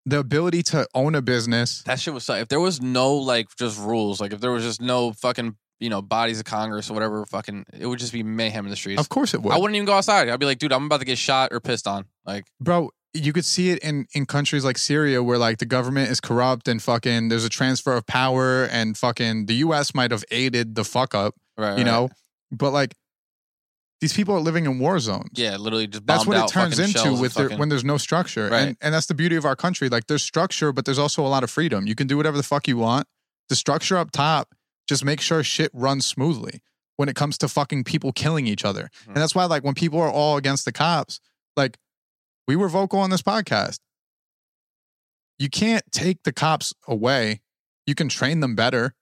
The ability to own a business.
that shit was. If there was no like just rules, like if there was just no fucking you know bodies of Congress or whatever, fucking it would just be mayhem in the streets.
Of course it would.
I wouldn't even go outside. I'd be like, dude, I'm about to get shot or pissed on. Like,
Bro, you could see it in in countries like Syria where like the government is corrupt and fucking there's a transfer of power and fucking the US might have aided the fuck up,
right,
you
right.
know? But like these people are living in war zones.
Yeah, literally just
That's
bombed
what it
out
turns
fucking
into
shells
with
and
there, when there's no structure.
Right.
And and that's the beauty of our country. Like there's structure, but there's also a lot of freedom. You can do whatever the fuck you want. The structure up top just make sure shit runs smoothly when it comes to fucking people killing each other.
Mhm.
And that's why like when people are all against the cops, like we were vocal on this podcast. You can't take the cops away. You can train them better.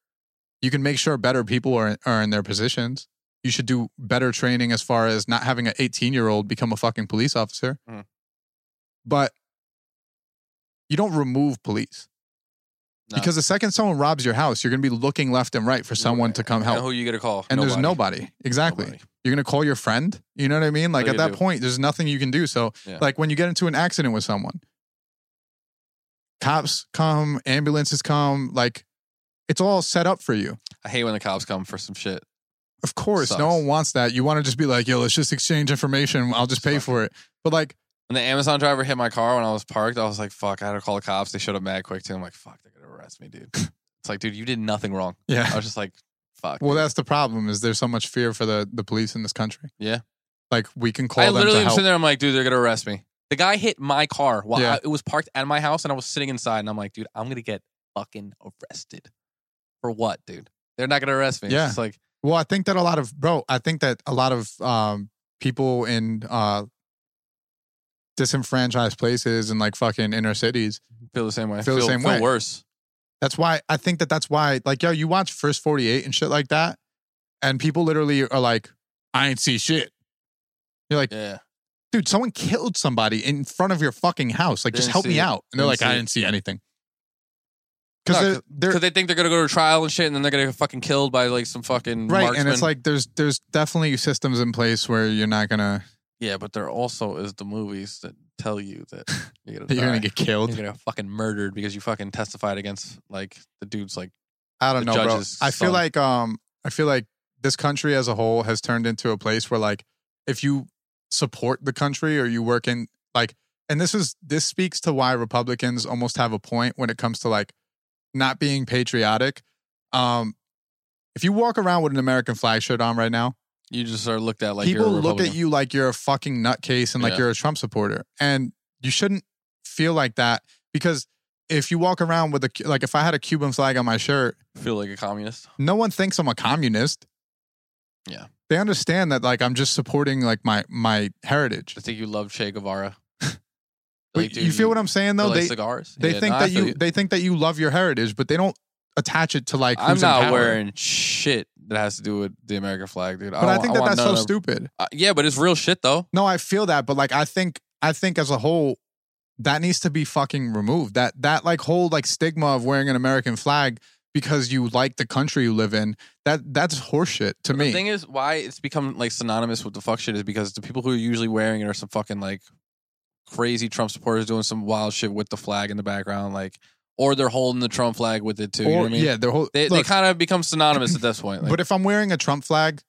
You can make sure better people are are in their positions you should do better training as far as not having an 18 year old become a fucking police officer.
Mm.
But you don't remove police
No.
because the second someone robs your house, you're going to be looking left and right for someone to come
And
help.
who you gonna call?
And there's nobody. Exactly.
Nobody.
You're going to call your friend. You know what I mean? Like
What
at
do you
that
do?
point, there's nothing you can do. So,
Yeah.
like when you get into an accident with someone, cops come, ambulances come, like it's all set up for you.
I hate when the cops come for some shit.
Of course,
Sucks.
no one wants that. You want to just be like, yo, let's just exchange information. I'll just pay
Sucks.
for it. But like,
When the Amazon driver hit my car when I was parked, I was like, fuck, I had to call the cops. They showed up mad quick too. I'm like, fuck, they're gonna arrest me, dude. it's like, dude, you did nothing wrong. I
yeah.
was just like, fuck.
Well,
dude.
that's the problem. Is there's so much fear for the the police in this country?
Yeah.
Like we can call
I
them
literally
to
am
help.
sitting there, I'm like, dude, they're gonna arrest me. The guy hit my car while
Yeah.
I, it was parked at my house and I was sitting inside and I'm like, dude, I'm gonna get fucking arrested. For what, dude? They're not gonna arrest me.
Yeah.
It's just like
Well, I think that a lot of bro, I think that a lot of um people in uh disenfranchised places and like fucking inner cities.
feel the same way.
Feel the same way.
worse.
That's why I think that that's why like yo, you watch First Forty Eight and shit like that, and people literally are like, I ain't see shit. You're like.
Yeah.
dude, someone killed somebody in front of your fucking house. Like, just
Didn't
help
see
me
it.
out. And they're
Didn't
like,
see
I
it.
didn't see anything.
No,
Because
'cause-
they're,
Because
they're
they think they're gonna go to trial and shit, and then they're gonna get fucking killed by like some fucking
right,
Marksman.
and it's like there's there's definitely systems in place where you're not gonna
yeah, but there also is the movies that tell you that you're gonna,
that you're gonna
die.
get killed.
you're gonna fucking murdered because you fucking testified against like the dudes like
I don't
the
know, bro.
judge's
I feel
son.
like um I feel like this country as a whole has turned into a place where like if you support the country or you work in like and this is this speaks to why Republicans almost have a point when it comes to like not being patriotic. Um if you walk around with an American flag shirt on right now,
You just are looked at like
people
you're a
look at
Republican.
you like you're a fucking nutcase and like
Yeah.
you're a Trump supporter. And you shouldn't feel like that because if you walk around with a Cu- like if I had a Cuban flag on my shirt,
Feel like a communist.
no one thinks I'm a communist.
Yeah.
They understand that like I'm just supporting like my my heritage.
I think you love Che Guevara.
But you feel what I'm saying though?
like
they
cigars.
they
Yeah,
think
no, I
that
feel
you they think that you love your heritage, but they don't attach it to like
I'm
who's in
not
power.
wearing shit that has to do with the American flag, dude.
But I, think that
want
that's
none
so
of-
stupid.
Uh, yeah, but it's real shit though.
No, I feel that, but like I think I think as a whole that needs to be fucking removed. That that like whole like stigma of wearing an American flag because you like the country you live in. That that's horseshit to
The thing
me.
is, why it's become like synonymous with the fuck shit is because the people who are usually wearing it are some fucking like crazy Trump supporters doing some wild shit with the flag in the background, like, or they're holding the Trump flag with it too. you know
Or,
what I mean?
yeah, the whole
They, they
look,
kind of become synonymous at this point. Like,
but if I'm wearing a Trump flag,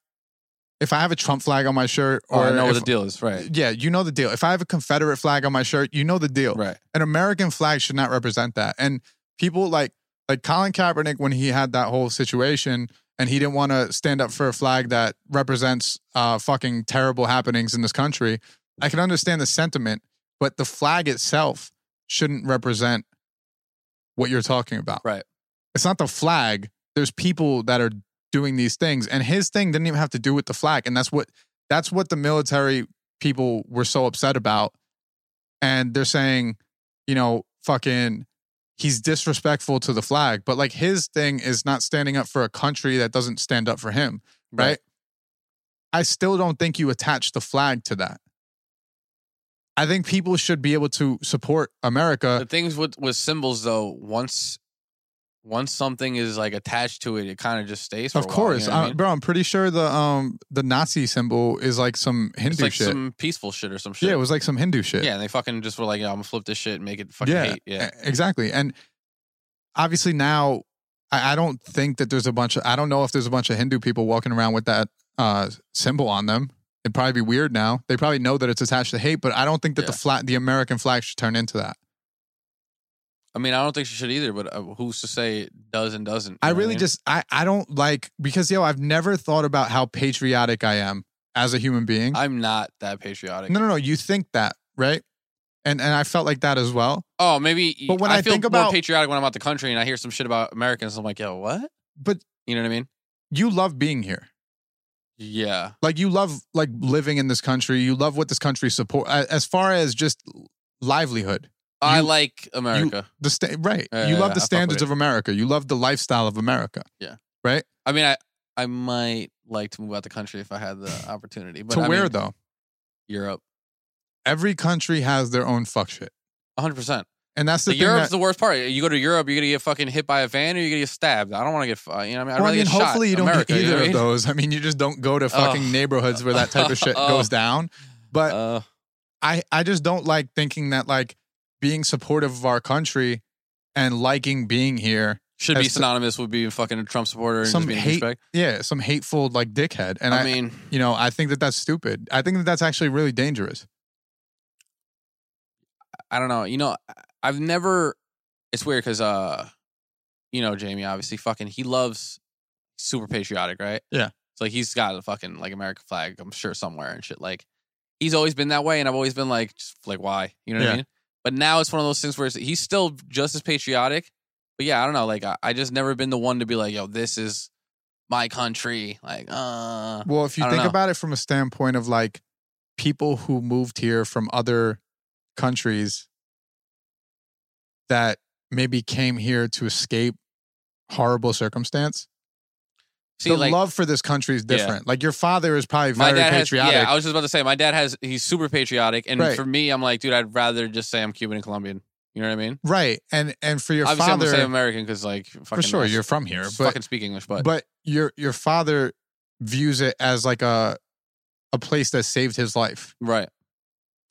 if I have a Trump flag on my shirt
oh,
or
I know what
if-
the deal is, right?
Yeah, you know the deal. If I have a Confederate flag on my shirt, you know the deal.
Right.
An American flag should not represent that. And people like like Colin Kaepernick when he had that whole situation and he didn't want to stand up for a flag that represents uh fucking terrible happenings in this country. I can understand the sentiment, but the flag itself shouldn't represent what you're talking about.
Right.
It's not the flag. There's people that are doing these things and his thing didn't even have to do with the flag and that's what that's what the military people were so upset about and they're saying you know fucking he's disrespectful to the flag but like his thing is not standing up for a country that doesn't stand up for him right, i still don't think you attach the flag to that i think people should be able to support america
the things with with symbols though, once once something is like attached to it, it kind of just stays. For
of
a while, you
course uh,
know what I
I-
mean?
bro i'm pretty sure the um the nazi symbol is like some
it's
hindu
like
shit
some peaceful shit or some shit.
yeah it was like some hindu shit
Yeah, and they fucking just were like, yeah, I'm gonna flip this shit and make it fucking
Yeah,
hate. Yeah.
E- Exactly. And obviously now I, I don't think that there's a bunch of I don't know if there's a bunch of Hindu people walking around with that uh symbol on them. It'd probably be weird now. They probably know that it's attached to hate, but I don't think that the
Yeah.
flat the American flag should turn into that.
I mean, I don't think she should either, but uh, who's to say it does and doesn't? you
I
know what
really
mean?
just I, I don't like because yo, I've never thought about how patriotic I am as a human being.
I'm not that patriotic.
no no no, you think that, right? And and I felt like that as well.
Oh, maybe.
But when I
feel
think
more
about-
patriotic when I'm out the country and I hear some shit about Americans, I'm like, yo, what?
But
You know what I mean?
you love being here.
Yeah,
like you love like living in this country you love what this country support a- as far as just livelihood
I
You-
like America.
the sta- right
Yeah,
you
yeah,
love
yeah, I
the
fuck
standards
with
of america you love the lifestyle of america
I mean, I I might like to move out the country if I had the opportunity. But
to
I
where
mean,
though
Europe,
every country has their own fuck shit
100. percent
and that's the
The
thing
Europe's
that,
the worst part. You go to Europe, you're gonna get fucking hit by a van, or you're gonna get stabbed. I don't want to get. fu- You know what I mean? I'd
well,
rather
I mean,
get shot
hopefully you
in
don't
America, Oh.
get
you know
either
what I
of
mean?
those. I mean, you just don't go to fucking
Ugh.
neighborhoods where that type of shit
Ugh.
goes down. But
Uh,
I, I just don't like thinking that like being supportive of our country and liking being here
should be
as to-
synonymous with being fucking a Trump supporter and
Some
just being
hate-
a douchebag.
yeah some hateful like dickhead and
I,
I,
mean,
you know i think that that's stupid i think that that's actually really dangerous
I don't know. You know, I- I've never. It's weird because, uh, you know, Jamie obviously fucking he loves super patriotic, right?
Yeah.
It's like he's got a fucking like American flag, I'm sure somewhere and shit. Like he's always been that way, and I've always been like, just like why? You know what
Yeah.
I mean? But now it's one of those things where it's, he's still just as patriotic. But yeah, I don't know. Like I, I just never been the one to be like, yo, this is my country. Like, uh,
well if you
I don't
think
know.
about it from a standpoint of like people who moved here from other countries that maybe came here to escape horrible circumstance
see,
the
like
love for this country is
Yeah.
different like your father is probably very patriotic
Has, yeah, I was just about to say, my dad has. He's super patriotic, and
Right.
for me, I'm like, dude, I'd rather just say I'm Cuban and Colombian. You know what I mean?
right and and for your
Obviously, I'm
father
gonna say American because, like, fucking,
for sure
I
you're
s-
from here
s-
but
fucking speak English, but,
but, your your father views it as like a a place that saved his life
right,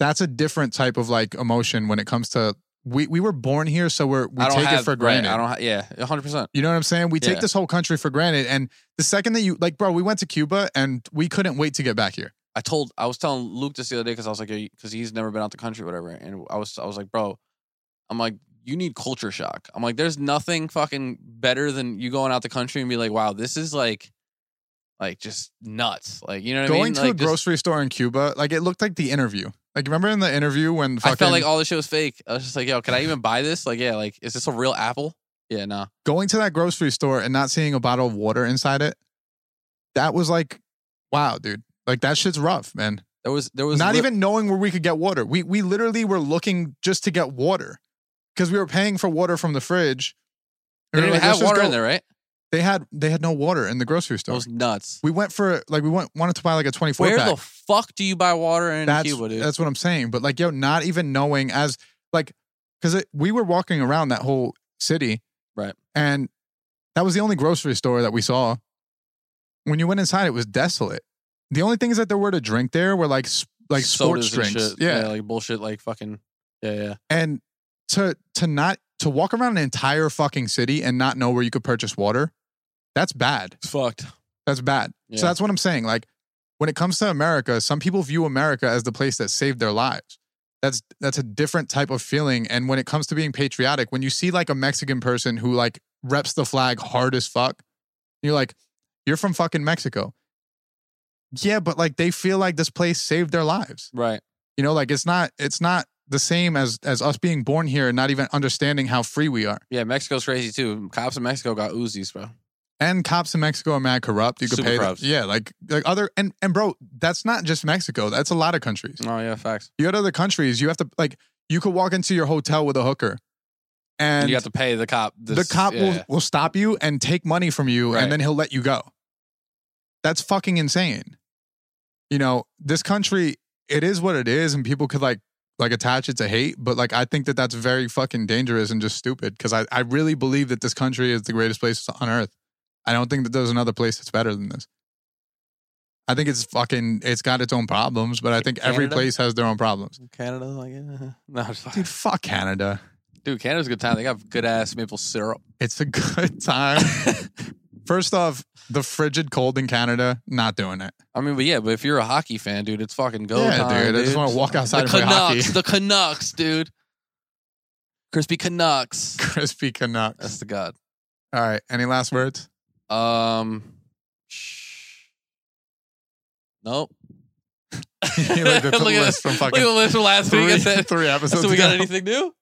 that's a different type of like emotion when it comes to we we were born here, so we're we
I don't
take
have,
it for
right,
granted.
I don't. Ha- yeah, hundred percent.
You know what I'm saying? We take
Yeah.
this whole country for granted. And the second that you like, bro, we went to Cuba and we couldn't wait to get back here.
I told I was telling Luke this the other day because I was like, because he's never been out the country, or whatever. And I was I was like, bro, I'm like, you need culture shock. I'm like, there's nothing fucking better than you going out the country and be like, wow, this is like, like just nuts. Like you know what
Going
I mean?
to a
like, just-
grocery store in Cuba, like it looked like the interview. Like remember in the interview when fucking
I felt like all this shit was fake. I was just like, yo, can I even buy this? Like, yeah, like is this a real apple? Yeah, nah.
going to that grocery store and not seeing a bottle of water inside it. That was like, wow, dude. Like that shit's rough, man.
There was there was
Not
lit-
even knowing where we could get water. We we literally were looking just to get water because we were paying for water from the fridge.
they
We
didn't
were
even
like, let's
have
just
water
go-
in there, right?
They had they had no water in the grocery
It
store.
was nuts.
We went for like we went wanted to buy like a twenty four
Where
pack.
the fuck do you buy water in
that's
Cuba, dude?
that's what I'm saying. But like yo, not even knowing as like because we were walking around that whole city,
Right.
And that was the only grocery store that we saw. When you went inside, it was desolate. The only things that there were to drink there were like s- like
Sodas
sports drinks,
and shit.
yeah.
like bullshit, like fucking yeah, yeah.
And to to not to walk around an entire fucking city and not know where you could purchase water, that's bad.
It's fucked.
That's bad.
Yeah.
So that's what I'm saying. Like when it comes to America, some people view America as the place that saved their lives. That's that's a different type of feeling. And when it comes to being patriotic, when you see like a Mexican person who like reps the flag hard as fuck, you're like, you're from fucking Mexico. Yeah, but like they feel like this place saved their lives.
Right.
You know, like it's not it's not the same as as us being born here and not even understanding how free we are.
Yeah, Mexico's crazy too. Cops in Mexico got Uzis, bro.
and cops in Mexico are mad corrupt. You could
Super
pay them.
corrupt.
Yeah, like like other and and bro, that's not just Mexico. That's a lot of countries.
Oh yeah, facts.
You got other countries. You have to like you could walk into your hotel with a hooker,
And
and
you have to pay the cop.
the
this-
cop
yeah,
will will stop you and take money from you,
Right.
and then he'll let you go. That's fucking insane. You know this country. It is what it is, and people could like like attach it to hate, but like I think that that's very fucking dangerous and just stupid because I I really believe that this country is the greatest place on earth. I don't think that there's another place that's better than this. I think it's fucking it's got its own problems, but I think every
Canada?
place has their own problems.
Canada, like yeah. no, I'm just
Dude,
fucking-
fuck Canada.
dude, Canada's a good time. They got good ass maple syrup.
It's a good time. First off, the frigid cold in Canada, not doing it.
I mean, but yeah, but if you're a hockey fan, dude, it's fucking go
yeah,
time,
dude. I just want to walk outside
the
and play hockey.
Canucks, the Canucks, dude. Crispy Canucks.
Crispy
That's
Canucks.
the god.
All right. Any last words?
Um. shh. Nope.
You looked at the
Look at
list from
this.
fucking
Look at the list from last week.
Three,
I said,
three episodes
so we got
ago.
anything new?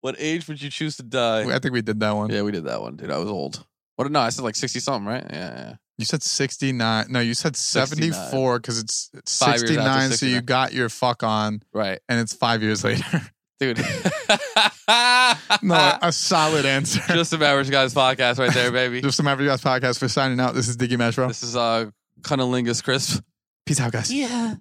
What age would you choose to die?
I think we did that one.
Yeah, we did that one, dude. I was old. What? No, I said like sixty something, right? Yeah, yeah.
You said 69. No, you said 74 because it's it's
Five years after
69. So you
69.
got your fuck on
right,
and it's five years later.
dude.
no, a solid answer.
Ah. just an average guys podcast right there, baby.
Just some Average Guys podcast for signing out. This is Diggy Metro.
this is uh, Cunnilingus Crisp.
Peace out, guys.
Yeah.